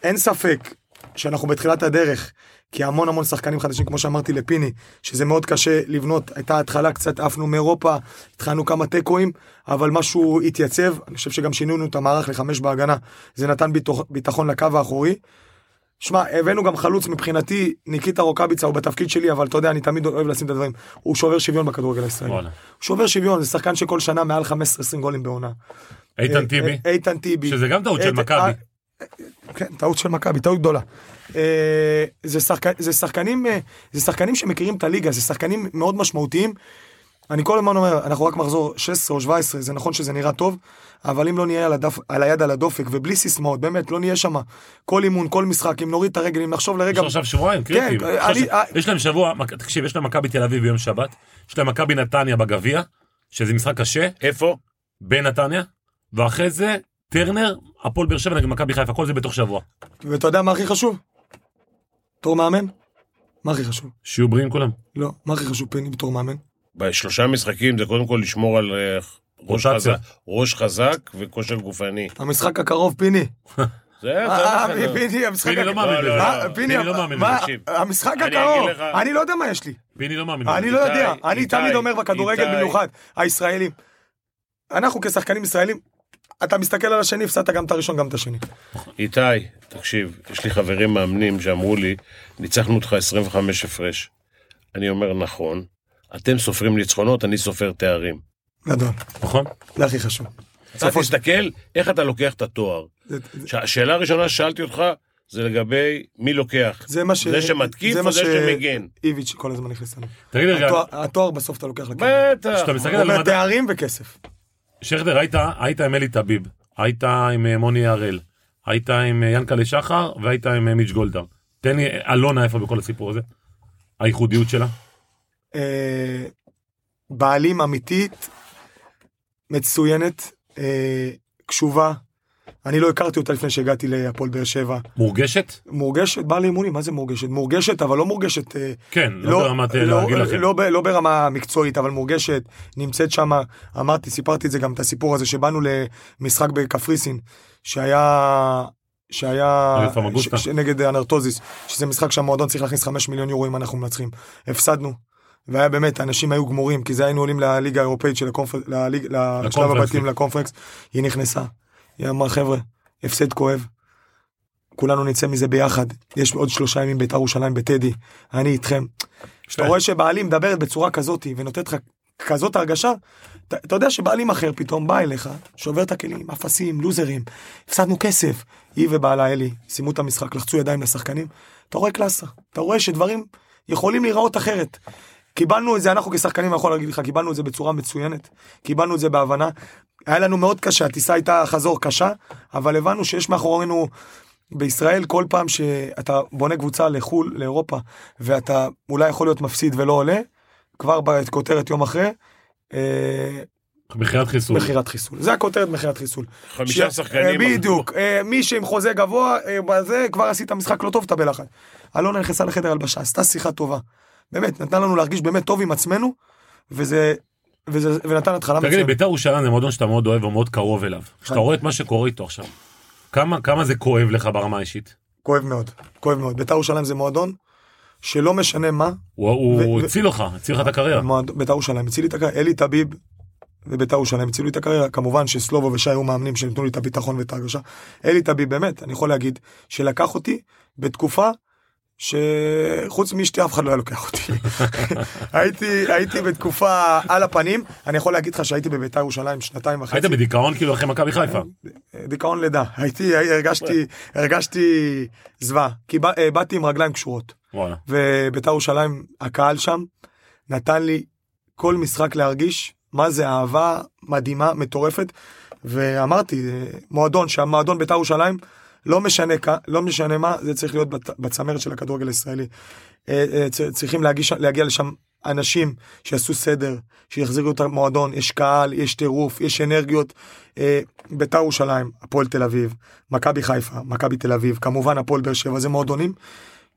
S3: אין ספק שאנחנו בתחילת הדרך כי המון המון שחקנים חדשים, כמו שאמרתי לפיני, שזה מאוד קשה לבנות, הייתה התחלה קצת, עפנו מאירופה, התחלנו כמה תיקואים, אבל משהו התייצב, אני חושב שגם שינינו את המערך לחמש בהגנה, זה נתן ביטוח- ביטחון לקו האחורי. שמע, הבאנו גם חלוץ מבחינתי, ניקיטה רוקאביצה הוא בתפקיד שלי, אבל אתה יודע, אני תמיד אוהב לשים את הדברים. הוא שובר שוויון בכדורגל הישראלי.
S1: וואלה.
S3: הוא שובר שוויון, זה שחקן שכל שנה מעל 15-20 גולים בעונה.
S1: איתן טיבי,
S3: אה, איתן טיבי.
S1: שזה גם טעות של
S3: איתן-
S1: מכבי.
S3: כן, טעות של מכבי, טעות גדולה. אה, זה, שחק... זה, שחקנים, אה, זה שחקנים שמכירים את הליגה, זה שחקנים מאוד משמעותיים. אני כל הזמן אומר, אנחנו רק מחזור 16 או 17, זה נכון שזה נראה טוב, אבל אם לא נהיה על, הדף, על היד על הדופק ובלי סיסמאות, באמת, לא נהיה שם כל אימון, כל משחק, אם נוריד את הרגל, אם נחשוב
S1: יש
S3: לרגע...
S1: לו עכשיו שבועיים קריטיים.
S3: כן, אני-
S1: יש לו-
S3: אה-
S1: יש להם שבוע, מק- תקשיב, יש להם מכבי תל אביב ביום שבת, יש להם מכבי נתניה בגביע, שזה משחק קשה,
S2: איפה?
S1: בנתניה, ואחרי זה טרנר, הפועל באר שבע נגד מכבי חיפה, כל זה בתוך שבוע.
S3: ואתה יודע מה הכי חשוב? בתור מאמן? מה הכי חשוב?
S1: שיהיו בריאים כולם.
S3: לא, מה הכי חשוב פיני בתור מאמן?
S2: בשלושה משחקים זה קודם כל לשמור על אה, ראש
S1: רוטציה.
S2: חזק, ראש חזק וכושר גופני.
S3: המשחק הקרוב, פיני.
S2: זה היה...
S3: אה,
S2: זה היה-
S3: פיני, המשחק
S1: פיני לא
S3: הקרוב.
S1: מאמין בזה.
S2: לא, לא,
S3: מה, אה, פיני,
S1: פיני לא מאמין
S3: מה,
S1: בזה.
S2: תקשיב.
S3: המשחק
S2: אני אגיד
S3: הקרוב,
S2: לך-
S3: אני לא יודע מה יש לי.
S1: פיני לא מאמין
S3: אני
S1: בזה.
S3: לא יודע,
S2: איתי,
S3: אני תמיד
S2: איתי,
S3: אומר בכדורגל
S2: איתי.
S3: במיוחד, הישראלים. אנחנו כשחקנים ישראלים, אתה מסתכל על השני, הפסדת גם את הראשון, גם את השני.
S2: איתי, תקשיב, יש לי חברים מאמנים שאמרו לי, ניצחנו אותך 25 הפרש. אני אומר, נכון, אתם סופרים ניצחונות, אני סופר תארים.
S3: גדול,
S1: נכון?
S3: זה הכי חשוב.
S2: אתה תסתכל איך אתה לוקח את התואר.
S3: זה- זה-
S2: ש- השאלה הראשונה ששאלתי אותך, זה לגבי מי לוקח.
S3: זה מה ש...
S2: זה שמתקיף
S3: מה
S2: או זה
S3: ש-
S2: שמגן?
S3: איביץ' כל הזמן נכנס לנו.
S1: תגיד רגע,
S3: התואר- התואר בסוף אתה לוקח לכיוון.
S2: בטח.
S1: כשאתה מסתכל
S3: הוא
S1: על
S3: אומר
S1: מדע,
S3: תארים וכסף.
S1: שכטר, היית- היית עם אלי טביב, היית עם אה, מוני הראל, היית עם אה, ינקלה שחר והיית עם אה, מיץ' גולדהר. תן לי, אה, אלונה איפה בכל הסיפור הזה? הייחודיות שלה?
S3: אה, בעלים אמיתית, מצוינת, אה, קשובה. אני לא הכרתי אותה לפני שהגעתי להפועל באר שבע.
S1: מורגשת?
S3: מורגשת, באה לאימונים, מה זה מורגשת? מורגשת, אבל לא מורגשת... אה,
S1: כן, לא ברמת אה, להגיד
S3: לא,
S1: לכם.
S3: לא, ב- לא ברמה מקצועית, אבל מורגשת, נמצאת שם, אמרתי, סיפרתי את זה גם, את הסיפור הזה, שבאנו למשחק בקפריסין, שהיה... שהיה...
S1: נגד פמגוסטה.
S3: ש- ש- נגד אנרטוזיס, שזה משחק שהמועדון צריך להכניס 5 מיליון יורו אם אנחנו מנצחים. הפסדנו. והיה באמת, האנשים היו גמורים, כי זה היינו עולים לליגה האירופאית של הקונפרנס, לליג- לשלב
S1: לקונפרנס כן.
S3: הבתים
S1: ליג.
S3: לקונפרנס, היא נכנסה. היא אמרה, חבר'ה, הפסד כואב, כולנו נצא מזה ביחד. יש עוד שלושה ימים בית"ר ירושלים בטדי, אני איתכם. כשאתה רואה שבעלי מדברת בצורה כזאת ונותנת לך כזאת הרגשה, אתה, אתה יודע שבעלים אחר פתאום בא אליך, שובר את הכלים, אפסים, לוזרים, הפסדנו כסף. היא ובעלה אלי סיימו את המשחק, לחצו ידיים לשחקנים, אתה רואה קלאסה, אתה רואה שדברים יכולים להיראות אחרת. קיבלנו את זה, אנחנו כשחקנים, אני יכול להגיד לך, קיבלנו את זה בצורה מצוינת, קיבלנו את זה בהבנה. היה לנו מאוד קשה, הטיסה הייתה חזור קשה, אבל הבנו שיש מאחורינו בישראל כל פעם שאתה בונה קבוצה לחו"ל, לאירופה, ואתה אולי יכול להיות מפסיד ולא עולה, כבר בכותרת יום אחרי, אה,
S1: מכירת חיסול.
S3: מכירת חיסול. זה הכותרת מכירת חיסול.
S2: חמישה
S3: ש-
S2: שחקנים.
S3: אה, בדיוק. אה, מי שעם חוזה גבוה, אה, בזה כבר עשית משחק לא טוב, אתה בלחץ. אלונה נכנסה לחדר הלבשה, עשתה שיחה טובה. באמת, נתנה לנו להרגיש באמת טוב עם עצמנו, וזה, וזה, ונתן התחלה
S1: תגיד לי,
S3: מצוינת.
S1: בית"ר ירושלים זה מועדון שאתה מאוד אוהב ומאוד קרוב אליו. כשאתה רואה את מה שקורה איתו עכשיו, כמה כמה זה כואב לך ברמה האישית?
S3: כואב מאוד, כואב מאוד. בית"ר ירושלים זה מועדון, שלא משנה מה,
S1: הוא- הוא
S3: ו-
S1: הציל אותך, הציל לך את הקריירה.
S3: מועד- בית"ר ירושלים הציל לי את הקריירה, אלי טביב ובית"ר ירושלים הצילו לי את הקריירה, כמובן שסלובו ושי היו מאמנים שנתנו לי את הביטחון ואת ההרגשה. אלי טביב באמת, אני יכול להגיד, שלקח אותי בתקופה שחוץ מאשתי אף אחד לא היה לוקח אותי. הייתי, הייתי בתקופה על הפנים, אני יכול להגיד לך שהייתי בבית"ר ירושלים שנתיים וחצי.
S1: היית בדיכאון כאילו אחרי מכבי חיפה.
S3: אה, דיכאון לידה, הייתי, הרגשתי, הרגשתי זוועה, כי בא- אה, באתי עם רגליים קשורות.
S1: וואלה.
S3: ובית"ר ירושלים, הקהל שם, נתן לי כל משחק להרגיש מה זה אהבה מדהימה, מטורפת. ואמרתי, אה, מועדון, שהמועדון בית"ר ירושלים, לא משנה, כ- לא משנה מה, זה צריך להיות בת- בצמרת של הכדורגל הישראלי. אה, אה, צ- צריכים להגיש, להגיע לשם אנשים שיעשו סדר, שיחזירו את המועדון, יש קהל, יש טירוף, יש אנרגיות. אה, בית"ר ירושלים, הפועל תל אביב, מכבי חיפה, מכבי תל אביב, כמובן הפועל באר שבע, זה מועדונים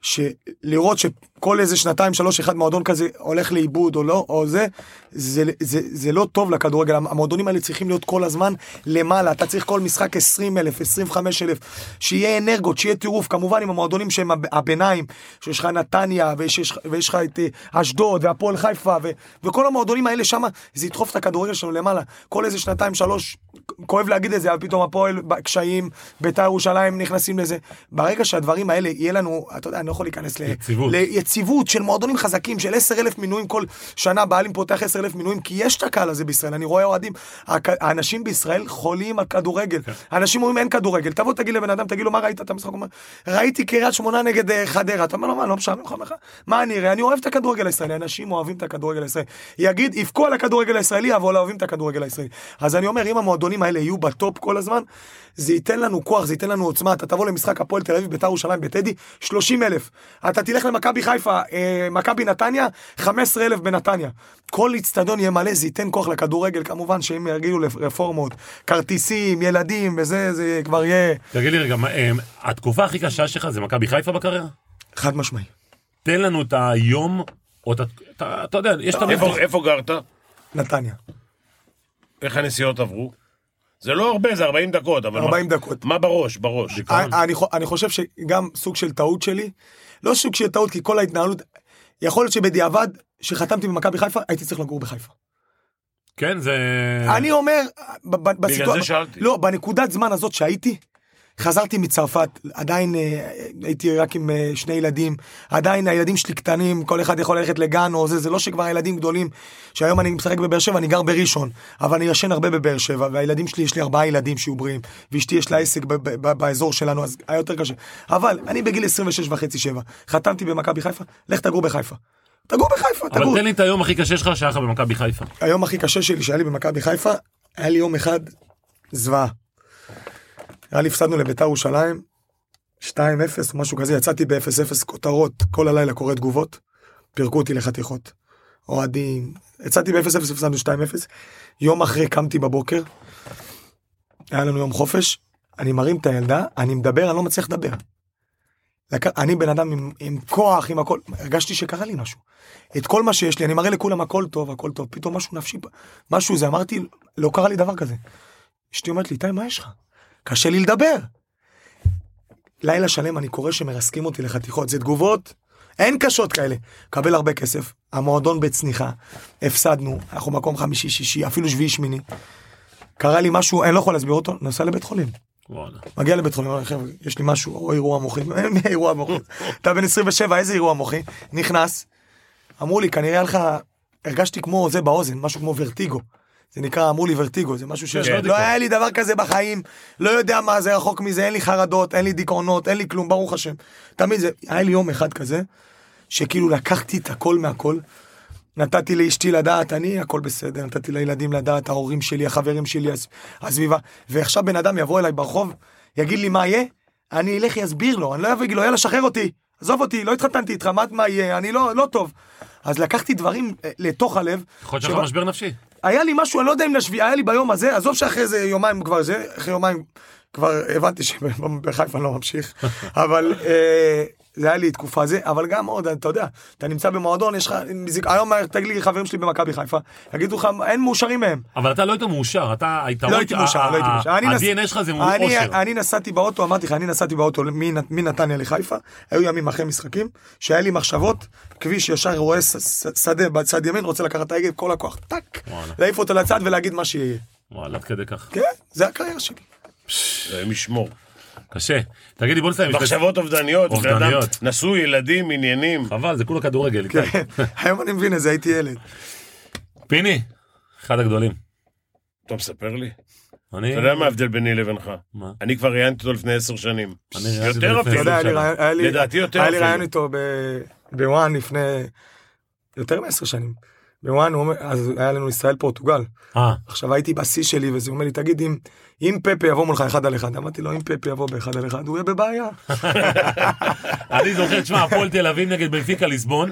S3: שלראות שכל איזה שנתיים, שלוש, אחד מועדון כזה הולך לאיבוד או לא, או זה, זה, זה, זה לא טוב לכדורגל. המועדונים האלה צריכים להיות כל הזמן למעלה. אתה צריך כל משחק 20 אלף, 25 אלף, שיהיה אנרגיות, שיהיה טירוף. כמובן עם המועדונים שהם הב- הביניים, שיש לך נתניה, ויש יש- ויש לך את אה, אשדוד, והפועל חיפה, ו, וכל המועדונים האלה שם, זה ידחוף את הכדורגל שלנו למעלה. כל איזה שנתיים, שלוש, כואב להגיד את זה, אבל פתאום הפועל, ב- קשיים, בית"ר ירושלים נכנסים לזה. ברגע שהדברים האלה, יהיה לנו, אתה יודע, אני לא יכול להיכנס ל...
S1: יציבות.
S3: ליציבות של מועדונים חזקים, של 10,000 מינויים כל שנה, בעלים פותח 10,000 מינויים, כי יש את הקהל הזה בישראל, אני רואה אוהדים. הכ- האנשים בישראל חולים על כדורגל. אנשים אומרים אין כדורגל, תבוא תגיד לבן אדם, תגיד לו מה ראית את המשחק, הוא אומר, ראיתי קריית שמונה נגד אה, חדרה, אתה אומר לו מה, לא משעמם לך אומר לך? מה אני אראה, אני אוהב את הכדורגל הישראלי, אנשים אוהבים את הכדורגל הישראלי. יגיד, יבכו על הכדורגל הישראלי, אבל אוהבים את הכדורגל הישראלי. אז אני אומר, אם המועדונים האלה יהיו בטופ כל הזמן, זה ייתן לנו כוח, זה ייתן לנו עוצמה, אתה תבוא למשחק הפועל תל אביב, בית"ר ירושלים, בטדי, 30 אלף. אתה תלך למכבי חיפה, אה, מכבי נתניה, 15 אלף בנתניה. כל איצטדיון יהיה מלא, זה ייתן כוח לכדורגל, כמובן שאם ירגיעו לרפורמות, כרטיסים, ילדים וזה, זה כבר יהיה
S1: תגיד לי רגע, מה, אה, התקופה הכי קשה שלך זה מכבי חיפה בקריירה?
S3: חד משמעי.
S1: תן לנו את היום, או את ה... אתה- אתה יודע, יש את
S2: איפה-
S1: המבחן.
S2: איפה גרת?
S3: נתניה.
S2: איך הנסיעות עברו? זה לא הרבה, זה 40 דקות, אבל... מה-
S3: 40 דקות.
S2: מה בראש? בראש. אה,
S3: אני, אני, חו- אני חושב שגם סוג של טעות שלי, לא סוג של טעות, כי כל ההתנהלות, יכול להיות שבדיעבד, כשחתמתי במכבי חיפה, הייתי צריך לגור בחיפה.
S1: כן, זה...
S3: אני אומר, ב- ב- בסיטואציה,
S2: זה שאלתי.
S3: לא, בנקודת זמן הזאת שהייתי, חזרתי מצרפת, עדיין אה, הייתי רק עם אה, שני ילדים, עדיין הילדים שלי קטנים, כל אחד יכול ללכת לגן או זה, זה לא שכבר הילדים גדולים, שהיום אני משחק בבאר שבע, אני גר בראשון, אבל אני ישן הרבה בבאר שבע, והילדים שלי, יש לי ארבעה ילדים שיהיו בריאים, ואשתי יש לה עסק ב- ב- ב- באזור שלנו, אז היה יותר קשה. אבל אני בגיל 26 וחצי, 7, חתמתי במכבי חיפה, לך תגור בחיפה. תגור בחיפה, תגור.
S1: אבל תן לי את היום הכי קשה שלך שהיה לך במכבי חיפה.
S3: היום הכי קשה שלי שהיה לי במכבי חיפה, היה לי יום אחד זוועה. היה לי, הפסדנו לביתר ירושלים, 2-0 או משהו כזה, יצאתי ב-0-0 כותרות, כל הלילה קורא תגובות, פירקו אותי לחתיכות. אוהדים, יצאתי ב-0-0, הפסדנו 2-0, יום אחרי קמתי בבוקר, היה לנו יום חופש, אני מרים את הילדה, אני מדבר, אני לא מצליח לדבר. לק- אני בן אדם עם, עם כוח, עם הכל, הרגשתי שקרה לי משהו. את כל מה שיש לי, אני מראה לכולם הכל טוב, הכל טוב, פתאום משהו נפשי, משהו זה, אמרתי, לא קרה לי דבר כזה. אשתי אומרת לי, איתי, מה יש לך? קשה לי לדבר. לילה שלם אני קורא שמרסקים אותי לחתיכות, זה תגובות, אין קשות כאלה. קבל הרבה כסף, המועדון בצניחה, הפסדנו, אנחנו מקום חמישי-שישי, אפילו שביעי-שמיני. קרה לי משהו, אני לא יכול להסביר אותו, נסע לבית חולים.
S1: וואלה.
S3: מגיע לבית חולים, אומר, "חבר'ה, יש לי משהו, או אירוע מוחי, (laughs) אין לי אירוע מוחי, אתה בן 27, איזה אירוע מוחי? נכנס, אמרו לי, כנראה היה לך, הרגשתי כמו זה באוזן, משהו כמו ורטיגו. זה נקרא, אמרו לי ורטיגו, זה משהו שיש,
S1: לא
S3: לא
S1: דיכאון.
S3: היה לי דבר כזה בחיים, לא יודע מה זה, רחוק מזה, אין לי חרדות, אין לי דיכאונות, אין לי כלום, ברוך השם. תמיד זה, היה לי יום אחד כזה, שכאילו לקחתי את הכל מהכל, נתתי לאשתי לדעת, אני, הכל בסדר, נתתי לילדים לדעת, ההורים שלי, החברים שלי, הס- הסביבה. ועכשיו בן אדם יבוא אליי ברחוב, יגיד לי מה יהיה, אני אלך יסביר לו, אני לא אבוא ויגיד לו, יאללה, שחרר אותי, עזוב אותי, לא התחתנתי איתך, מה, מה יהיה, אני לא, לא טוב. אז לקחתי דברים אה, לתוך הלב.
S1: יכול להיות שלך
S3: שב-
S1: משבר נפשי.
S3: היה לי משהו, אני לא יודע אם נשביע, היה לי ביום הזה, עזוב שאחרי זה יומיים כבר זה, אחרי יומיים כבר הבנתי שבחיפה אני לא ממשיך, אבל אה, זה היה לי תקופה זה, אבל גם עוד, אתה יודע, אתה נמצא במועדון, יש לך, היום תגיד לי חברים שלי במכבי חיפה, יגידו לך, אין מאושרים מהם.
S1: אבל אתה לא היית מאושר, אתה היתרון...
S3: לא הייתי
S1: אה,
S3: מאושר, לא הייתי מאושר. אני נס-
S1: ה-DNA שלך זה מול
S3: אני-
S1: אושר.
S3: אני נסעתי באוטו, אמרתי לך, אני נסעתי באוטו מנ- מנתניה לחיפה, היו ימים אחרי משחקים, שהיה לי מחשבות, כביש ישר רואה ש- ש- שדה בצד ימין, רוצה לקחת את ההגה, כל הכוח, טאק,
S1: וואלה.
S3: להעיף אותו לצד ולהגיד מה שיהיה.
S1: וואלה, עד כדי כך.
S3: כן, זה הקריירה שלי.
S2: אלוהים ישמור.
S1: קשה. תגיד לי, בוא נסיים.
S2: מחשבות אובדניות. בן אדם
S1: אובדניות.
S2: נשוי, ילדים, עניינים.
S1: חבל, זה כולה כדורגל. איתי.
S3: כן. (laughs) היום אני מבין את זה, הייתי ילד.
S1: פיני, אחד הגדולים.
S2: אתה מספר לי?
S1: כן. אני...
S2: אתה יודע מה ההבדל ביני לבינך?
S1: מה?
S2: אני כבר ראיינתי אותו לפני עשר שנים.
S1: אני ראיינתי אותו
S2: יותר
S1: לפני
S3: אתה
S2: אפילו.
S3: יודע, היה לי
S1: שנה.
S3: רעיון- היה לי-
S2: לדעתי יותר
S3: היה לי
S2: אפילו.
S3: רעיון איתו ב- בוואן לפני יותר מעשר שנים. בוואן, הוא אומר- אז היה לנו ישראל-פורטוגל.
S1: אה,
S3: עכשיו הייתי בשיא שלי וזה אומר לי תגיד אם אם פפה יבוא מולך אחד על אחד אמרתי לו אם פפה יבוא באחד על אחד הוא יהיה בבעיה.
S1: אני זוכר, תשמע, הפועל תל אביב נגד בנפיקה ליסבון.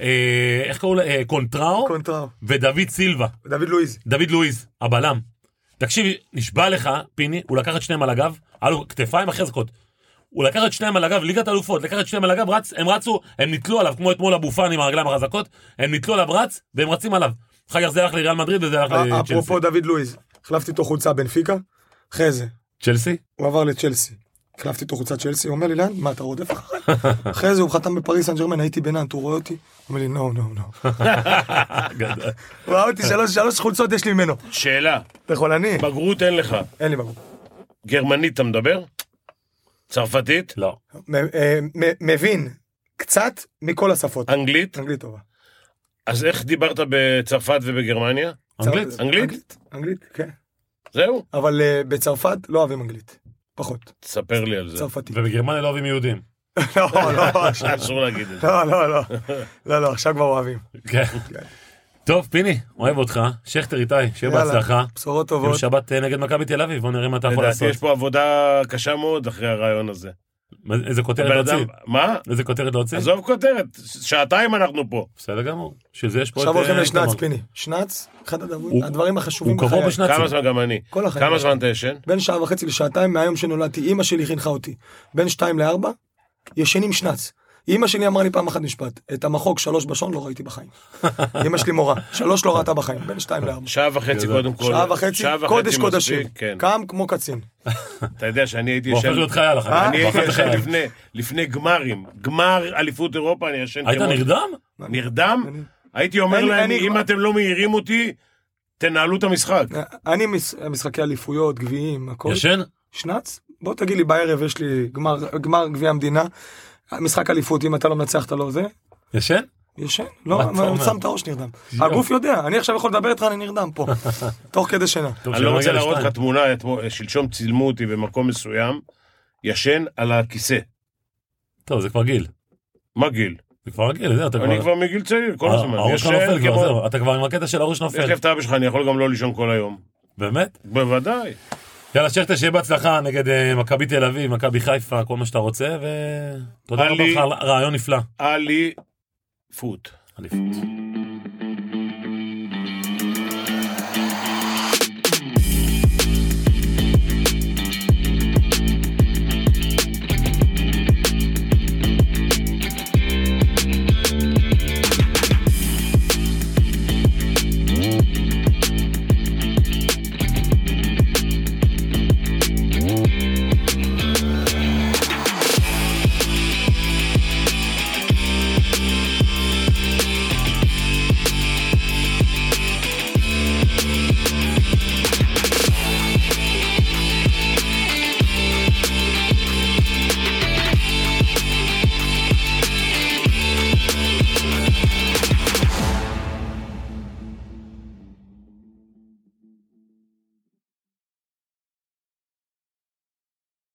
S1: אה, איך קראו לה? אה, קונטראו
S3: קונטרה.
S1: ודוד סילבה.
S3: דוד לואיז.
S1: דוד לואיז, הבלם. תקשיב, נשבע לך, פיני, הוא לקח את שניהם על הגב, היה לו כתפיים החזקות. הוא לקח את שניהם על הגב, ליגת אלופות, לקח את שניהם על הגב, רץ, הם רצו, הם נתלו עליו, כמו אתמול אבו פאני עם הרגליים החזקות, הם נתלו עליו רץ, והם רצים עליו. אחר כך זה הלך לריאל מדריד וזה
S2: אה,
S1: הלך
S3: א-
S1: לצ'לסי.
S3: אה, אפרופו דוד לואיז, החלפתי איתו חולצה בנפיקה, אחרי זה,
S1: צ'לסי? (laughs)
S3: הוא עבר לצ'לסי. החלפתי איתו חולצת צ'לסי, הוא אומר לי, לאן? מה, אתה רודף אחריי? אחרי זה הוא חתם בפריס סן ג'רמן, הייתי בנאנט, הוא רואה אותי, הוא אומר לי, נו, נו, נו.
S1: גדול.
S3: הוא ראה אותי, שלוש- שלוש חולצות יש לי ממנו.
S2: שאלה,
S3: אתה יכול אני?
S2: בגרות אין לך.
S3: אין לי ברור.
S2: גרמנית אתה מדבר? צרפתית?
S1: לא.
S3: מ- אה, מ- מבין קצת מכל השפות.
S2: אנגלית?
S3: אנגלית טובה.
S2: אז איך דיברת בצרפת ובגרמניה?
S1: אנגלית?
S3: צרפת-
S2: אנגלית?
S3: אנגלית, כן.
S2: זהו?
S3: אבל אה, בצרפת לא אוהבים אנגלית. פחות.
S2: תספר לי על
S1: (laughs)
S2: זה.
S3: צרפתית.
S1: ובגרמניה לא אוהבים יהודים.
S3: לא, (laughs) לא, עכשיו-
S2: אסור להגיד את זה.
S3: לא, לא, לא. לא, לא, עכשיו כבר אוהבים.
S1: כן. טוב, פיני, אוהב אותך. שכטר איתי, שיהיה
S3: יאללה,
S1: בהצלחה.
S3: בשורות
S1: יום
S3: טובות.
S1: שבת אה, נגד מכבי תל אביב, בוא נראה מה אתה יכול
S2: לדעתי
S1: נכון לעשות.
S2: יש פה עבודה קשה מאוד אחרי הרעיון הזה.
S1: מה- איזה כותרת
S2: הבן אדם-
S1: להוציא? כן.
S2: מה?
S1: איזה כותרת להוציא?
S2: עזוב כותרת, שעתיים אנחנו פה.
S1: בסדר גמור. בשביל זה יש פה את...
S3: עכשיו הולכים
S1: אה,
S3: לשנץ,
S1: איתמר.
S3: פיני. שנץ, אחד
S1: הוא-
S3: הדברים- הדברים החשובים
S1: הוא קרוב
S3: בחיי.
S1: בשנץ.
S2: כמה זמן גם אני.
S3: כל החיים.
S2: כמה זמן אתה ישן?
S3: בין שעה וחצי לשעתיים מהיום שנולדתי, אימא שלי חינכה אותי. בין שתיים לארבע, ישנים שנץ. אימא שלי אמרה לי פעם אחת משפט, את המחוק שלוש בשעון לא ראיתי בחיים. אימא שלי מורה, שלוש לא ראתה בחיים, בין שתיים לארבע.
S2: שעה וחצי
S1: גדול.
S2: קודם כל.
S3: שעה וחצי,
S2: שעה
S3: קודש
S2: מספיק,
S3: קודשים.
S2: כן.
S3: קם כמו קצין.
S2: אתה יודע שאני הייתי
S1: הוא הופך
S2: ישן...
S1: להיות חייל אחר כך.
S2: אה, אני
S1: הוא
S2: הייתי
S1: הופך
S2: ישן
S1: לחייל.
S2: לפני, לפני גמרים, גמר אליפות אירופה, אני ישן
S1: היית נרדם?
S2: נרדם?
S3: אני-
S2: הייתי אומר
S3: אני-
S2: להם,
S3: אני-
S2: אם אתם לא מעירים אותי, תנהלו את המשחק.
S3: אני מס- משחקי אליפויות, גביעים, הכל.
S1: ישן?
S3: שנץ? בוא תגיד לי בערב יש לי גמר- גמר גביע המדינה, משחק אליפות, אם אתה לא מנצח אתה לא זה.
S1: ישן?
S3: ישן,
S1: מה אתה
S3: לא,
S1: אומר?
S3: אבל שם את הראש נרדם. הגוף יודע, אני עכשיו יכול לדבר איתך, אני נרדם
S1: (laughs)
S3: פה, תוך כדי שינה.
S1: טוב,
S2: אני לא
S1: שנגיע
S2: רוצה להראות
S1: לשתיים.
S2: לך תמונה, אתמול- שלשום צילמו אותי במקום מסוים, ישן על הכיסא.
S1: טוב, זה כבר גיל.
S2: מה גיל?
S1: זה כבר גיל, זה אתה כבר...
S2: אני כבר מגיל צעיר,
S1: אה,
S2: כל הזמן.
S1: הראש שלך
S2: ישן
S1: נופל כבר,
S2: כמו-
S1: זהו. אתה כבר עם הקטע של הראש
S2: יש
S1: נופל.
S2: לי את אבא שלך, אני יכול גם לא לישון כל היום.
S1: באמת?
S2: בוודאי.
S1: יאללה, שכטר, שיהיה בהצלחה נגד אה, מכבי תל אביב, מכבי חיפה, כל מה שאתה רוצה, ותודה רבה
S2: עלי.
S1: לך, רעיון נפלא.
S2: אליפות.
S1: אליפות.